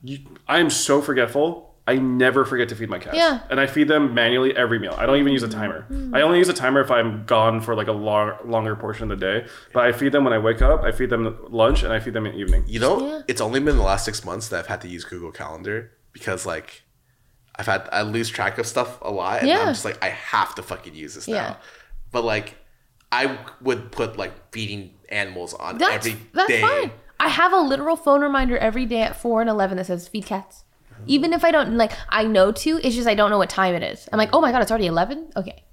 S1: you, I am so forgetful. I never forget to feed my cats.
S2: Yeah. Mm-hmm.
S1: And I feed them manually every meal. I don't even use a timer. I only use a timer if I'm gone for like a long, longer portion of the day. But I feed them when I wake up, I feed them lunch, and I feed them in the evening.
S3: You know,
S2: Yeah.
S3: it's only been the last six months that I've had to use Google Calendar because like I've had I lose track of stuff a lot, and
S2: Yeah.
S3: I'm just like I have to fucking use this
S2: Yeah.
S3: now. But like I would put like feeding animals on
S2: That's
S3: every
S2: that's
S3: day.
S2: fine. I have a literal phone reminder every day at four and eleven that says feed cats. Even if I don't like, I know to. It's just I don't know what time it is. I'm like, oh my god, it's already eleven. Okay.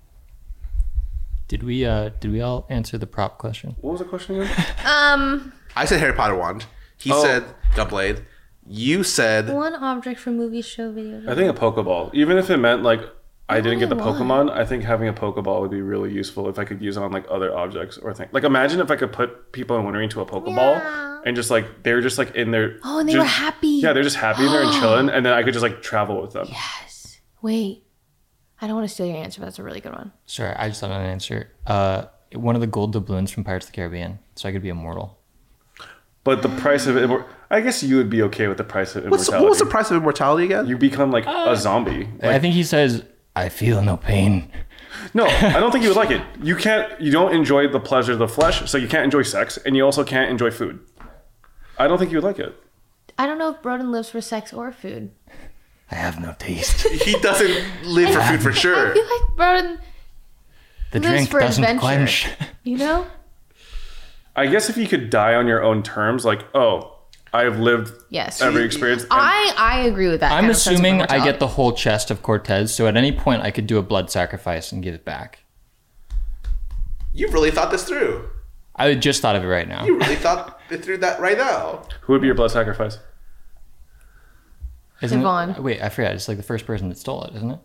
S4: Did we uh did we all answer the prop question?
S1: What was the question again?
S2: Um,
S3: I said Harry Potter wand. He said Gunblade. You said
S2: one object from movies, show, video.
S1: I think a Pokeball. Even if it meant like I didn't get the
S2: Oh, Why?
S1: Pokemon, I think having a Pokeball would be really useful if I could use it on like other objects or things. Like imagine if I could put people in Wintering into a Pokeball
S2: Yeah.
S1: and just like they're just like in their
S2: Oh, and they
S1: just-
S2: were happy. Oh.
S1: Yeah, they're just happy and they're chilling, and then I could just like travel with them.
S2: Yes. Wait. I don't want to steal your answer, but that's a really good one.
S4: Sorry, I just thought of an answer. Uh, one of the gold doubloons from Pirates of the Caribbean, so I could be immortal.
S1: But the price of immor- I guess you would be okay with the price of
S3: what's,
S1: immortality.
S3: what was the price of immortality again?
S1: you become like
S2: Uh.
S1: a zombie.
S4: I
S1: Like,
S4: think he says, "I feel no pain."
S1: no, I don't think you would like it. You can't. You don't enjoy the pleasure of the flesh, so you can't enjoy sex, and you also can't enjoy food. I don't think you would like it.
S2: I don't know if Broden lives for sex or food.
S4: I have no taste.
S3: he doesn't live for food for
S2: I
S3: sure.
S2: feel like Broden,
S4: The
S2: Lives
S4: drink
S2: for
S4: doesn't
S2: adventure.
S4: quench.
S2: you know?
S1: I guess if you could die on your own terms, like, oh, I've lived
S2: Yes.
S1: every experience. and-
S2: I, I agree with that.
S4: I'm
S2: kind of sense of
S4: assuming I get
S2: immortality.
S4: the whole chest of Cortez, so at any point I could do a blood sacrifice and give it back.
S3: You really thought this through.
S4: I just thought of it right now.
S3: You really thought it through that right now.
S1: who would be your blood sacrifice?
S4: Isn't it-
S2: Devon.
S4: wait, I forgot. It's like the first person that stole it, isn't it?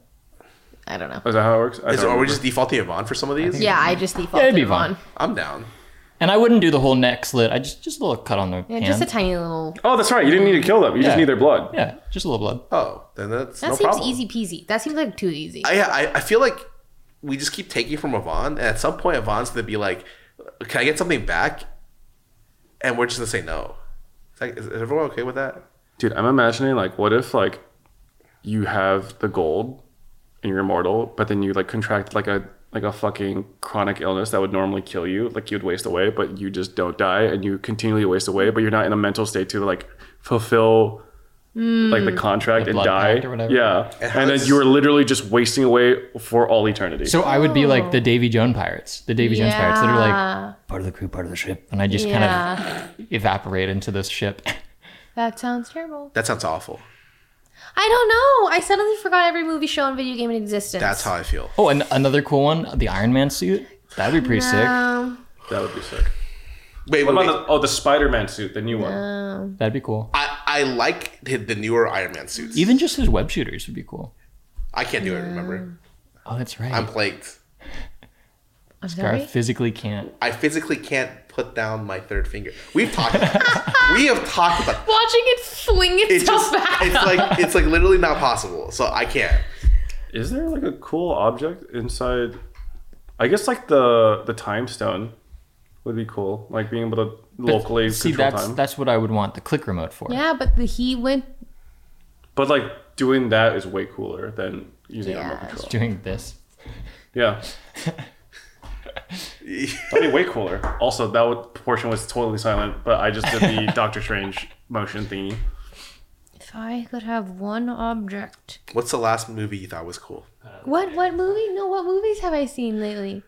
S2: I don't know.
S1: Is that how it works? I don't
S3: Is, are we
S1: remember.
S3: just defaulting Yvonne for some of these?
S2: Yeah, I just default.
S4: it'd be
S2: on.
S4: fine.
S3: I'm down.
S4: And I wouldn't do the whole neck slit. I just just a little cut on the
S2: Yeah,
S4: hand.
S2: just a tiny little.
S1: Oh, that's right. You didn't need to kill them. You
S4: Yeah.
S1: just need their blood.
S4: yeah, just a little blood.
S3: Oh, then that's
S2: That
S3: no
S2: seems
S3: problem.
S2: easy peasy. That seems like too easy.
S3: I, I I feel like we just keep taking from Yvonne, and at some point Yvonne's gonna be like, "Can I get something back?" And we're just gonna say no. It's like, is, is everyone okay with that?
S1: Dude, I'm imagining like, what if like you have the gold and you're immortal, but then you like contract like a like a fucking chronic illness that would normally kill you, like you'd waste away, but you just don't die and you continually waste away, but you're not in a mental state to like fulfill like the contract
S4: The
S1: and
S4: blood
S1: die.
S4: pact or whatever.
S1: Yeah.
S3: how
S1: And then
S3: does-
S1: you are literally just wasting away for all eternity.
S4: So I would be like the Davy Jones pirates, the Davy Jones pirates that are like
S2: Oh. Yeah.
S4: part of the crew, part of the ship, and I just kind
S2: yeah.
S4: of evaporate into this ship.
S2: That sounds terrible.
S3: That sounds awful.
S2: I don't know. I suddenly forgot every movie, show, and video game in existence.
S3: That's how I feel.
S4: Oh, and another cool one, the Iron Man suit. That'd be pretty
S2: Um,
S1: that would be sick.
S3: Wait, wait,
S1: What
S3: wait.
S1: about the oh the Spider Man suit, the new one.
S2: um,
S4: sick. That'd be cool.
S3: I, I like the, the newer Iron Man suits.
S4: Even just his web shooters would be cool.
S3: I can't do it.
S2: Mm.
S3: Remember,
S4: Oh, that's right.
S3: I'm plagued.
S2: I'm
S4: Garth
S2: sorry.
S4: physically can't.
S3: I physically can't put down my third finger. We've talked. about this. We have talked about.
S2: Watching it fling
S3: It's
S2: itself
S3: just.
S2: back.
S3: It's
S2: up.
S3: like it's like literally not possible. So I can't.
S1: Is there like a cool object inside? I guess like the the time stone would be cool. Like being able to locally
S4: See,
S1: control
S4: that's
S1: time.
S4: that's what I would want the click remote for.
S2: yeah, but the, he went.
S1: But like doing that is way cooler than using a remote
S2: Yeah.
S1: control.
S4: Doing this.
S1: Yeah. That'd be way cooler. Also, that would, portion was totally silent, but I just did the Doctor Strange motion thingy.
S2: If I could have one object.
S3: What's the last movie you thought was cool?
S2: What what movie? No, what movies have I seen lately?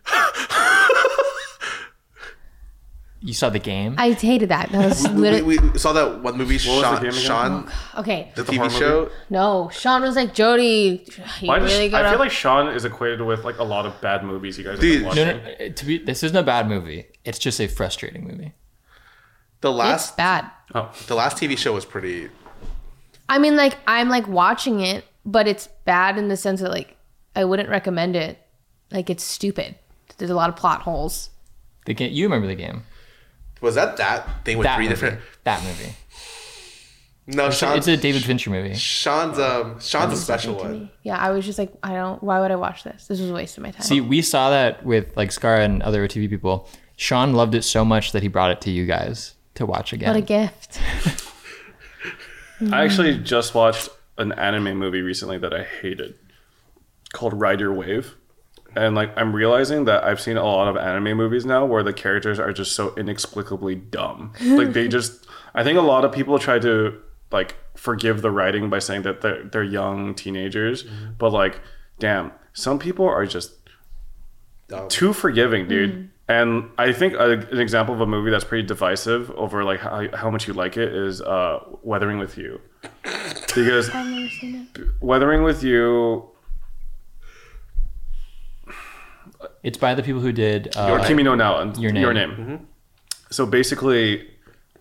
S4: You saw the game.
S2: I hated that. That was
S3: We,
S2: literally
S3: we we saw that one movie,
S1: was the
S3: Sean,
S1: game again?
S3: Sean
S4: Oh,
S2: okay.
S3: the,
S1: horror
S3: TV
S1: movie?
S3: show.
S2: No, Sean was like Jody. You
S1: Why does-
S2: really
S1: I
S2: gotta-
S1: feel like Sean is equated with like a lot of bad movies you guys have
S3: Dude,
S1: been
S3: no,
S4: no,
S1: watching.
S4: no, uh, to be this isn't a bad movie. It's just a frustrating movie.
S3: The
S2: it's
S3: last,
S2: bad.
S1: Oh,
S3: the last TV show was pretty.
S2: I mean, like I'm like watching it, but it's bad in the sense that like I wouldn't recommend it. Like it's stupid. There's a lot of plot holes.
S4: The game. You remember the game?
S3: Was that that thing with
S4: That
S3: three
S4: movie.
S3: different?
S4: That movie.
S3: No, Sean,
S4: It's a David Fincher movie.
S3: Sean's um, Sean's a special one.
S2: Yeah, I was just like, I don't. Why would I watch this? This was a waste of my time.
S4: See, we saw that with like Scar and other OTV people. Sean loved it so much that he brought it to you guys to watch again.
S2: what a gift.
S1: I actually just watched an anime movie recently that I hated called Ride Your Wave. And like I'm realizing that I've seen a lot of anime movies now where the characters are just so inexplicably dumb. Like they just I think a lot of people try to like forgive the writing by saying that they're they're young teenagers, but like damn, some people are just too forgiving, dude. And I think a, an example of a movie that's pretty divisive over like how, how much you like it is uh, Weathering with You, because Weathering with You
S4: It's by the people who did.
S1: or
S4: Uh,
S1: Kimi no Na, and
S4: Your Name.
S1: um, Your name. So basically,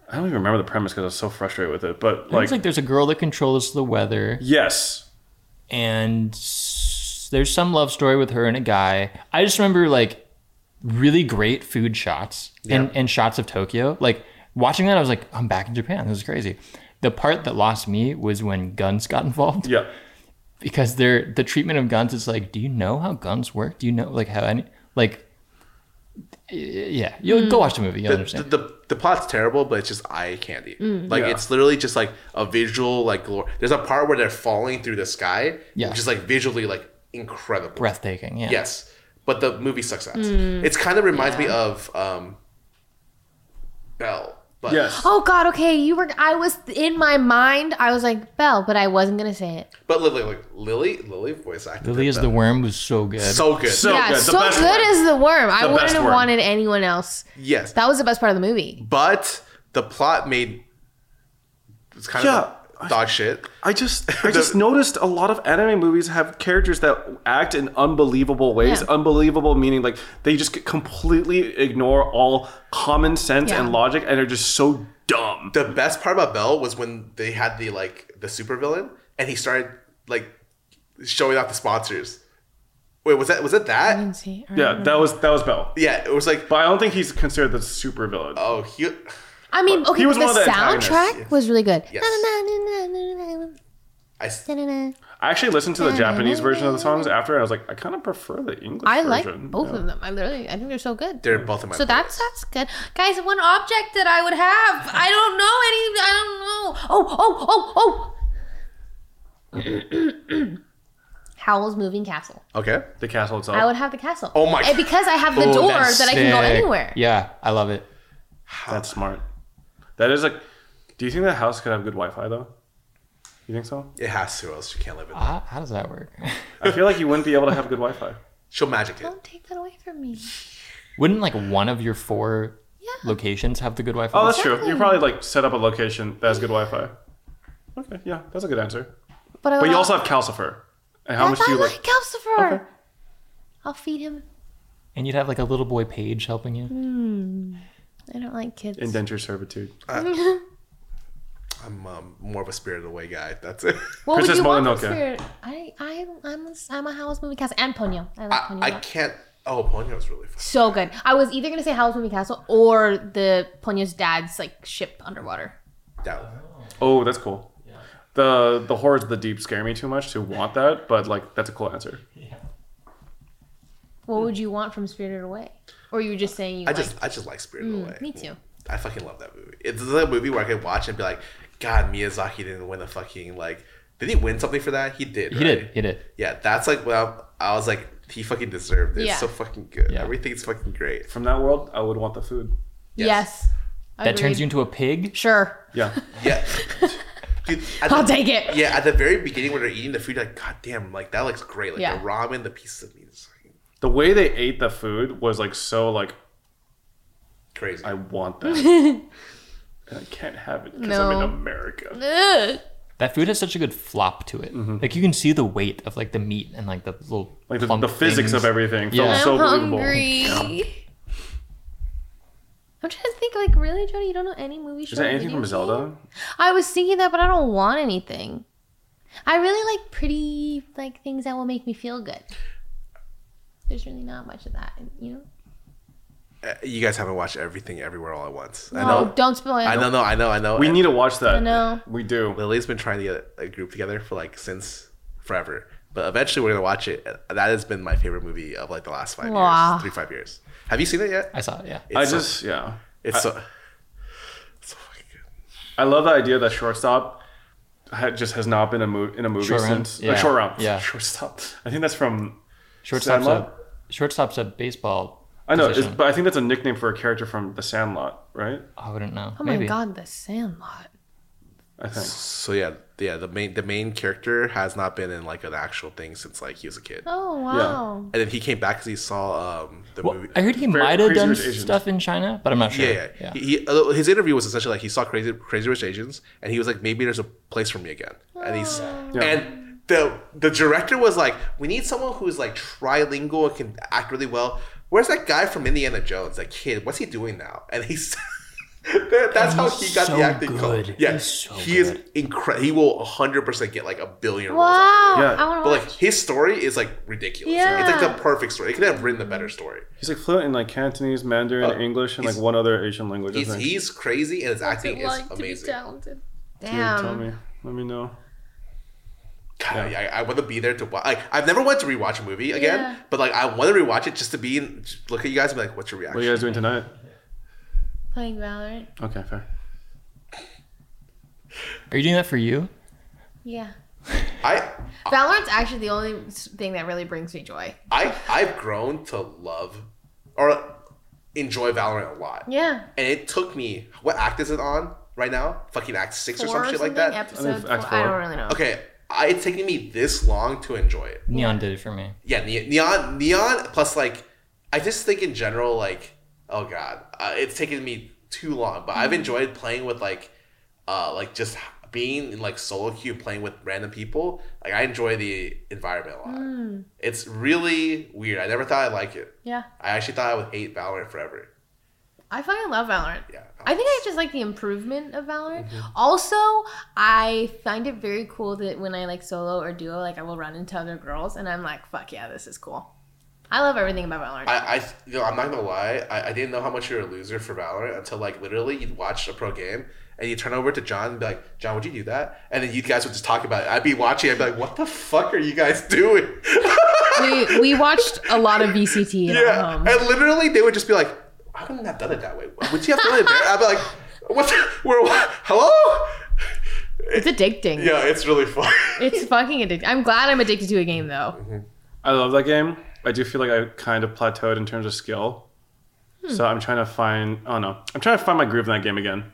S1: I don't even remember the premise because I was so frustrated with it. But
S4: like,
S1: like,
S4: it's like there's a girl that controls the weather,
S1: yes,
S4: and s- there's some love story with her and a guy. I just remember like really great food shots and, and shots of Tokyo. Like watching that, I was like, I'm back in Japan. This is crazy. The part that lost me was when guns got involved.
S1: yeah,
S4: because they're the treatment of guns is like, do you know how guns work? Do you know like how any like y- yeah, you'll go watch the movie, you'll
S3: Hmm. The, the,
S4: understand.
S3: the, the plot's terrible, but it's just eye candy. Like
S1: Yeah.
S3: it's literally just like a visual like glory. There's a part where they're falling through the sky,
S4: Yeah.
S3: which is like visually like incredible.
S4: Breathtaking, yeah.
S3: Yes, but the movie sucks ass. It's kind of reminds me of um, Bell. But
S1: yes.
S2: Oh God. Okay, you were. I was in my mind. I was like Belle, but I wasn't gonna say it.
S3: But Lily, like Lily, Lily voice acting.
S4: Lily is the worm was so good.
S3: so good.
S1: So
S2: yeah,
S1: good. The
S2: so
S1: best
S2: good
S1: one.
S2: is the worm. I
S1: The
S2: wouldn't
S1: best
S2: have
S1: worm.
S2: wanted anyone else.
S3: yes,
S2: That was the best part of the movie.
S3: but the plot made it's kind
S1: Yeah.
S3: of dog shit.
S1: I just I just noticed a lot of anime movies have characters that act in unbelievable ways.
S2: Yeah.
S1: Unbelievable meaning like they just completely ignore all common sense
S2: Yeah.
S1: and logic and are just so dumb.
S3: The best part about Bell was when they had the like the supervillain and he started like showing off the sponsors. Wait, was that was it
S2: I
S3: that?
S2: didn't see it.
S1: Yeah, that was that was Bell.
S3: Yeah, it was like
S1: But I don't think he's considered the super villain.
S3: oh he.
S2: I mean, okay,
S1: he was
S2: but
S1: one
S2: the
S1: of the antagonists,
S2: soundtrack
S3: yes.
S2: was really good.
S3: Yes. I s-
S1: I actually listened to the Japanese version of the songs after and I was like, I kind of prefer the English
S2: I like
S1: version.
S2: both
S1: Yeah.
S2: of them. I literally, I think they're so good.
S3: they're both in my.
S2: so that's that's good, guys. One object that I would have, I don't know any. I don't know. Oh, oh, oh, oh. Howl's Moving Castle.
S3: okay.
S1: The castle itself.
S2: I would have the castle.
S3: Oh my-
S2: And because I have the
S3: Oh,
S2: door
S3: that's
S2: that I can go
S4: Sick.
S2: anywhere.
S4: Yeah, I love it.
S1: That's smart. That is like. Do you think that house could have good Wi-Fi though? You think so?
S3: It has to, or else you can't live in. it.
S4: How, Ah, how does that work?
S1: I feel like you wouldn't be able to have good Wi-Fi.
S3: She'll magic it.
S2: Don't take that away from me.
S4: Wouldn't like one of your four
S2: Yeah.
S4: locations have the good Wi-Fi?
S1: Oh, that's true. You probably like set up a location that has good Wi-Fi. Okay, yeah, that's a good answer.
S2: But, I
S1: But
S2: would
S1: you also have calcifer. And how
S2: I,
S1: much do
S2: I
S1: you
S2: like,
S1: like?
S2: Calcifer. I'll feed him.
S4: and you'd have like a little boy page helping
S2: Mm-hmm.
S4: you.
S2: I don't like kids.
S1: Indentured servitude.
S3: I'm um, more of a spirited away guy. That's it.
S2: What
S1: Princess
S2: would you want
S1: Mononoke.
S2: from Spirit? I, I, I'm, a, I'm a Howl's Moving Castle and Ponyo. I like
S3: I,
S2: Ponyo.
S3: I
S2: a lot.
S3: can't. Oh, Ponyo was really fun.
S2: So good. I was either gonna say Howl's Moving Castle or the Ponyo's dad's like ship underwater.
S3: That
S1: Oh, that's cool. The the horrors of the deep scare me too much to want that, but like that's a cool answer.
S2: What would you want from Spirited Away? Or you were just saying you
S3: Hmm. I
S2: like Mm,
S3: just I just like Spirited Away.
S2: me too.
S3: I fucking love that movie. It's the movie where I could watch and be like, God, Miyazaki didn't win a fucking like. Did he win something for that? He did.
S4: He did, he did.
S3: Yeah, that's like when I, I was like, he fucking deserved it.
S2: Yeah.
S3: It's so fucking good.
S4: Yeah.
S3: Everything's fucking great.
S1: From that world, I would want the food.
S2: Yes.
S4: That turns you into a pig.
S2: Sure.
S1: Yeah.
S3: Yeah. Dude, at
S2: I'll
S3: the-
S2: take it.
S3: Yeah, at the very beginning when they're eating the food, like, God damn, like that looks great. Like
S2: Yeah.
S3: the ramen, the pieces of meat is fucking
S1: the way they ate the food was like so like
S3: crazy.
S1: I want that. and I can't have it because I'm
S2: No.
S1: in America.
S2: Ugh.
S4: That food has such a good flop to it. Like you can see the weight of like the meat and like the little
S1: Mm-hmm. Like the,
S4: plump
S1: the physics
S4: things.
S1: of everything
S4: Yeah.
S1: felt
S2: I'm
S1: so believable.
S2: hungry. I'm trying to think, like, really, Jody? You don't know any movie?
S1: Is there anything from Zelda?
S2: I was thinking that, but I don't want anything. I really like pretty like things that will make me feel good. There's really not much of that, you know.
S3: Uh, you guys haven't watched everything everywhere all at once. I
S2: No,
S3: know.
S2: don't spoil it.
S3: I know, no, I know, I know.
S1: We
S3: And
S1: need to watch that.
S2: I know.
S1: We do.
S3: Lily's been trying to get a group together for like since forever. But eventually we're gonna watch it. And That has been my favorite movie of like the last five
S2: Wow.
S3: years. Three, five years. Have you seen it yet?
S4: I saw it, yeah.
S3: It's
S1: I
S3: so-
S1: just yeah.
S3: it's so it's so fucking good.
S1: I love the idea that shortstop ha- just has not been a mo- in a movie
S4: Short round?
S1: since
S4: Yeah.
S1: uh, short round.
S4: Yeah.
S1: shortstop. I think that's from
S4: Shortstop's a,
S1: Sandlot?
S4: shortstop's a baseball.
S1: I know, it's,
S4: position.
S1: but I think that's a nickname for a character from The Sandlot, right?
S4: I wouldn't know.
S2: Oh
S4: Maybe.
S2: my god, the Sandlot.
S1: I think.
S3: So yeah, yeah. The main the main character has not been in like an actual thing since like he was a kid,
S2: Oh wow.
S3: and then he came back because he saw um the
S4: Well,
S3: movie.
S4: I heard he
S1: Very
S4: might have
S1: Crazy
S4: done
S1: Rich Asians.
S4: stuff in China, but I'm not sure.
S3: yeah, yeah. He, he, although his interview was essentially like he saw Crazy Crazy Rich Asians, and he was like, maybe there's a place for me again. And he's and the the director was like, we need someone who's like trilingual and can act really well. Where's that guy from Indiana Jones? That kid, what's he doing now? And he's that- that's how he
S4: he's
S3: got
S4: so
S3: the acting
S4: good.
S3: coach. Yeah,
S4: He's so
S3: he is
S4: good.
S3: incredible. He will 100 percent get like a billion roles. out of
S2: Wow.
S1: Yeah.
S2: I want
S3: But
S2: to watch.
S3: like his story is like ridiculous.
S2: Yeah.
S3: It's like the perfect story. They could have written a better story.
S1: He's like fluent in like Cantonese, Mandarin,
S3: Oh,
S4: Uh,
S1: English, and like
S3: he's-
S1: one other Asian language. I
S3: He's
S1: think.
S3: he's crazy and his
S2: What's it
S3: acting
S2: like
S3: is
S2: to be
S3: amazing.
S2: talented?
S1: Yeah, tell
S2: Damn.
S1: me. Let me know.
S3: God, I, I want to be there to watch. Like, I've never went to rewatch a movie again,
S2: Yeah.
S3: but like I want to rewatch it just to be in, just look at you guys and be like, what's your reaction?
S1: What are you guys doing tonight?
S2: Playing Valorant.
S1: Okay, fair.
S4: Are you doing that for you?
S2: Yeah.
S3: I
S2: Valorant's actually the only s- thing that really brings me joy.
S3: I I've grown to love or enjoy Valorant a lot,
S2: Yeah.
S3: and it took me what act is it on right now? Fucking act six or
S2: Four
S3: some shit
S2: something,
S3: like that.
S1: I
S2: Episode
S1: think
S2: four.
S1: Act
S2: I
S1: four.
S2: don't really know.
S3: Okay, I, it's taking me this long to enjoy it.
S4: Neon did it for me.
S3: yeah, ne- neon, neon. Plus, like, I just think in general, like, oh god, uh, it's taken me too long, but I've enjoyed playing with like, uh, like just being in like solo queue, playing with random people. Like, I enjoy the environment a lot. It's really weird. I never thought I'd like it.
S2: Yeah.
S3: I actually thought I would hate Valorant forever.
S2: I fucking love Valorant.
S3: Yeah,
S2: I think I just like the improvement of Valorant.
S3: Mm-hmm.
S2: Also, I find it very cool that when I like solo or duo, like I will run into other girls and I'm like, fuck yeah, this is cool. I love everything about Valorant.
S3: I, I you know, I'm not gonna lie. I, I didn't know how much you're a loser for Valorant until like literally you'd watch a pro game and you turn over to John and be like, John, would you do that? And then you guys would just talk about it. I'd be watching. I'd be like, what the fuck are you guys doing?
S2: we, we watched a lot of VCT at
S3: yeah.
S2: home.
S3: And literally they would just be like, I wouldn't have done it that way. Would you have done it? better?" I'd be like, what? The, we're hello?
S2: It's addicting.
S3: Yeah, it's really fun.
S2: It's fucking addicting. I'm glad I'm addicted to a game though.
S3: Mm-hmm.
S1: I love that game. I do feel like I kind of plateaued in terms of skill. So I'm trying to find. Oh no, I'm trying to find my groove in that game again.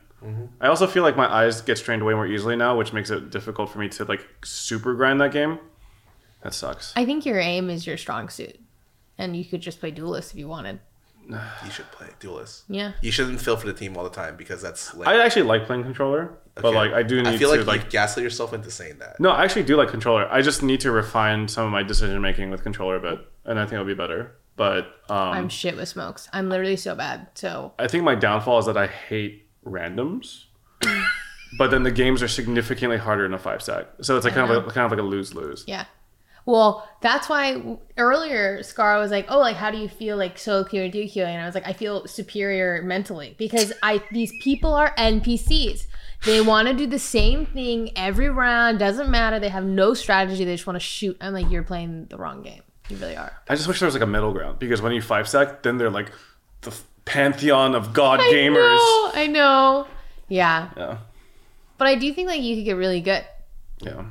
S1: I also feel like my eyes get strained way more easily now, which makes it difficult for me to like super grind that game. That sucks.
S2: I think your aim is your strong suit. And you could just play duelist if you wanted.
S3: you should play duelist.
S2: Yeah.
S3: You shouldn't feel for the team all the time because that's. lame.
S1: I actually like playing controller, but
S3: Okay.
S1: like I do need
S3: I feel
S1: to
S3: like,
S1: like
S3: you gaslit yourself into saying that.
S1: No, I actually do like controller. I just need to refine some of my decision making with controller a bit, and I think it'll be better. But um,
S2: I'm shit with smokes. I'm literally so bad. So
S1: I think my downfall is that I hate randoms. but then the games are significantly harder in a five stack, so it's like kind of like, kind of like a lose lose.
S2: Yeah. Well, that's why w- earlier Scar was like, "Oh, like how do you feel like solo queue or duo queue?" And I was like, "I feel superior mentally because I these people are NPCs. They want to do the same thing every round. Doesn't matter. They have no strategy. They just want to shoot." I'm like, "You're playing the wrong game. You really are."
S1: I just wish there was like a middle ground because when you five stack, then they're like the f- pantheon of god gamers.
S2: I know. I know. Yeah,
S1: Yeah,
S2: but I do think like you could get really good.
S1: yeah.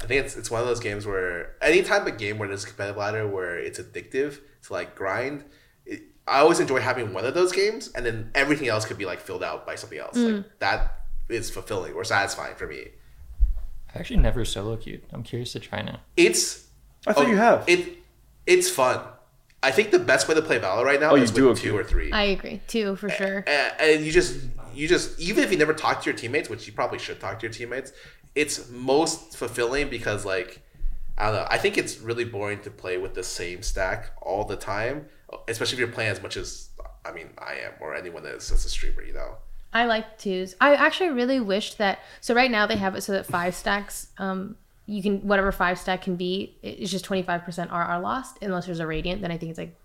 S3: I think it's, it's one of those games where any type of game where there's a competitive ladder where it's addictive to like grind, it, I always enjoy having one of those games, and then everything else could be like filled out by something else. Like that is fulfilling or satisfying for me.
S4: I've actually never solo queued. I'm curious to try now.
S3: It's
S1: I thought
S3: oh,
S1: you have.
S3: it. It's fun. I think the best way to play Valor right now
S1: Oh, you
S3: is
S1: do
S3: with
S1: okay.
S3: two or three,
S2: I agree too, for sure.
S3: and, and you just you just even if you never talk to your teammates, which you probably should talk to your teammates, it's most fulfilling because like I don't know. I think it's really boring to play with the same stack all the time, especially if you're playing as much as I mean I am or anyone is as a streamer. You know,
S2: I like twos. I actually really wish that. So right now they have it so that five stacks, um, you can whatever five stack can be, it- it's just twenty five percent RR lost unless there's a radiant. Then I think it's like,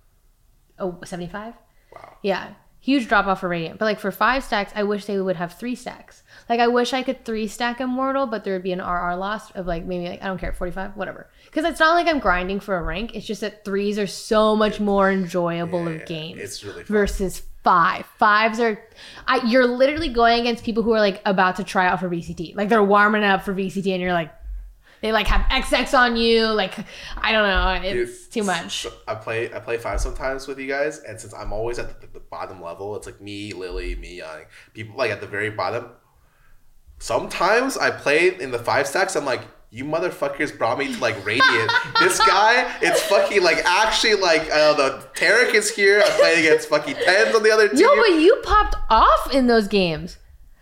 S2: oh, 75?
S3: Wow.
S2: Yeah, Huge drop off for Radiant. But like for five stacks, I wish they would have three stacks. Like I wish I could three stack Immortal, but there would be an RR loss of like maybe like I don't care, 45, whatever. Because it's not like I'm grinding for a rank. It's just that threes are so much more enjoyable of games
S3: it's really fun.
S2: versus five. Fives are I you're literally going against people who are like about to try out for VCT. Like they're warming up for VCT and you're like they like have XX on you. Like I don't know,
S3: Dude,
S2: it's too much.
S3: so I play I play five sometimes with you guys, and since I'm always at the, the bottom level, it's like me, Lily, me, uh, people like at the very bottom. Sometimes I play in the five stacks. I'm like, you motherfuckers brought me to like radiant. this guy, it's fucking like actually like I don't know. Tarek is here. I'm playing against fucking tens on the other team.
S2: No, but you popped off in those games.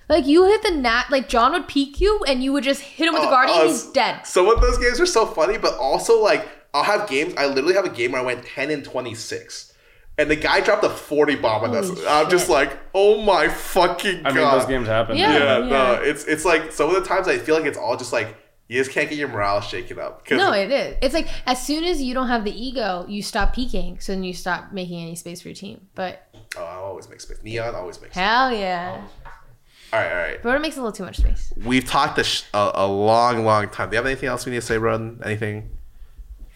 S2: Like you hit the nat, like John would peek you, and you would just hit him with the
S3: Oh,
S2: guardian.
S3: oh,
S2: he's dead.
S3: Some of those games are so funny, but also like I'll have games. I literally have a game where I went ten and twenty six, and the guy dropped a forty bomb on us.
S2: Holy
S3: I'm just
S2: shit.
S3: like, oh my fucking god!
S1: I mean, those games happen.
S2: Yeah.
S3: Yeah, no,
S2: Yeah.
S3: it's it's like some of the times I feel like it's all just like you just can't get your morale shaken up. 'Cause-
S2: No, it is. It's like as soon as you don't have the ego, you stop peeking, so then you stop making any space for your team. But
S3: oh, I always make space. Neon always makes. All
S2: hell yeah,
S3: Oh. right, all right.
S2: but it makes a little too much space.
S3: We've talked a, sh- a, a long, long time. Do you have anything else we need to say, Roden? Anything?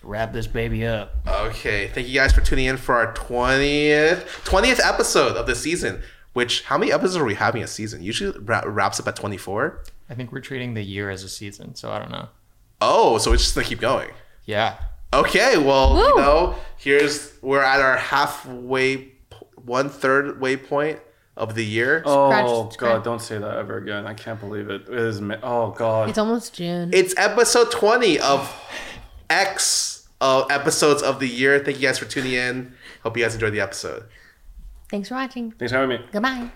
S4: Wrap this baby up.
S3: Okay, thank you guys for tuning in for our twentieth twentieth episode of the season. Which how many episodes are we having a season? Usually ra- wraps up at twenty four.
S4: I think we're treating the year as a season, so I don't know.
S3: Oh, so it's just gonna keep going.
S4: Yeah.
S3: Okay, well
S2: Woo.
S3: you know here's we're at our halfway, one third way point of the year.
S1: Oh
S2: Scratch-
S1: god, don't say that ever again. I can't believe it. It is. ma- Oh god.
S2: It's almost June.
S3: It's episode 20 of X uh, episodes of the year. Thank you guys for tuning in. Hope you guys enjoyed the episode.
S2: Thanks for watching.
S1: Thanks for having me.
S2: Goodbye.